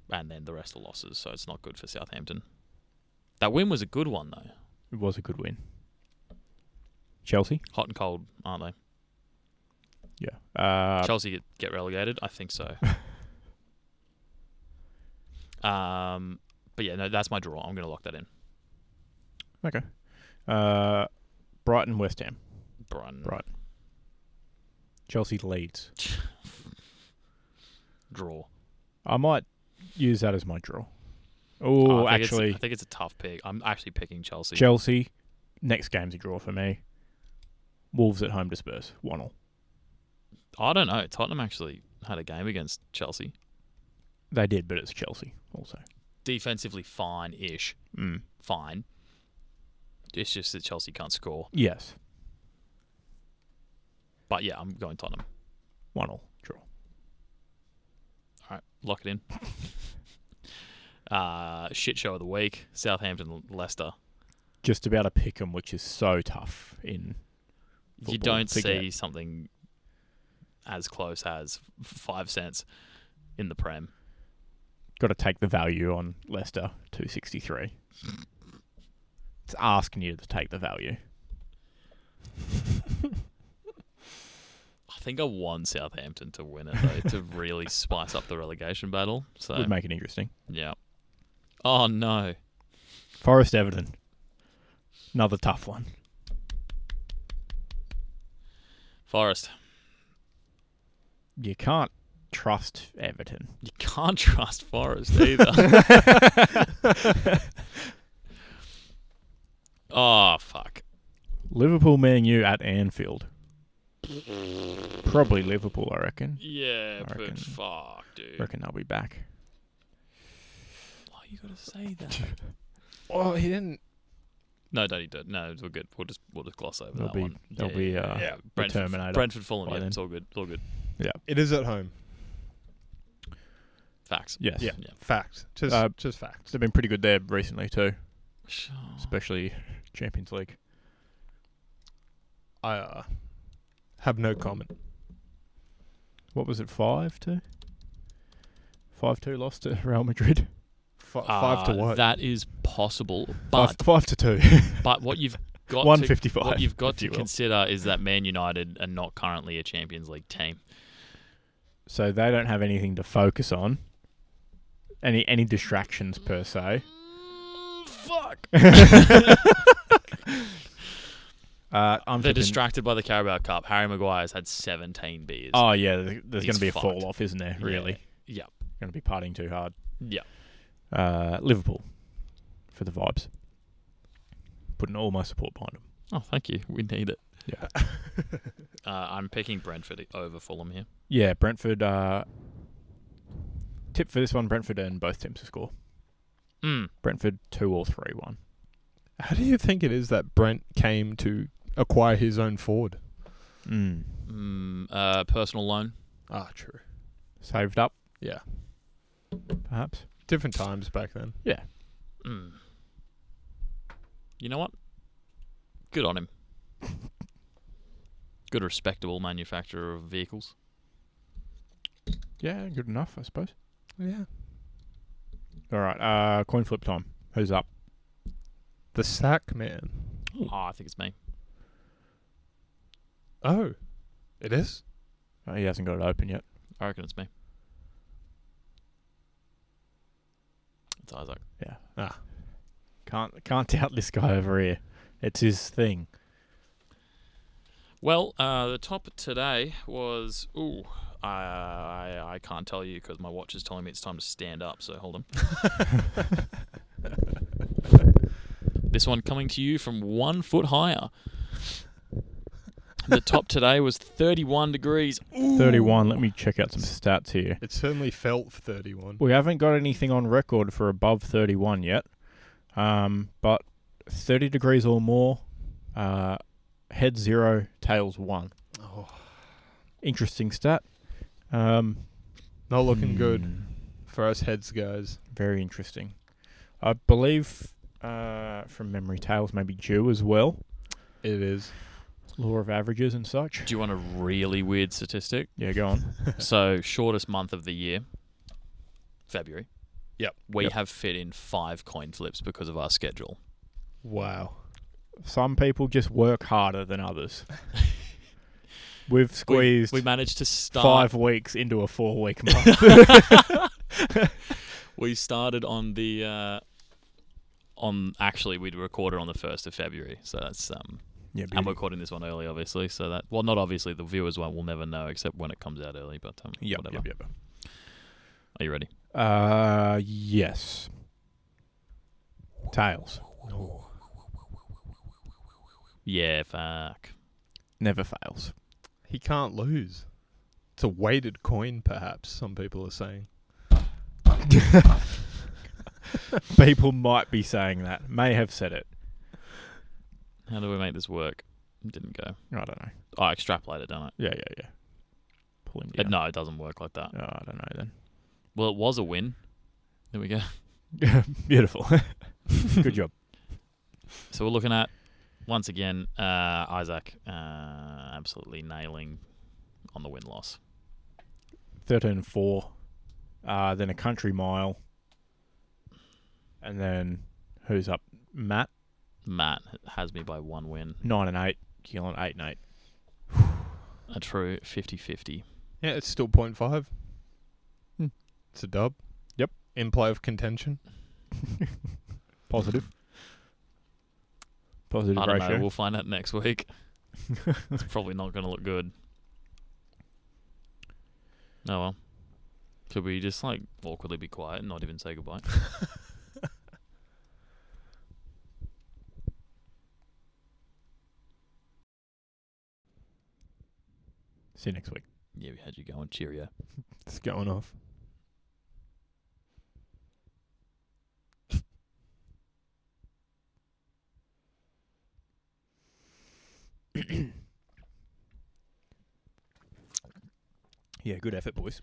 Speaker 2: and then the rest are losses, so it's not good for Southampton. That win was a good one though.
Speaker 1: it was a good win. Chelsea,
Speaker 2: Hot and cold, aren't they?
Speaker 1: Yeah. Uh,
Speaker 2: Chelsea get, get relegated? I think so. um, but yeah, no, that's my draw. I'm going to lock that in.
Speaker 1: okay. Uh, Brighton, West Ham,
Speaker 2: Brighton
Speaker 1: Right. Chelsea, Leeds.
Speaker 2: draw.
Speaker 1: I might use that as my draw.
Speaker 2: Oh,
Speaker 1: Oh,
Speaker 2: I think it's-
Speaker 1: actually,
Speaker 2: I think it's a tough pick. I'm actually picking Chelsea.
Speaker 1: Chelsea. Next game's a draw for me. Wolves at home to Spurs, one all.
Speaker 2: I don't know. Tottenham actually had a game against Chelsea.
Speaker 1: They did, but it's Chelsea also.
Speaker 2: Defensively fine ish.
Speaker 1: Mm.
Speaker 2: Fine. It's just that Chelsea can't score.
Speaker 1: Yes,
Speaker 2: But yeah, I'm going Tottenham.
Speaker 1: one all draw.
Speaker 2: All right, lock it in. uh, shit show of the week Southampton, Leicester.
Speaker 1: Just about a pick 'em, which is so tough in
Speaker 2: you
Speaker 1: Football,
Speaker 2: don't
Speaker 1: figure
Speaker 2: see something as close as five cents in the Prem.
Speaker 1: Got to take the value on Leicester, 263. It's asking you to take the value.
Speaker 2: I think I won Southampton to win it, though, to really spice up the relegation battle. So,
Speaker 1: Would make it interesting.
Speaker 2: yeah. Oh, no.
Speaker 1: Forest Everton. Another tough one.
Speaker 2: Forest,
Speaker 1: You can't trust Everton.
Speaker 2: you can't trust Forest either. oh, fuck.
Speaker 1: Liverpool man you at Anfield. Probably Liverpool, I reckon.
Speaker 2: Yeah,
Speaker 1: I reckon-
Speaker 2: but fuck, dude.
Speaker 1: Reckon they'll be back.
Speaker 2: Why you gotta say that?
Speaker 3: Oh, he didn't.
Speaker 2: No, don't need to. No, we're good. We'll just we'll just gloss over
Speaker 1: They'll
Speaker 2: that
Speaker 1: be-
Speaker 2: one.
Speaker 1: they'll
Speaker 2: yeah,
Speaker 1: be,
Speaker 2: yeah,
Speaker 1: uh,
Speaker 2: yeah.
Speaker 1: the
Speaker 2: Brentford,
Speaker 1: Terminator
Speaker 2: Brentford Fulham.
Speaker 1: by
Speaker 2: Yeah,
Speaker 1: then.
Speaker 2: it's all good. It's all good.
Speaker 3: It is at home.
Speaker 2: Facts.
Speaker 1: Yes.
Speaker 3: Yeah.
Speaker 2: Yeah.
Speaker 3: Fact. Just,
Speaker 1: Uh,
Speaker 3: just facts.
Speaker 1: They've been pretty good there recently too,
Speaker 2: Sure.
Speaker 1: especially Champions League.
Speaker 3: I uh, have no comment.
Speaker 1: What was it, 5 to? 5 2 lost to Real Madrid.
Speaker 3: F- five to
Speaker 2: Uh,
Speaker 3: what?
Speaker 2: That is possible, but
Speaker 1: five, five to 2.
Speaker 2: but what you've got to,
Speaker 1: 155.
Speaker 2: what you've got
Speaker 1: if
Speaker 2: to
Speaker 1: you will.
Speaker 2: consider is that Man United are not currently a Champions League team.
Speaker 1: so they don't have anything to focus on. Any any distractions per se.
Speaker 2: Mm, fuck.
Speaker 1: Uh, I'm
Speaker 2: They're
Speaker 1: thinking-
Speaker 2: distracted by the Carabao Cup. Harry Maguire's had 17 beers.
Speaker 1: Oh yeah, th- there's going
Speaker 2: He's
Speaker 1: to be a
Speaker 2: fucked.
Speaker 1: fall off, isn't there?
Speaker 2: Yeah.
Speaker 1: Really,
Speaker 2: Yeah.
Speaker 1: going to be partying too hard.
Speaker 2: Yeah.
Speaker 1: Uh, Liverpool for the vibes. Putting all my support behind them.
Speaker 2: Oh, thank you. We need it.
Speaker 1: Yeah.
Speaker 2: Uh, I'm picking Brentford over Fulham here.
Speaker 1: Yeah, Brentford. Uh, tip for this one: Brentford and both teams to score.
Speaker 2: Mm.
Speaker 1: Brentford two or three one.
Speaker 3: How do you think it is that Brent came to acquire his own Ford?
Speaker 1: Mm.
Speaker 2: Mm, uh, personal loan.
Speaker 3: Ah, true.
Speaker 1: Saved up,
Speaker 3: Yeah.
Speaker 1: perhaps.
Speaker 3: Different times back then.
Speaker 2: Mm. You know what? Good on him. Good, respectable manufacturer of vehicles.
Speaker 1: Yeah, good enough, I suppose.
Speaker 3: Yeah.
Speaker 1: All right, uh, coin flip time. Who's up?
Speaker 3: The sack man.
Speaker 2: Oh, I think it's me.
Speaker 3: Oh, it is?
Speaker 1: Uh, he hasn't got it open yet.
Speaker 2: I reckon it's me. It's Isaac.
Speaker 1: Can't can't doubt this guy over here. It's his thing.
Speaker 2: Well, uh, the top today was. Ooh, I I, I can't tell you because my watch is telling me it's time to stand up. So hold on. this one coming to you from one foot higher. The top today was 31 degrees. Ooh.
Speaker 1: 31. Let me check out some stats here.
Speaker 3: It certainly felt 31.
Speaker 1: We haven't got anything on record for above 31 yet, um, but 30 degrees or more, uh, head zero, tails one.
Speaker 3: Oh,
Speaker 1: Interesting stat. Um,
Speaker 3: not looking good
Speaker 1: hmm,
Speaker 3: for us heads, guys.
Speaker 1: Very interesting. I believe uh, from memory, tails may be due as well.
Speaker 3: It is.
Speaker 1: Law of averages and such.
Speaker 2: Do you want a really weird statistic?
Speaker 1: Yeah, go on.
Speaker 2: so, shortest month of the year, February.
Speaker 3: Yep.
Speaker 2: We
Speaker 1: Yep.
Speaker 2: have fit in five coin flips because of our schedule.
Speaker 3: Wow.
Speaker 1: Some people just work harder than others. We've squeezed
Speaker 2: We managed to start.
Speaker 1: five weeks into a four week month.
Speaker 2: We started on the. Uh, on actually, we'd recorded on the first of February, so that's um,
Speaker 1: yeah,
Speaker 2: and we're recording this one early, obviously. So that well, not obviously, the viewers won't will never know except when it comes out early. But um,
Speaker 1: yep,
Speaker 2: whatever.
Speaker 1: yep, yep.
Speaker 2: Are you ready?
Speaker 1: Uh, yes. Tails.
Speaker 2: Yeah, fuck.
Speaker 1: Never fails.
Speaker 3: He can't lose. It's a weighted coin, perhaps, some people are saying.
Speaker 1: People might be saying that. May have said it.
Speaker 2: How do we make this work? It didn't go.
Speaker 1: I don't know.
Speaker 2: Oh, I extrapolate it, don't I?
Speaker 1: Yeah, yeah, yeah. Pull him
Speaker 2: Uh,
Speaker 1: down.
Speaker 2: No, it doesn't work like that.
Speaker 1: Oh, I don't know then.
Speaker 2: Well, it was a win. There we go.
Speaker 1: Beautiful. Good job.
Speaker 2: So we're looking at once again uh, Isaac uh, absolutely nailing on the win loss.
Speaker 1: 13 4. Uh, then a country mile. And then who's up? Matt,
Speaker 2: Matt has me by one win.
Speaker 1: 9 and 8. Keelan, 8 and 8.
Speaker 2: A true 50-50.
Speaker 3: Yeah, it's still 0.5.
Speaker 1: Hmm.
Speaker 3: It's a dub.
Speaker 1: Yep.
Speaker 3: In play of contention.
Speaker 1: Positive. Positive
Speaker 2: I don't know.
Speaker 1: ratio.
Speaker 2: We'll find out next week. it's probably not going to look good. Oh well. Could we just like awkwardly be quiet and not even say goodbye?
Speaker 1: See you next week.
Speaker 2: yeah, we had you going. Cheerio.
Speaker 3: It's going off.
Speaker 1: Yeah, good effort, boys.